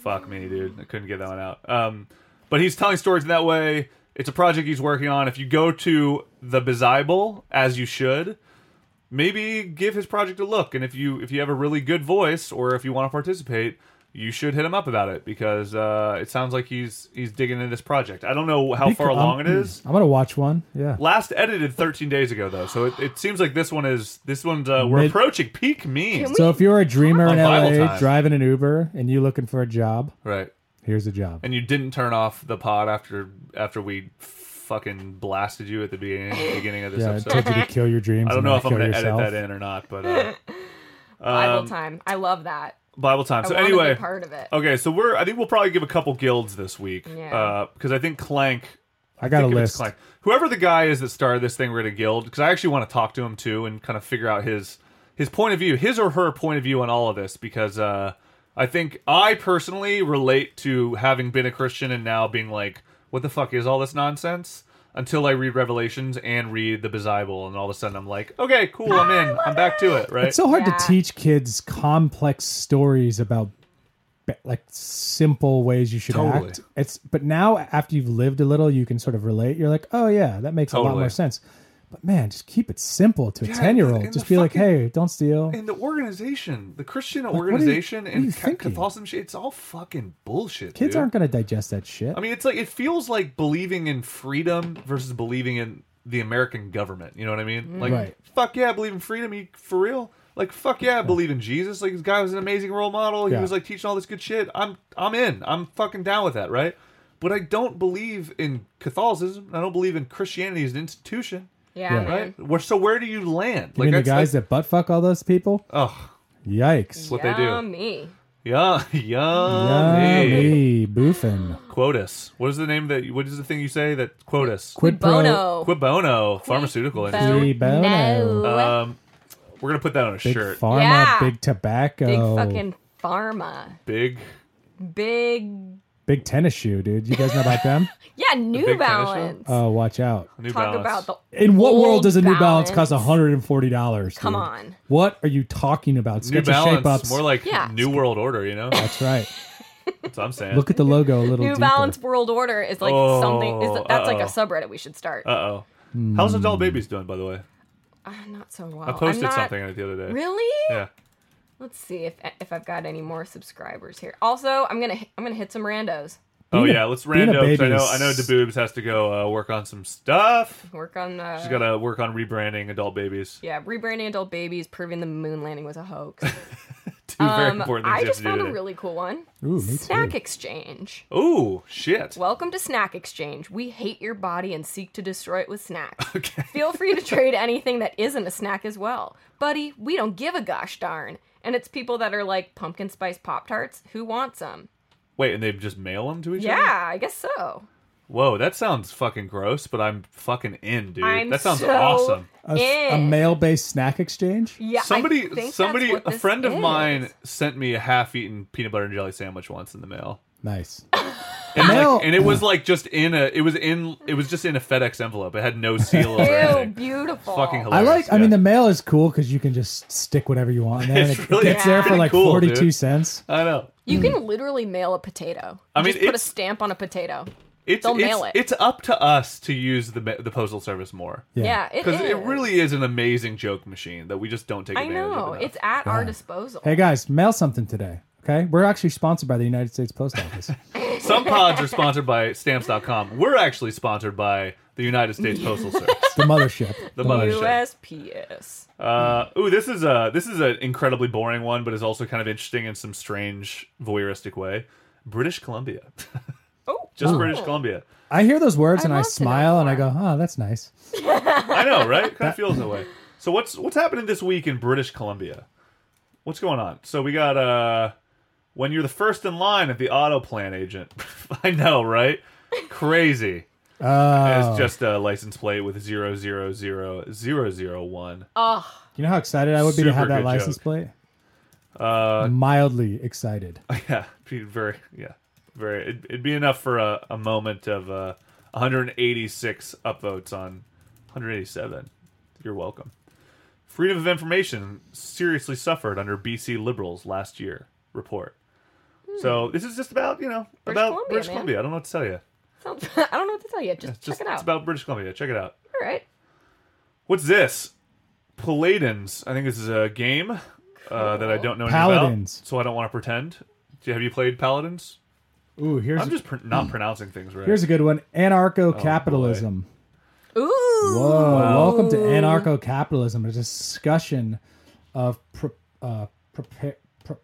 [SPEAKER 4] Fuck me, dude! I couldn't get that one out. Um, but he's telling stories in that way. It's a project he's working on. If you go to the Bizible, as you should, maybe give his project a look and if you if you have a really good voice or if you want to participate you should hit him up about it because uh, it sounds like he's he's digging into this project i don't know how far
[SPEAKER 6] I'm-
[SPEAKER 4] along it is
[SPEAKER 6] I'm going to watch one. Yeah.
[SPEAKER 4] last edited 13 days ago though so it, it seems like this one is this one's uh, we're
[SPEAKER 6] Mid-
[SPEAKER 4] approaching peak mean
[SPEAKER 6] So if you're a dreamer
[SPEAKER 4] On
[SPEAKER 6] in
[SPEAKER 4] Bible
[SPEAKER 6] LA
[SPEAKER 4] time.
[SPEAKER 6] driving an Uber and you looking for a job,
[SPEAKER 4] right
[SPEAKER 6] here's a job.
[SPEAKER 4] and you didn't turn off the pod after after we fucking blasted you at the beginning beginning of this
[SPEAKER 6] Yeah, I
[SPEAKER 4] episode
[SPEAKER 6] told you to kill your dreams.
[SPEAKER 4] i don't
[SPEAKER 6] and
[SPEAKER 4] know
[SPEAKER 6] then
[SPEAKER 4] if i'm
[SPEAKER 6] kill
[SPEAKER 4] gonna
[SPEAKER 6] yourself.
[SPEAKER 4] edit that in or not but uh, um,
[SPEAKER 5] Bible time. I love that.
[SPEAKER 4] bible time
[SPEAKER 5] I
[SPEAKER 4] so
[SPEAKER 5] wanna
[SPEAKER 4] anyway Oh,
[SPEAKER 5] be part of it.
[SPEAKER 4] Okay, so we're. I think we'll probably give a couple guilds this week,
[SPEAKER 5] Yeah.
[SPEAKER 4] because I think Clank.
[SPEAKER 6] I got a
[SPEAKER 4] think if it's
[SPEAKER 6] list.
[SPEAKER 4] Clank, whoever the guy is that started this thing, we're gonna guild because I actually want to talk to him too and kind of figure out his his point of view, his or her point of view on all of this because uh, I think I personally relate to having been a Christian and now being like, what the fuck is all this nonsense? Until I read Revelations and read the Bible, and all of a sudden I'm like, okay, cool, I'm in, I'm back to it, right?
[SPEAKER 6] It's so hard
[SPEAKER 5] Yeah.
[SPEAKER 6] to teach kids complex stories about be- like simple ways you should
[SPEAKER 4] Totally.
[SPEAKER 6] act. It's but now after you've lived a little, you can sort of relate. You're like, oh yeah, that makes a lot
[SPEAKER 4] Totally.
[SPEAKER 6] more sense. But man, just keep it simple to a
[SPEAKER 4] Yeah,
[SPEAKER 6] ten year old.
[SPEAKER 4] and
[SPEAKER 6] Just
[SPEAKER 4] the
[SPEAKER 6] be like,
[SPEAKER 4] fucking-
[SPEAKER 6] hey, don't steal.
[SPEAKER 4] and the organization, the Christian
[SPEAKER 6] are you-
[SPEAKER 4] organization,
[SPEAKER 6] what are you
[SPEAKER 4] and ca-
[SPEAKER 6] thinking?
[SPEAKER 4] Catholicism, shit, it's all fucking bullshit.
[SPEAKER 6] Kids
[SPEAKER 4] dude.
[SPEAKER 6] aren't going to digest that shit.
[SPEAKER 4] I mean, it's like it feels like believing in freedom versus believing in the American government. You know what I mean? Like,
[SPEAKER 6] Mm. Right.
[SPEAKER 4] fuck yeah, I believe in freedom. You for real? Like, fuck yeah, I believe in Jesus. Like, this guy was an amazing role model. He
[SPEAKER 6] Yeah.
[SPEAKER 4] was like teaching all this good shit. I'm, I'm in. I'm fucking down with that, right? But I don't believe in Catholicism. I don't believe in Christianity as an institution,
[SPEAKER 5] Yeah,
[SPEAKER 6] Yeah.
[SPEAKER 5] man.
[SPEAKER 4] right? Where, so where do you land?
[SPEAKER 6] you mean the
[SPEAKER 4] that's-
[SPEAKER 6] guys that butt fuck all those people?
[SPEAKER 4] oh,
[SPEAKER 6] Yikes!
[SPEAKER 4] what they do.
[SPEAKER 5] Yummy.
[SPEAKER 4] yeah, yummy.
[SPEAKER 6] Yummy, boofing.
[SPEAKER 4] Quotas. What is the name that? What is the thing you say that quotas?
[SPEAKER 6] Quid pro-
[SPEAKER 5] Bono.
[SPEAKER 4] Quibono pharmaceutical industry.
[SPEAKER 5] Bono. Uh,
[SPEAKER 6] Qui bono.
[SPEAKER 4] Um, we're gonna put that on a
[SPEAKER 6] Big
[SPEAKER 4] shirt.
[SPEAKER 6] pharma,
[SPEAKER 5] Yeah.
[SPEAKER 6] big tobacco,
[SPEAKER 5] Big fucking pharma.
[SPEAKER 4] Big.
[SPEAKER 5] Big.
[SPEAKER 6] big tennis shoe, dude. You guys know about them?
[SPEAKER 5] Yeah, New
[SPEAKER 4] Big Tennis
[SPEAKER 5] Balance.
[SPEAKER 6] Oh, watch out.
[SPEAKER 4] New
[SPEAKER 5] Talk
[SPEAKER 4] Balance.
[SPEAKER 5] about the.
[SPEAKER 6] In what
[SPEAKER 5] Old
[SPEAKER 6] world does a New Balance,
[SPEAKER 5] Balance.
[SPEAKER 6] cost $140?
[SPEAKER 5] Come
[SPEAKER 6] dude?
[SPEAKER 5] on.
[SPEAKER 6] What are you talking about?
[SPEAKER 4] New
[SPEAKER 6] Sketch
[SPEAKER 4] Balance.
[SPEAKER 6] shape ups.
[SPEAKER 4] More like
[SPEAKER 5] Yeah.
[SPEAKER 4] New World Order. You know, that's
[SPEAKER 6] That's right.
[SPEAKER 4] what I'm saying.
[SPEAKER 6] Look at the logo a little
[SPEAKER 5] New
[SPEAKER 6] deeper.
[SPEAKER 5] Balance World Order is like
[SPEAKER 4] Oh,
[SPEAKER 5] something. Is that's like a
[SPEAKER 4] uh-oh.
[SPEAKER 5] subreddit we should start?
[SPEAKER 4] uh oh.
[SPEAKER 6] Hmm.
[SPEAKER 4] How's adult babies doing? By the way,
[SPEAKER 5] Oh, I'm not so well.
[SPEAKER 4] I posted
[SPEAKER 5] am not,
[SPEAKER 4] something on it the other day.
[SPEAKER 5] Really?
[SPEAKER 4] Yeah.
[SPEAKER 5] Let's see if if I've got any more subscribers here. Also, I'm gonna I'm gonna hit some randos.
[SPEAKER 4] Oh
[SPEAKER 6] Being a-
[SPEAKER 4] yeah. Let's
[SPEAKER 6] being
[SPEAKER 4] rando.
[SPEAKER 6] a
[SPEAKER 4] 'cause I
[SPEAKER 6] baby
[SPEAKER 4] know.
[SPEAKER 6] is-
[SPEAKER 4] I know. DeBoobs has to go uh, work on some stuff.
[SPEAKER 5] Work on uh,
[SPEAKER 4] She's gotta work on rebranding adult babies.
[SPEAKER 5] yeah rebranding adult babies, proving the moon landing was a hoax.
[SPEAKER 4] Two very
[SPEAKER 5] Um,
[SPEAKER 4] important things
[SPEAKER 5] I
[SPEAKER 4] you have
[SPEAKER 5] just
[SPEAKER 4] to do
[SPEAKER 5] found a
[SPEAKER 4] today.
[SPEAKER 5] really cool one.
[SPEAKER 6] Ooh, me
[SPEAKER 5] Snack
[SPEAKER 6] too.
[SPEAKER 5] exchange.
[SPEAKER 4] Ooh, shit.
[SPEAKER 5] Welcome to Snack Exchange. We hate your body and seek to destroy it with snacks.
[SPEAKER 4] Okay.
[SPEAKER 5] Feel free to trade anything that isn't a snack as well. Buddy, we don't give a gosh darn. And it's people that are like pumpkin spice Pop Tarts. Who wants them?
[SPEAKER 4] Wait, and they just mail them to each other?
[SPEAKER 5] Yeah, I guess so.
[SPEAKER 4] Whoa, that sounds fucking gross, but I'm fucking in, dude.
[SPEAKER 5] I'm
[SPEAKER 4] that sounds
[SPEAKER 5] so
[SPEAKER 4] awesome.
[SPEAKER 6] A, s- a
[SPEAKER 5] in.
[SPEAKER 6] mail-based snack exchange?
[SPEAKER 5] Yeah, I
[SPEAKER 4] somebody,
[SPEAKER 5] think that's
[SPEAKER 4] somebody,
[SPEAKER 5] what
[SPEAKER 4] a
[SPEAKER 5] this
[SPEAKER 4] friend of
[SPEAKER 5] is.
[SPEAKER 4] mine sent me a half-eaten peanut butter and jelly sandwich once in the mail,
[SPEAKER 6] Nice.
[SPEAKER 4] and, like-
[SPEAKER 6] Mail-
[SPEAKER 4] and it was like just in a, it was in, it was just in a FedEx envelope. It had no seal or
[SPEAKER 5] Ew,
[SPEAKER 4] anything.
[SPEAKER 5] beautiful.
[SPEAKER 4] Fucking
[SPEAKER 6] I
[SPEAKER 4] hilarious.
[SPEAKER 6] like. I
[SPEAKER 4] yeah.
[SPEAKER 6] mean, the mail is cool because you can just stick whatever you want in there. and
[SPEAKER 4] It's
[SPEAKER 6] it
[SPEAKER 4] really-
[SPEAKER 6] gets there
[SPEAKER 5] Yeah.
[SPEAKER 6] for like
[SPEAKER 4] cool, dude.
[SPEAKER 6] forty-two cents.
[SPEAKER 4] I know.
[SPEAKER 5] You can literally mail a potato.
[SPEAKER 4] I
[SPEAKER 5] You
[SPEAKER 4] mean,
[SPEAKER 5] just put a
[SPEAKER 4] it's-
[SPEAKER 5] stamp on a potato.
[SPEAKER 4] It's
[SPEAKER 5] They'll
[SPEAKER 4] it's,
[SPEAKER 5] mail it.
[SPEAKER 4] it's up to us to use the ma- the postal service more
[SPEAKER 5] Yeah, it
[SPEAKER 4] because
[SPEAKER 5] is.
[SPEAKER 4] it really is an amazing joke machine that we just don't take
[SPEAKER 5] I
[SPEAKER 4] advantage of.
[SPEAKER 5] know.
[SPEAKER 4] enough.
[SPEAKER 5] It's at our disposal.
[SPEAKER 6] Hey guys, mail something today. Okay, we're actually sponsored by the United States Post Office.
[SPEAKER 4] Some pods are sponsored by stamps.com. We're actually sponsored by the United States Postal Service.
[SPEAKER 6] the mothership.
[SPEAKER 4] The mothership.
[SPEAKER 5] USPS.
[SPEAKER 4] Uh, ooh, this is a this is an incredibly boring one, but is also kind of interesting in some strange voyeuristic way. British Columbia,
[SPEAKER 5] Oh,
[SPEAKER 4] just
[SPEAKER 5] oh.
[SPEAKER 4] British Columbia.
[SPEAKER 6] I hear those words
[SPEAKER 5] I'd
[SPEAKER 6] and I
[SPEAKER 5] love to know
[SPEAKER 6] smile and I
[SPEAKER 5] more.
[SPEAKER 6] go, "Oh, that's nice."
[SPEAKER 4] I know, right? Kind of feels that way. So what's what's happening this week in British Columbia? What's going on? So we got uh, when you're the first in line at the auto plant agent. I know, right? Crazy.
[SPEAKER 6] Oh,
[SPEAKER 4] It's just a license plate with zero zero zero zero zero one.
[SPEAKER 5] Ugh.
[SPEAKER 6] you know how excited I would be to
[SPEAKER 4] Super
[SPEAKER 6] have that
[SPEAKER 4] good
[SPEAKER 6] license
[SPEAKER 4] joke.
[SPEAKER 6] plate.
[SPEAKER 4] Uh,
[SPEAKER 6] Mildly excited.
[SPEAKER 4] yeah, be very, yeah, very. It'd, it'd be enough for a, a moment of uh, 186 upvotes on 187. You're welcome. Freedom of Information seriously suffered under BC Liberals last year. Report. So this is just about you know
[SPEAKER 5] Hmm. British
[SPEAKER 4] about
[SPEAKER 5] Columbia,
[SPEAKER 4] British
[SPEAKER 5] man.
[SPEAKER 4] Columbia. I don't know what to tell you.
[SPEAKER 5] Sounds, I don't know what to tell you. Just
[SPEAKER 4] It's just
[SPEAKER 5] check it out.
[SPEAKER 4] it's about British Columbia. Check it out.
[SPEAKER 5] All right.
[SPEAKER 4] What's this? Paladins. I think this is a game uh, that I don't know anything
[SPEAKER 6] Paladins.
[SPEAKER 4] about, so I don't want to pretend. Do you, have you played Paladins?
[SPEAKER 6] Ooh, here's
[SPEAKER 4] I'm just pr- not pronouncing things right.
[SPEAKER 6] here's a good one. Anarcho-capitalism.
[SPEAKER 5] Ooh.
[SPEAKER 4] Oh,
[SPEAKER 6] Whoa! Welcome to anarcho-capitalism, a discussion of pro, uh, propa- pro,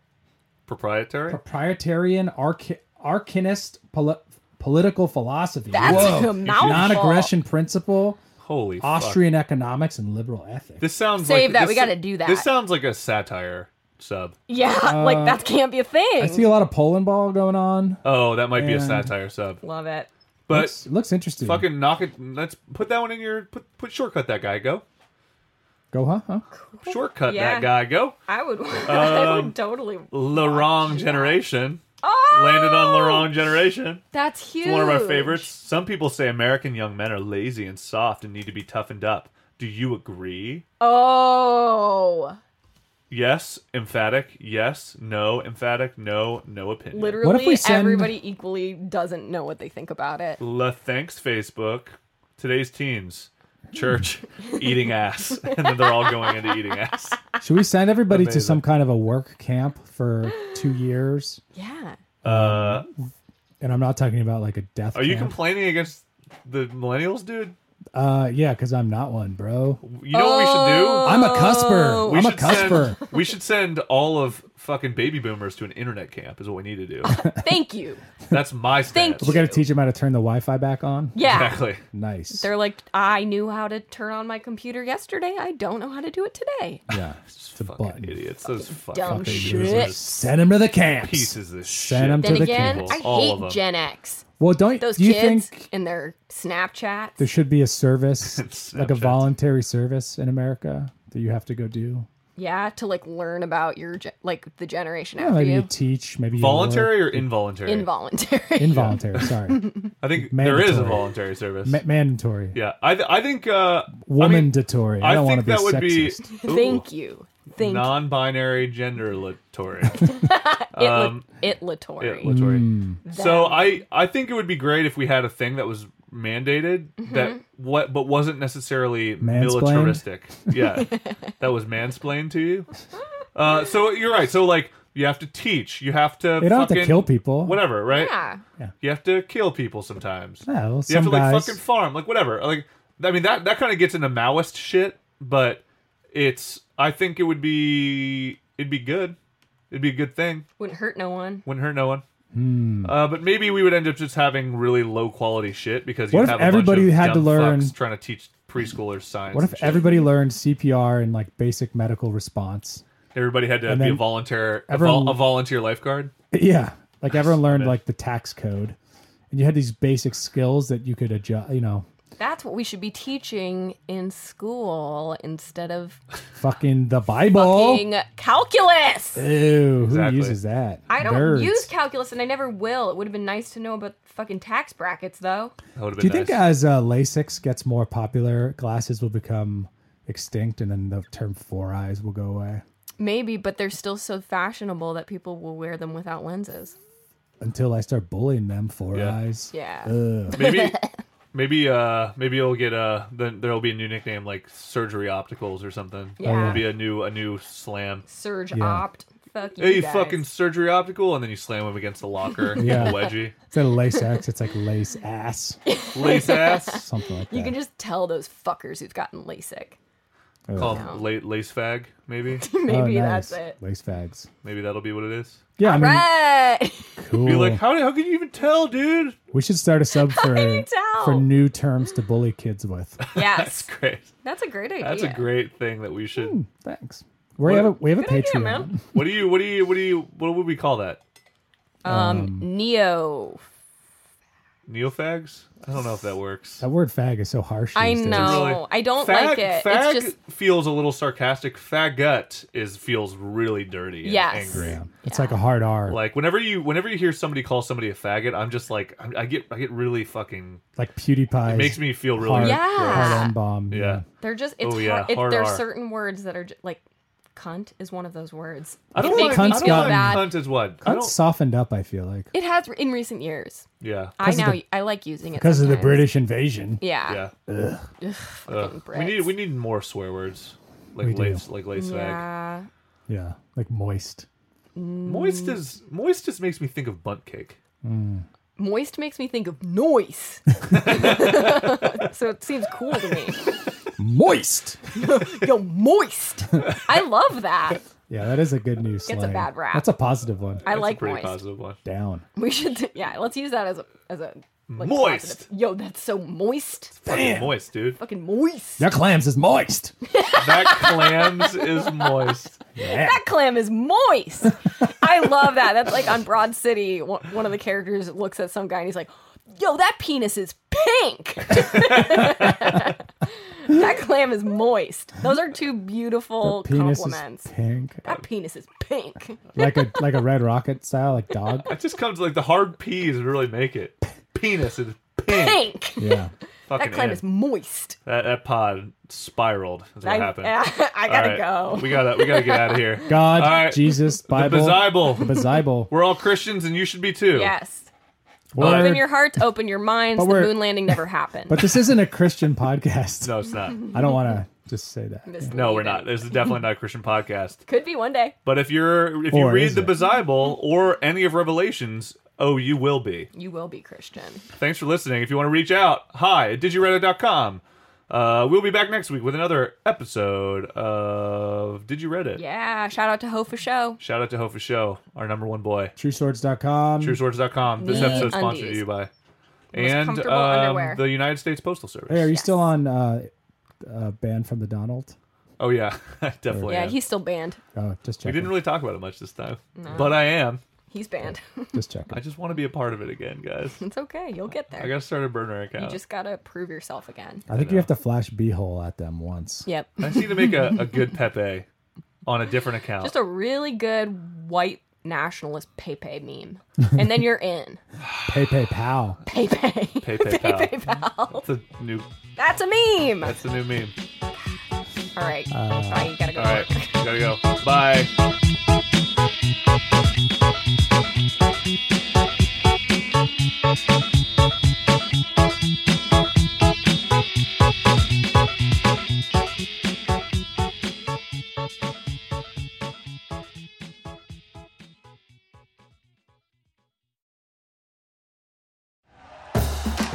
[SPEAKER 4] Proprietary.
[SPEAKER 6] proprietarian arch, arcanist poli- political philosophy.
[SPEAKER 5] That's
[SPEAKER 6] Whoa.
[SPEAKER 5] a mouthful.
[SPEAKER 6] Non-aggression principle,
[SPEAKER 4] Holy fuck.
[SPEAKER 6] Austrian economics, and liberal ethics.
[SPEAKER 4] This sounds
[SPEAKER 5] Save
[SPEAKER 4] like
[SPEAKER 5] that,
[SPEAKER 4] this-
[SPEAKER 5] we gotta do that.
[SPEAKER 4] This sounds like a satire sub.
[SPEAKER 5] Yeah, like that can't be a thing.
[SPEAKER 6] Uh, I see a lot of Poland ball going on.
[SPEAKER 4] Oh, that might be a
[SPEAKER 6] Yeah.
[SPEAKER 4] satire sub.
[SPEAKER 5] Love it.
[SPEAKER 4] But
[SPEAKER 6] looks, looks interesting.
[SPEAKER 4] fucking knock it. Let's put that one in your put put shortcut. That guy go.
[SPEAKER 6] Go, huh? huh?
[SPEAKER 4] Shortcut
[SPEAKER 5] Yeah.
[SPEAKER 4] that guy. Go.
[SPEAKER 5] I would. I
[SPEAKER 4] Um,
[SPEAKER 5] would totally.
[SPEAKER 4] The wrong generation.
[SPEAKER 5] Oh,
[SPEAKER 4] Landed on the wrong generation.
[SPEAKER 5] That's huge.
[SPEAKER 4] It's one of my favorites. Some people say American young men are lazy and soft and need to be toughened up. Do you agree?
[SPEAKER 5] Oh,
[SPEAKER 4] Yes, emphatic. Yes, no, emphatic. No, no opinion.
[SPEAKER 5] literally,
[SPEAKER 6] What if we send-
[SPEAKER 5] everybody equally doesn't know what they think about it.
[SPEAKER 4] La thanks Facebook. Today's teens. Church eating ass. And then they're all going into eating ass.
[SPEAKER 6] Should we send everybody to
[SPEAKER 4] Amazing.
[SPEAKER 6] some kind of a work camp for two years?
[SPEAKER 5] Yeah.
[SPEAKER 6] Um,
[SPEAKER 4] Uh,
[SPEAKER 6] And I'm not talking about like a death.
[SPEAKER 4] are you
[SPEAKER 6] camp.
[SPEAKER 4] complaining against the millennials, dude?
[SPEAKER 6] uh, yeah, because I'm not one, bro.
[SPEAKER 4] You know what
[SPEAKER 6] I'm a cusper.
[SPEAKER 4] Oh, we should do? We
[SPEAKER 6] Oh. I'm a
[SPEAKER 4] should send-
[SPEAKER 6] cusper.
[SPEAKER 4] we should send all of fucking baby boomers to an internet camp is what we need to do.
[SPEAKER 5] Thank you.
[SPEAKER 4] That's my stance.
[SPEAKER 5] Thank
[SPEAKER 6] We're gonna teach them how to turn the Wi-Fi back on.
[SPEAKER 5] Yeah.
[SPEAKER 4] Exactly.
[SPEAKER 6] Nice.
[SPEAKER 5] They're like, I knew how to turn on my computer yesterday. I don't know how to do it today.
[SPEAKER 6] yeah, it's a
[SPEAKER 4] Fucking
[SPEAKER 6] button.
[SPEAKER 4] idiots. Those fucking
[SPEAKER 5] Dumb
[SPEAKER 4] baby
[SPEAKER 5] shit.
[SPEAKER 4] boomers.
[SPEAKER 6] Send them to the camps.
[SPEAKER 4] Pieces of
[SPEAKER 6] Send
[SPEAKER 4] shit.
[SPEAKER 6] 'em
[SPEAKER 5] Then
[SPEAKER 6] to the
[SPEAKER 5] again,
[SPEAKER 6] camps.
[SPEAKER 5] I
[SPEAKER 4] All of
[SPEAKER 5] hate
[SPEAKER 4] them.
[SPEAKER 5] Gen X.
[SPEAKER 6] Well, don't
[SPEAKER 5] Those
[SPEAKER 6] do you
[SPEAKER 5] kids
[SPEAKER 6] think
[SPEAKER 5] and their Snapchats.
[SPEAKER 6] there should be a service, like a
[SPEAKER 4] Snapchat.
[SPEAKER 6] voluntary service in America that you have to go do?
[SPEAKER 5] yeah, to like learn about your ge- like the generation
[SPEAKER 6] Yeah,
[SPEAKER 5] after
[SPEAKER 6] maybe you.
[SPEAKER 5] you.
[SPEAKER 6] teach, maybe you work.
[SPEAKER 4] Voluntary or involuntary?
[SPEAKER 5] Involuntary.
[SPEAKER 6] involuntary. Sorry,
[SPEAKER 4] I think there is a
[SPEAKER 6] Mandatory.
[SPEAKER 4] voluntary service.
[SPEAKER 6] Ma- mandatory,
[SPEAKER 4] yeah, I, th- I think uh,
[SPEAKER 6] womandatory.
[SPEAKER 4] I, mean, I
[SPEAKER 6] I, don't want
[SPEAKER 4] think
[SPEAKER 6] to be
[SPEAKER 4] that would
[SPEAKER 6] sexist.
[SPEAKER 4] be ooh,
[SPEAKER 5] Thank you. Thank
[SPEAKER 4] non-binary genderlatory.
[SPEAKER 5] it.
[SPEAKER 4] um,
[SPEAKER 5] itlatory.
[SPEAKER 4] Itlatory.
[SPEAKER 6] Hmm.
[SPEAKER 4] So
[SPEAKER 5] That-
[SPEAKER 4] I I think it would be great if we had a thing that was mandated
[SPEAKER 5] Mm-hmm.
[SPEAKER 4] that what but wasn't necessarily militaristic. Yeah, that was mansplained to you. Uh, so you're right. So like you have to teach. You have to.
[SPEAKER 6] They don't have to
[SPEAKER 4] fucking-
[SPEAKER 6] kill people.
[SPEAKER 4] Whatever, right?
[SPEAKER 5] yeah.
[SPEAKER 4] You have to kill people sometimes.
[SPEAKER 6] Yeah, well,
[SPEAKER 4] you have
[SPEAKER 6] some
[SPEAKER 4] to like
[SPEAKER 6] guys-
[SPEAKER 4] fucking farm, like whatever. Like I mean that that kind of gets into Maoist shit, but it's I think it would be it'd be good. It'd be a good thing.
[SPEAKER 5] Wouldn't hurt no one.
[SPEAKER 4] Wouldn't hurt no one.
[SPEAKER 6] Hmm.
[SPEAKER 4] Uh, but maybe we would end up just having really low quality shit because you
[SPEAKER 6] What if
[SPEAKER 4] have a
[SPEAKER 6] everybody
[SPEAKER 4] bunch of
[SPEAKER 6] had to
[SPEAKER 4] dumb
[SPEAKER 6] learn-
[SPEAKER 4] fucks trying to teach preschoolers science.
[SPEAKER 6] What
[SPEAKER 4] and
[SPEAKER 6] if
[SPEAKER 4] shit.
[SPEAKER 6] everybody learned CPR and like basic medical response?
[SPEAKER 4] everybody had to
[SPEAKER 6] and
[SPEAKER 4] be a
[SPEAKER 6] then
[SPEAKER 4] volunteer, a,
[SPEAKER 6] everyone-
[SPEAKER 4] vol- a volunteer lifeguard?
[SPEAKER 6] Yeah, like everyone learned like the tax code, and you had these basic skills that you could adjust. You know,
[SPEAKER 5] That's what we should be teaching in school instead of
[SPEAKER 6] fucking the Bible.
[SPEAKER 5] fucking calculus.
[SPEAKER 6] Ew,
[SPEAKER 4] Exactly.
[SPEAKER 6] who uses that?
[SPEAKER 5] I don't
[SPEAKER 6] Nerds.
[SPEAKER 5] use calculus and I never will. It would have been nice to know about fucking tax brackets though.
[SPEAKER 4] That would have
[SPEAKER 6] Do
[SPEAKER 4] been
[SPEAKER 6] you
[SPEAKER 4] nice.
[SPEAKER 6] think as uh, LASIX gets more popular, glasses will become extinct, and then the term four eyes will go away
[SPEAKER 5] Maybe, but they're still so fashionable that people will wear them without lenses.
[SPEAKER 6] until I start bullying them four
[SPEAKER 4] Yeah.
[SPEAKER 6] eyes?
[SPEAKER 5] Yeah.
[SPEAKER 6] Uh,
[SPEAKER 4] maybe maybe uh maybe you'll get uh then there'll be a new nickname like surgery opticals or something
[SPEAKER 5] Yeah.
[SPEAKER 4] it'll be a new a new slam
[SPEAKER 5] Surge
[SPEAKER 6] Yeah.
[SPEAKER 5] opt. Fuck you.
[SPEAKER 4] hey
[SPEAKER 5] guys.
[SPEAKER 4] fucking surgery optical and then you slam him against the locker
[SPEAKER 6] Yeah.
[SPEAKER 4] a wedgie
[SPEAKER 6] Instead of LASIX, it's like lace ass,
[SPEAKER 4] lace ass
[SPEAKER 6] something like that.
[SPEAKER 5] You can just tell those fuckers who've gotten LASIK.
[SPEAKER 4] call him la- lace fag maybe
[SPEAKER 5] Maybe
[SPEAKER 6] Oh,
[SPEAKER 5] that's
[SPEAKER 6] nice.
[SPEAKER 5] it.
[SPEAKER 6] Lace fags.
[SPEAKER 4] maybe that'll be what it is
[SPEAKER 6] Yeah, I mean,
[SPEAKER 5] Right.
[SPEAKER 6] cool.
[SPEAKER 4] be like how, how can you even tell dude
[SPEAKER 6] we should start a sub for
[SPEAKER 5] you tell?
[SPEAKER 6] for new terms to bully kids with.
[SPEAKER 5] yes.
[SPEAKER 4] great
[SPEAKER 5] That's a great idea.
[SPEAKER 4] that's a great thing that we
[SPEAKER 6] Hmm.
[SPEAKER 4] should
[SPEAKER 6] Thanks. We have a, we have a
[SPEAKER 5] Good idea,
[SPEAKER 6] Patreon.
[SPEAKER 5] man.
[SPEAKER 4] what do you what do you what do you what would we call that
[SPEAKER 5] Um, Neo.
[SPEAKER 4] neofags i don't know if that works
[SPEAKER 6] That word "fag" is so harsh.
[SPEAKER 5] I
[SPEAKER 6] these days.
[SPEAKER 5] know.
[SPEAKER 4] Really?
[SPEAKER 5] I don't
[SPEAKER 4] fag,
[SPEAKER 5] like it.
[SPEAKER 4] Fag
[SPEAKER 5] It's just
[SPEAKER 4] feels a little sarcastic. Faggot is feels really dirty and
[SPEAKER 5] Yes.
[SPEAKER 4] angry.
[SPEAKER 6] Yeah, it's like a hard R, like,
[SPEAKER 4] Like whenever you whenever you hear somebody call somebody a faggot, I'm just like I, I get I get really fucking
[SPEAKER 6] PewDiePie.
[SPEAKER 4] it makes me feel really
[SPEAKER 6] hard,
[SPEAKER 5] Yeah.
[SPEAKER 6] hard M bomb.
[SPEAKER 4] gross.
[SPEAKER 6] Yeah.
[SPEAKER 4] yeah.
[SPEAKER 5] they're just it's
[SPEAKER 4] Oh,
[SPEAKER 5] hard
[SPEAKER 4] yeah,
[SPEAKER 5] It's,
[SPEAKER 4] hard
[SPEAKER 5] there are
[SPEAKER 4] R.
[SPEAKER 5] certain words that are just, like cunt is one of those words.
[SPEAKER 4] I don't
[SPEAKER 5] it
[SPEAKER 4] like
[SPEAKER 5] makes me
[SPEAKER 4] I
[SPEAKER 6] cunt's
[SPEAKER 4] don't
[SPEAKER 5] feel
[SPEAKER 6] gotten-
[SPEAKER 5] bad.
[SPEAKER 4] like cunt is what I
[SPEAKER 6] Kind of
[SPEAKER 4] don't
[SPEAKER 6] softened up. I feel like
[SPEAKER 5] It has in recent years.
[SPEAKER 4] yeah
[SPEAKER 5] I
[SPEAKER 6] 'Cause of
[SPEAKER 5] now
[SPEAKER 6] the-
[SPEAKER 5] I like using it
[SPEAKER 6] because of the
[SPEAKER 5] sometimes.
[SPEAKER 6] British invasion.
[SPEAKER 5] Yeah.
[SPEAKER 4] yeah.
[SPEAKER 5] Ugh,
[SPEAKER 4] Ugh.
[SPEAKER 5] fucking
[SPEAKER 4] We need
[SPEAKER 5] Brits.
[SPEAKER 4] we need more swear words like
[SPEAKER 6] We do.
[SPEAKER 4] lace like lace fag.
[SPEAKER 5] Yeah.
[SPEAKER 6] Yeah, like moist.
[SPEAKER 4] Moist is moist just makes me think of bunt cake.
[SPEAKER 5] Moist makes me think of noise. so it seems cool to me.
[SPEAKER 6] Moist.
[SPEAKER 5] Yo, moist. I love that.
[SPEAKER 6] Yeah, that is a good news.
[SPEAKER 5] Gets a
[SPEAKER 6] slang.
[SPEAKER 5] bad rap.
[SPEAKER 6] That's a positive one.
[SPEAKER 5] I
[SPEAKER 4] That's a
[SPEAKER 5] like
[SPEAKER 4] pretty
[SPEAKER 5] moist.
[SPEAKER 4] positive one.
[SPEAKER 6] Down.
[SPEAKER 5] We should, do- yeah. Let's use that as a as a like,
[SPEAKER 4] Moist.
[SPEAKER 5] positive. Yo, that's so moist.
[SPEAKER 4] Fucking moist, dude.
[SPEAKER 5] Fucking moist.
[SPEAKER 6] Your clams is moist.
[SPEAKER 4] that clams is moist.
[SPEAKER 6] Yeah.
[SPEAKER 5] That clam is moist. I love that. That's like on Broad City. One one of the characters looks at some guy and he's like, "Yo, that penis is pink." that clam is moist. Those are two beautiful
[SPEAKER 6] Penis is
[SPEAKER 5] compliments.
[SPEAKER 6] pink,
[SPEAKER 5] that penis is pink.
[SPEAKER 6] like a like a red rocket style, like dog.
[SPEAKER 4] It just comes like the hard P's really make it. Penis is pink.
[SPEAKER 5] Pink.
[SPEAKER 6] Yeah,
[SPEAKER 4] Fucking
[SPEAKER 5] That clam
[SPEAKER 4] in.
[SPEAKER 5] is moist.
[SPEAKER 4] that, that pod spiraled. Is what
[SPEAKER 5] I,
[SPEAKER 4] happened.
[SPEAKER 5] I
[SPEAKER 4] All
[SPEAKER 5] gotta
[SPEAKER 4] right.
[SPEAKER 5] go.
[SPEAKER 4] We gotta we gotta get out of here.
[SPEAKER 6] God,
[SPEAKER 4] All right.
[SPEAKER 6] Jesus, Bible,
[SPEAKER 4] The Bible.
[SPEAKER 6] Bible.
[SPEAKER 4] We're all Christians, and you should be too.
[SPEAKER 5] Yes.
[SPEAKER 6] Word.
[SPEAKER 5] Open your hearts, open your minds.
[SPEAKER 6] But
[SPEAKER 5] The
[SPEAKER 6] we're-
[SPEAKER 5] moon landing never happened.
[SPEAKER 6] But this isn't a Christian podcast.
[SPEAKER 4] No, it's not.
[SPEAKER 6] I don't want to just say that.
[SPEAKER 5] Misleading.
[SPEAKER 4] No, we're not. This is definitely not a Christian podcast.
[SPEAKER 5] Could be one day.
[SPEAKER 4] But if you're if you
[SPEAKER 6] Or
[SPEAKER 4] read
[SPEAKER 6] is
[SPEAKER 4] the
[SPEAKER 6] it?
[SPEAKER 4] Bible or any of Revelations, oh, you will be.
[SPEAKER 5] You will be Christian.
[SPEAKER 4] Thanks for listening. If you want to reach out, hi at digireddit.com. Uh, we'll be back next week with another episode of Did You Read It?
[SPEAKER 5] Yeah. Shout out to Ho for Show.
[SPEAKER 4] Shout out to Hofa Show, our number one boy.
[SPEAKER 6] TrueSwords.com.
[SPEAKER 4] TrueSwords.com. This
[SPEAKER 5] Me
[SPEAKER 4] episode's sponsored to
[SPEAKER 5] undies.
[SPEAKER 4] you by and
[SPEAKER 5] comfortable
[SPEAKER 4] um,
[SPEAKER 5] underwear.
[SPEAKER 4] the United States Postal Service.
[SPEAKER 6] Hey, are you
[SPEAKER 5] Yes.
[SPEAKER 6] still on uh, uh, band from the Donald?
[SPEAKER 4] Oh yeah, definitely.
[SPEAKER 5] Yeah,
[SPEAKER 4] am.
[SPEAKER 5] he's still banned.
[SPEAKER 6] Oh, just
[SPEAKER 4] we
[SPEAKER 6] checking.
[SPEAKER 4] didn't really talk about it much this time, but I am.
[SPEAKER 5] He's banned.
[SPEAKER 6] Just checking.
[SPEAKER 4] I just want to be a part of it again, guys.
[SPEAKER 5] it's okay. You'll get
[SPEAKER 4] I
[SPEAKER 5] there.
[SPEAKER 4] gotta start a burner
[SPEAKER 5] You
[SPEAKER 4] account.
[SPEAKER 5] just gotta prove yourself again.
[SPEAKER 6] I think you have to flash beehole at them once.
[SPEAKER 5] Yep.
[SPEAKER 4] I just need to make a, a good Pepe on a different account.
[SPEAKER 5] Just a really good white nationalist Pepe meme. And then you're in.
[SPEAKER 6] Pay, pay, pow.
[SPEAKER 5] Pepe.
[SPEAKER 4] Pepe pal.
[SPEAKER 5] PayPal.
[SPEAKER 4] That's a new.
[SPEAKER 5] That's a meme.
[SPEAKER 4] That's a new meme.
[SPEAKER 5] All right. Bye. You gotta go.
[SPEAKER 4] All right, gotta go. Bye.